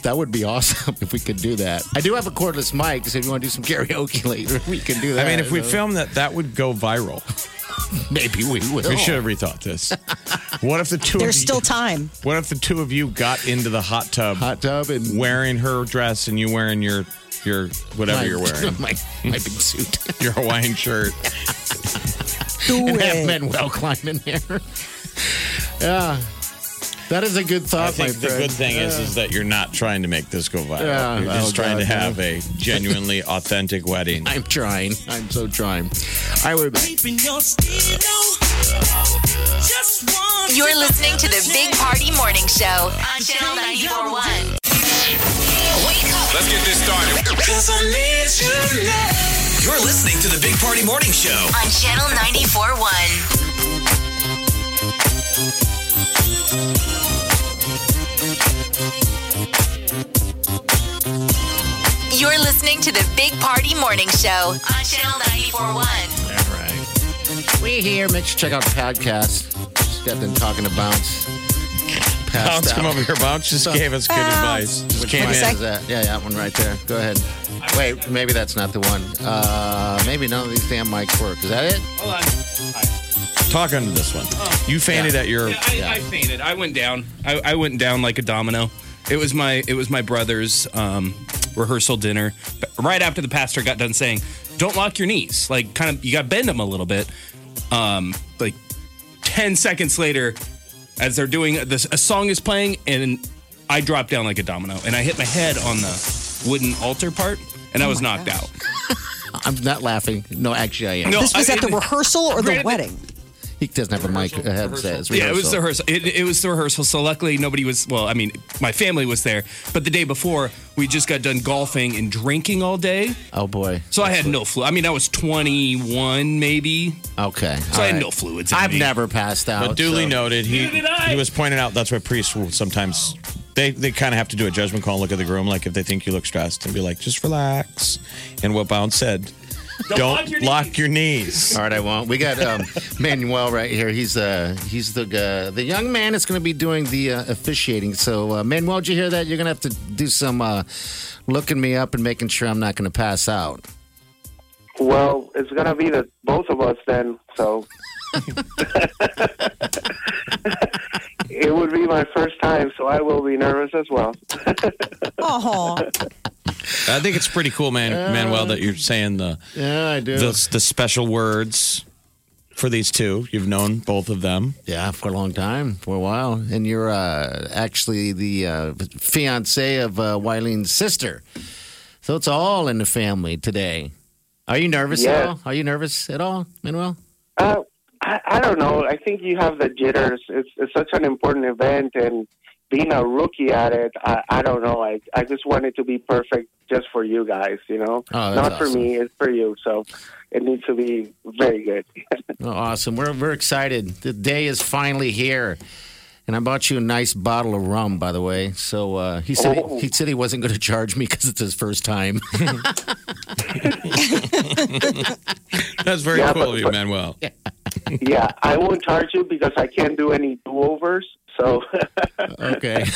Speaker 5: That would be awesome if we could do that. I do have a cordless mic, so if you want to do some karaoke later, we can do
Speaker 6: I
Speaker 5: that.
Speaker 6: mean, if we
Speaker 5: So
Speaker 6: film that, that would go viral.
Speaker 5: maybe we will.
Speaker 6: We should have rethought this. What if the two?
Speaker 4: There's
Speaker 6: of
Speaker 4: still
Speaker 6: you,
Speaker 4: time.
Speaker 6: What if the two of you got into the hot tub,
Speaker 5: hot tub and
Speaker 6: wearing her dress and you wearing your your whatever
Speaker 5: my,
Speaker 6: you're wearing,
Speaker 5: my my big suit.
Speaker 6: your Hawaiian shirt?
Speaker 4: Do
Speaker 5: and have
Speaker 4: it.
Speaker 5: Manuel climb in there. yeah, that is a good
Speaker 6: I
Speaker 5: thought.
Speaker 6: think
Speaker 5: my
Speaker 6: the
Speaker 5: friend.
Speaker 6: good thing is is that you're not trying to make this go viral.
Speaker 5: Yeah.
Speaker 6: you're just
Speaker 5: Oh,
Speaker 6: trying to
Speaker 5: God, no.
Speaker 6: have a genuinely authentic wedding.
Speaker 5: I'm trying. I'm so trying. All right, we're back.
Speaker 3: You're listening to the Big Party Morning Show on Channel 941. Wake up
Speaker 2: Let's get this started. You're listening to the Big Party Morning Show.
Speaker 3: on Channel 941. You're listening to the Big Party Morning Show on Channel 941.
Speaker 5: All right, we here. Make sure to check out the podcast. Just got done talking to bounce.
Speaker 6: Bounce,
Speaker 5: Passed
Speaker 6: come
Speaker 5: out.
Speaker 6: over here. Bounce just gave us good advice. Just
Speaker 5: Which
Speaker 6: came
Speaker 5: one
Speaker 6: in.
Speaker 5: is that? Yeah, that one right there. Go ahead. Wait, maybe that's not the one. Uh, maybe none of these damn mics work. Is that it?
Speaker 6: Talk under this one. You fainted at your.
Speaker 13: I, I fainted. I went down. I, I went down like a domino. It was my it was my brother's um, rehearsal dinner. But right after the pastor got done saying, "Don't lock your knees," like kind of you got to bend them a little bit. Um, like ten seconds later, as they're doing this, a song is playing, and I dropped down like a domino, and I hit my head on the wooden altar part, and I was knocked out.
Speaker 5: Oh I'm not laughing. No, actually, I am.
Speaker 13: No,
Speaker 4: This was
Speaker 13: I-
Speaker 4: at the
Speaker 13: it-
Speaker 4: rehearsal or the
Speaker 13: Granted-
Speaker 4: wedding.
Speaker 5: He doesn't have a mic, a headset. It's
Speaker 13: Yeah, it was the rehearsal. It, it was the rehearsal. So luckily, nobody was. Well, I mean, my family was there, but the day before, we just got done golfing and drinking all day.
Speaker 5: Oh boy!
Speaker 13: So I had no flu. I mean, I was 21, maybe.
Speaker 5: Okay.
Speaker 13: So I had no fluids. in
Speaker 6: I've
Speaker 13: me.
Speaker 5: never passed
Speaker 6: But duly noted, he
Speaker 13: Neither did I.
Speaker 6: he was pointed out that's why priests will sometimes they, they kind of have to do a judgment call and look at the groom like if they think you look stressed and be like just relax. And what Bounce said, don't, lock your knees.
Speaker 5: All right, I won't. We got um, Manuel right here. He's uh, he's the uh, the young man that's going to be doing the uh, officiating. So uh, Manuel, did you hear that? You're going to have to do some uh, looking me up and making sure I'm not going to pass out.
Speaker 14: Well, it's going to be the both of us then. So it would be my first time, so I will be nervous as well.
Speaker 4: Oh,
Speaker 6: I think it's pretty cool, man, Manuel, that you're saying the
Speaker 5: yeah, Uh, I do.
Speaker 6: the, the special words for these two. You've known both of them.
Speaker 5: Yeah, for a long time, for a while, and you're uh, actually the uh, fiance of uh, Wylene's sister. So it's all in the family today. Are you nervous at
Speaker 14: Yes.
Speaker 5: all? Are you nervous at all, Manuel?
Speaker 14: Uh, I, I don't know. I think you have the jitters. It's, it's such an important event, and being a rookie at it, I, I don't know. I, I just want it to be perfect just for you guys, you know?
Speaker 5: Oh, that's
Speaker 14: Not for
Speaker 5: awesome.
Speaker 14: me, it's for you. So it needs to be very good.
Speaker 5: Oh, awesome. We're, we're excited. The day is finally here. And I bought you a nice bottle of rum, by the way. So uh, he said
Speaker 14: Oh.
Speaker 5: he, said he wasn't going to charge me because it's his first time.
Speaker 6: That's very
Speaker 14: Yeah,
Speaker 6: cool
Speaker 14: but-
Speaker 6: of you,
Speaker 14: but-
Speaker 6: Manuel.
Speaker 14: yeah, I won't charge you because I can't do any do overs. So
Speaker 5: okay.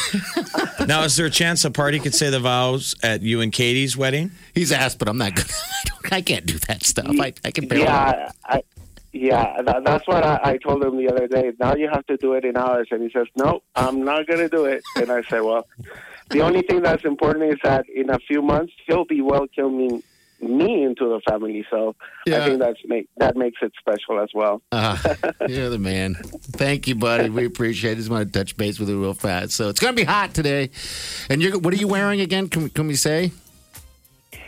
Speaker 6: now, is there a chance a party could say the vows at you and Katie's wedding?
Speaker 5: He's asked, but I'm not going. I can't do that stuff. I, I can barely.
Speaker 14: yeah, I, yeah, that, that's what I, I told him the other day. Now you have to do it in hours, and he says, "No, I'm not going to do it." And I said, "Well, the only thing that's important is that in a few months he'll be welcoming me into the family." So I
Speaker 5: Yeah.
Speaker 14: think that's make, that makes it special as well.
Speaker 5: Uh, you're the man. Thank you, buddy. We appreciate it. Just want to touch base with you real fast. So it's going to be hot today. And you're what are you wearing again? Can, we- can we say?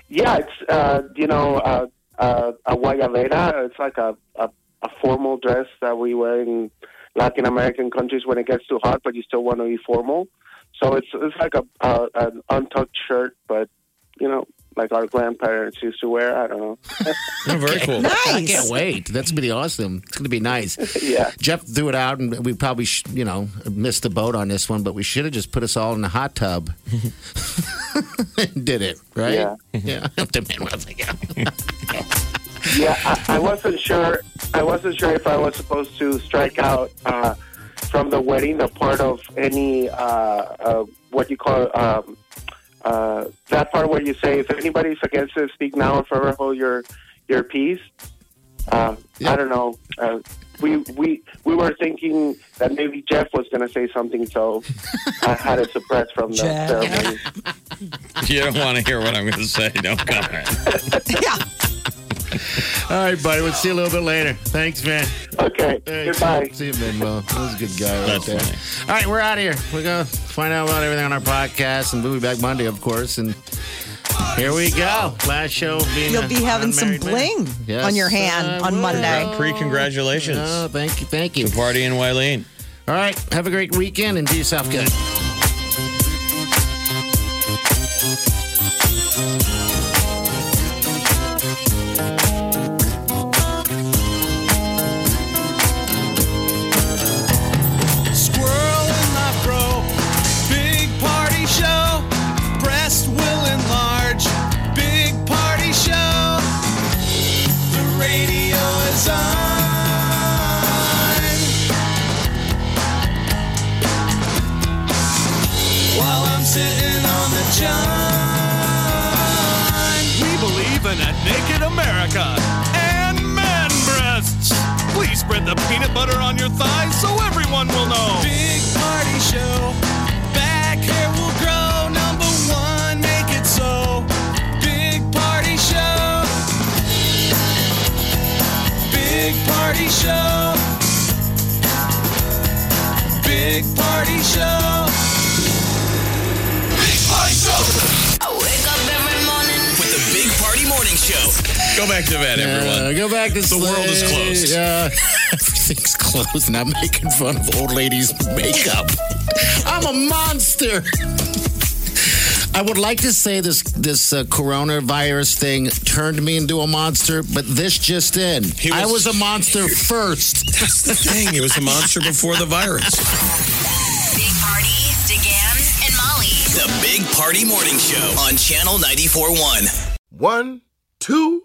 Speaker 14: Yeah, it's uh, you know uh, uh, a guayabera. It's like a, a a formal dress that we wear in Latin American countries when it gets too hot, but you still want to be formal. So it's it's like a, a an untucked shirt, but you know, like our grandparents used to wear. I don't know.
Speaker 6: very cool.
Speaker 5: I can't wait. That's going to be awesome. It's going to be nice.
Speaker 14: Yeah.
Speaker 5: Jeff threw it out, and we probably, sh- you know, missed the boat on this one, but we should have just put us all in the hot tub. Did it, right?
Speaker 14: Yeah.
Speaker 5: Yeah. The man was like, yeah.
Speaker 14: Yeah, I, I wasn't sure. I wasn't sure if I was supposed to strike out uh, from the wedding the part of any uh, uh, what you call um, uh, that part where you say if anybody's against it, speak now or forever hold your your peace. Uh, I don't know. Uh, we we we were thinking that maybe Jeff was going to say something, so I had it suppressed from the
Speaker 6: Jeff.
Speaker 14: ceremony.
Speaker 6: You don't want to hear what I'm going to say. No comment.
Speaker 5: All right, buddy. We'll see you a little bit later. Thanks, man.
Speaker 14: Okay. Goodbye.
Speaker 5: See you, Manuel. That was a good guy right there. All right, we're out of here. We're going to find out about everything on our podcast, and we'll be back Monday, of course. And here we go. Last show of being
Speaker 4: you'll
Speaker 5: a
Speaker 4: be having some
Speaker 5: unmarried man.
Speaker 4: bling
Speaker 5: Yes,
Speaker 4: on your hand
Speaker 5: I
Speaker 4: on
Speaker 5: will.
Speaker 4: Monday.
Speaker 6: Pre congratulations.
Speaker 5: Oh, thank you, thank you.
Speaker 6: Party and Wileen.
Speaker 5: All right, have a great weekend and do yourself good.
Speaker 7: Squirrel in my fro. Big party show. Breast will enlarge. Big party show. The radio is on. While I'm sitting on the john.
Speaker 15: We believe in a naked America and man breasts. Please spread the peanut butter on your thighs so everyone will know.
Speaker 7: Big party show. Back hair will grow. Number one, make it so. Big party show. Big party show. Big party show. Big party show.
Speaker 3: Wake up every morning
Speaker 2: With the Big Party Morning Show.
Speaker 6: Go back to bed, everyone.
Speaker 5: go back to
Speaker 6: The world is closed.
Speaker 5: Yeah, everything's closed. And I'm making fun of old ladies' makeup. I'm a monster. I would like to say this this uh, coronavirus thing turned me into a monster, but this just in. I was a monster first.
Speaker 6: That's the thing. It was a monster before the virus.
Speaker 16: Big Party, DeGan, and Molly.
Speaker 2: The Big Party Morning Show on Channel 94.1.
Speaker 11: One, two,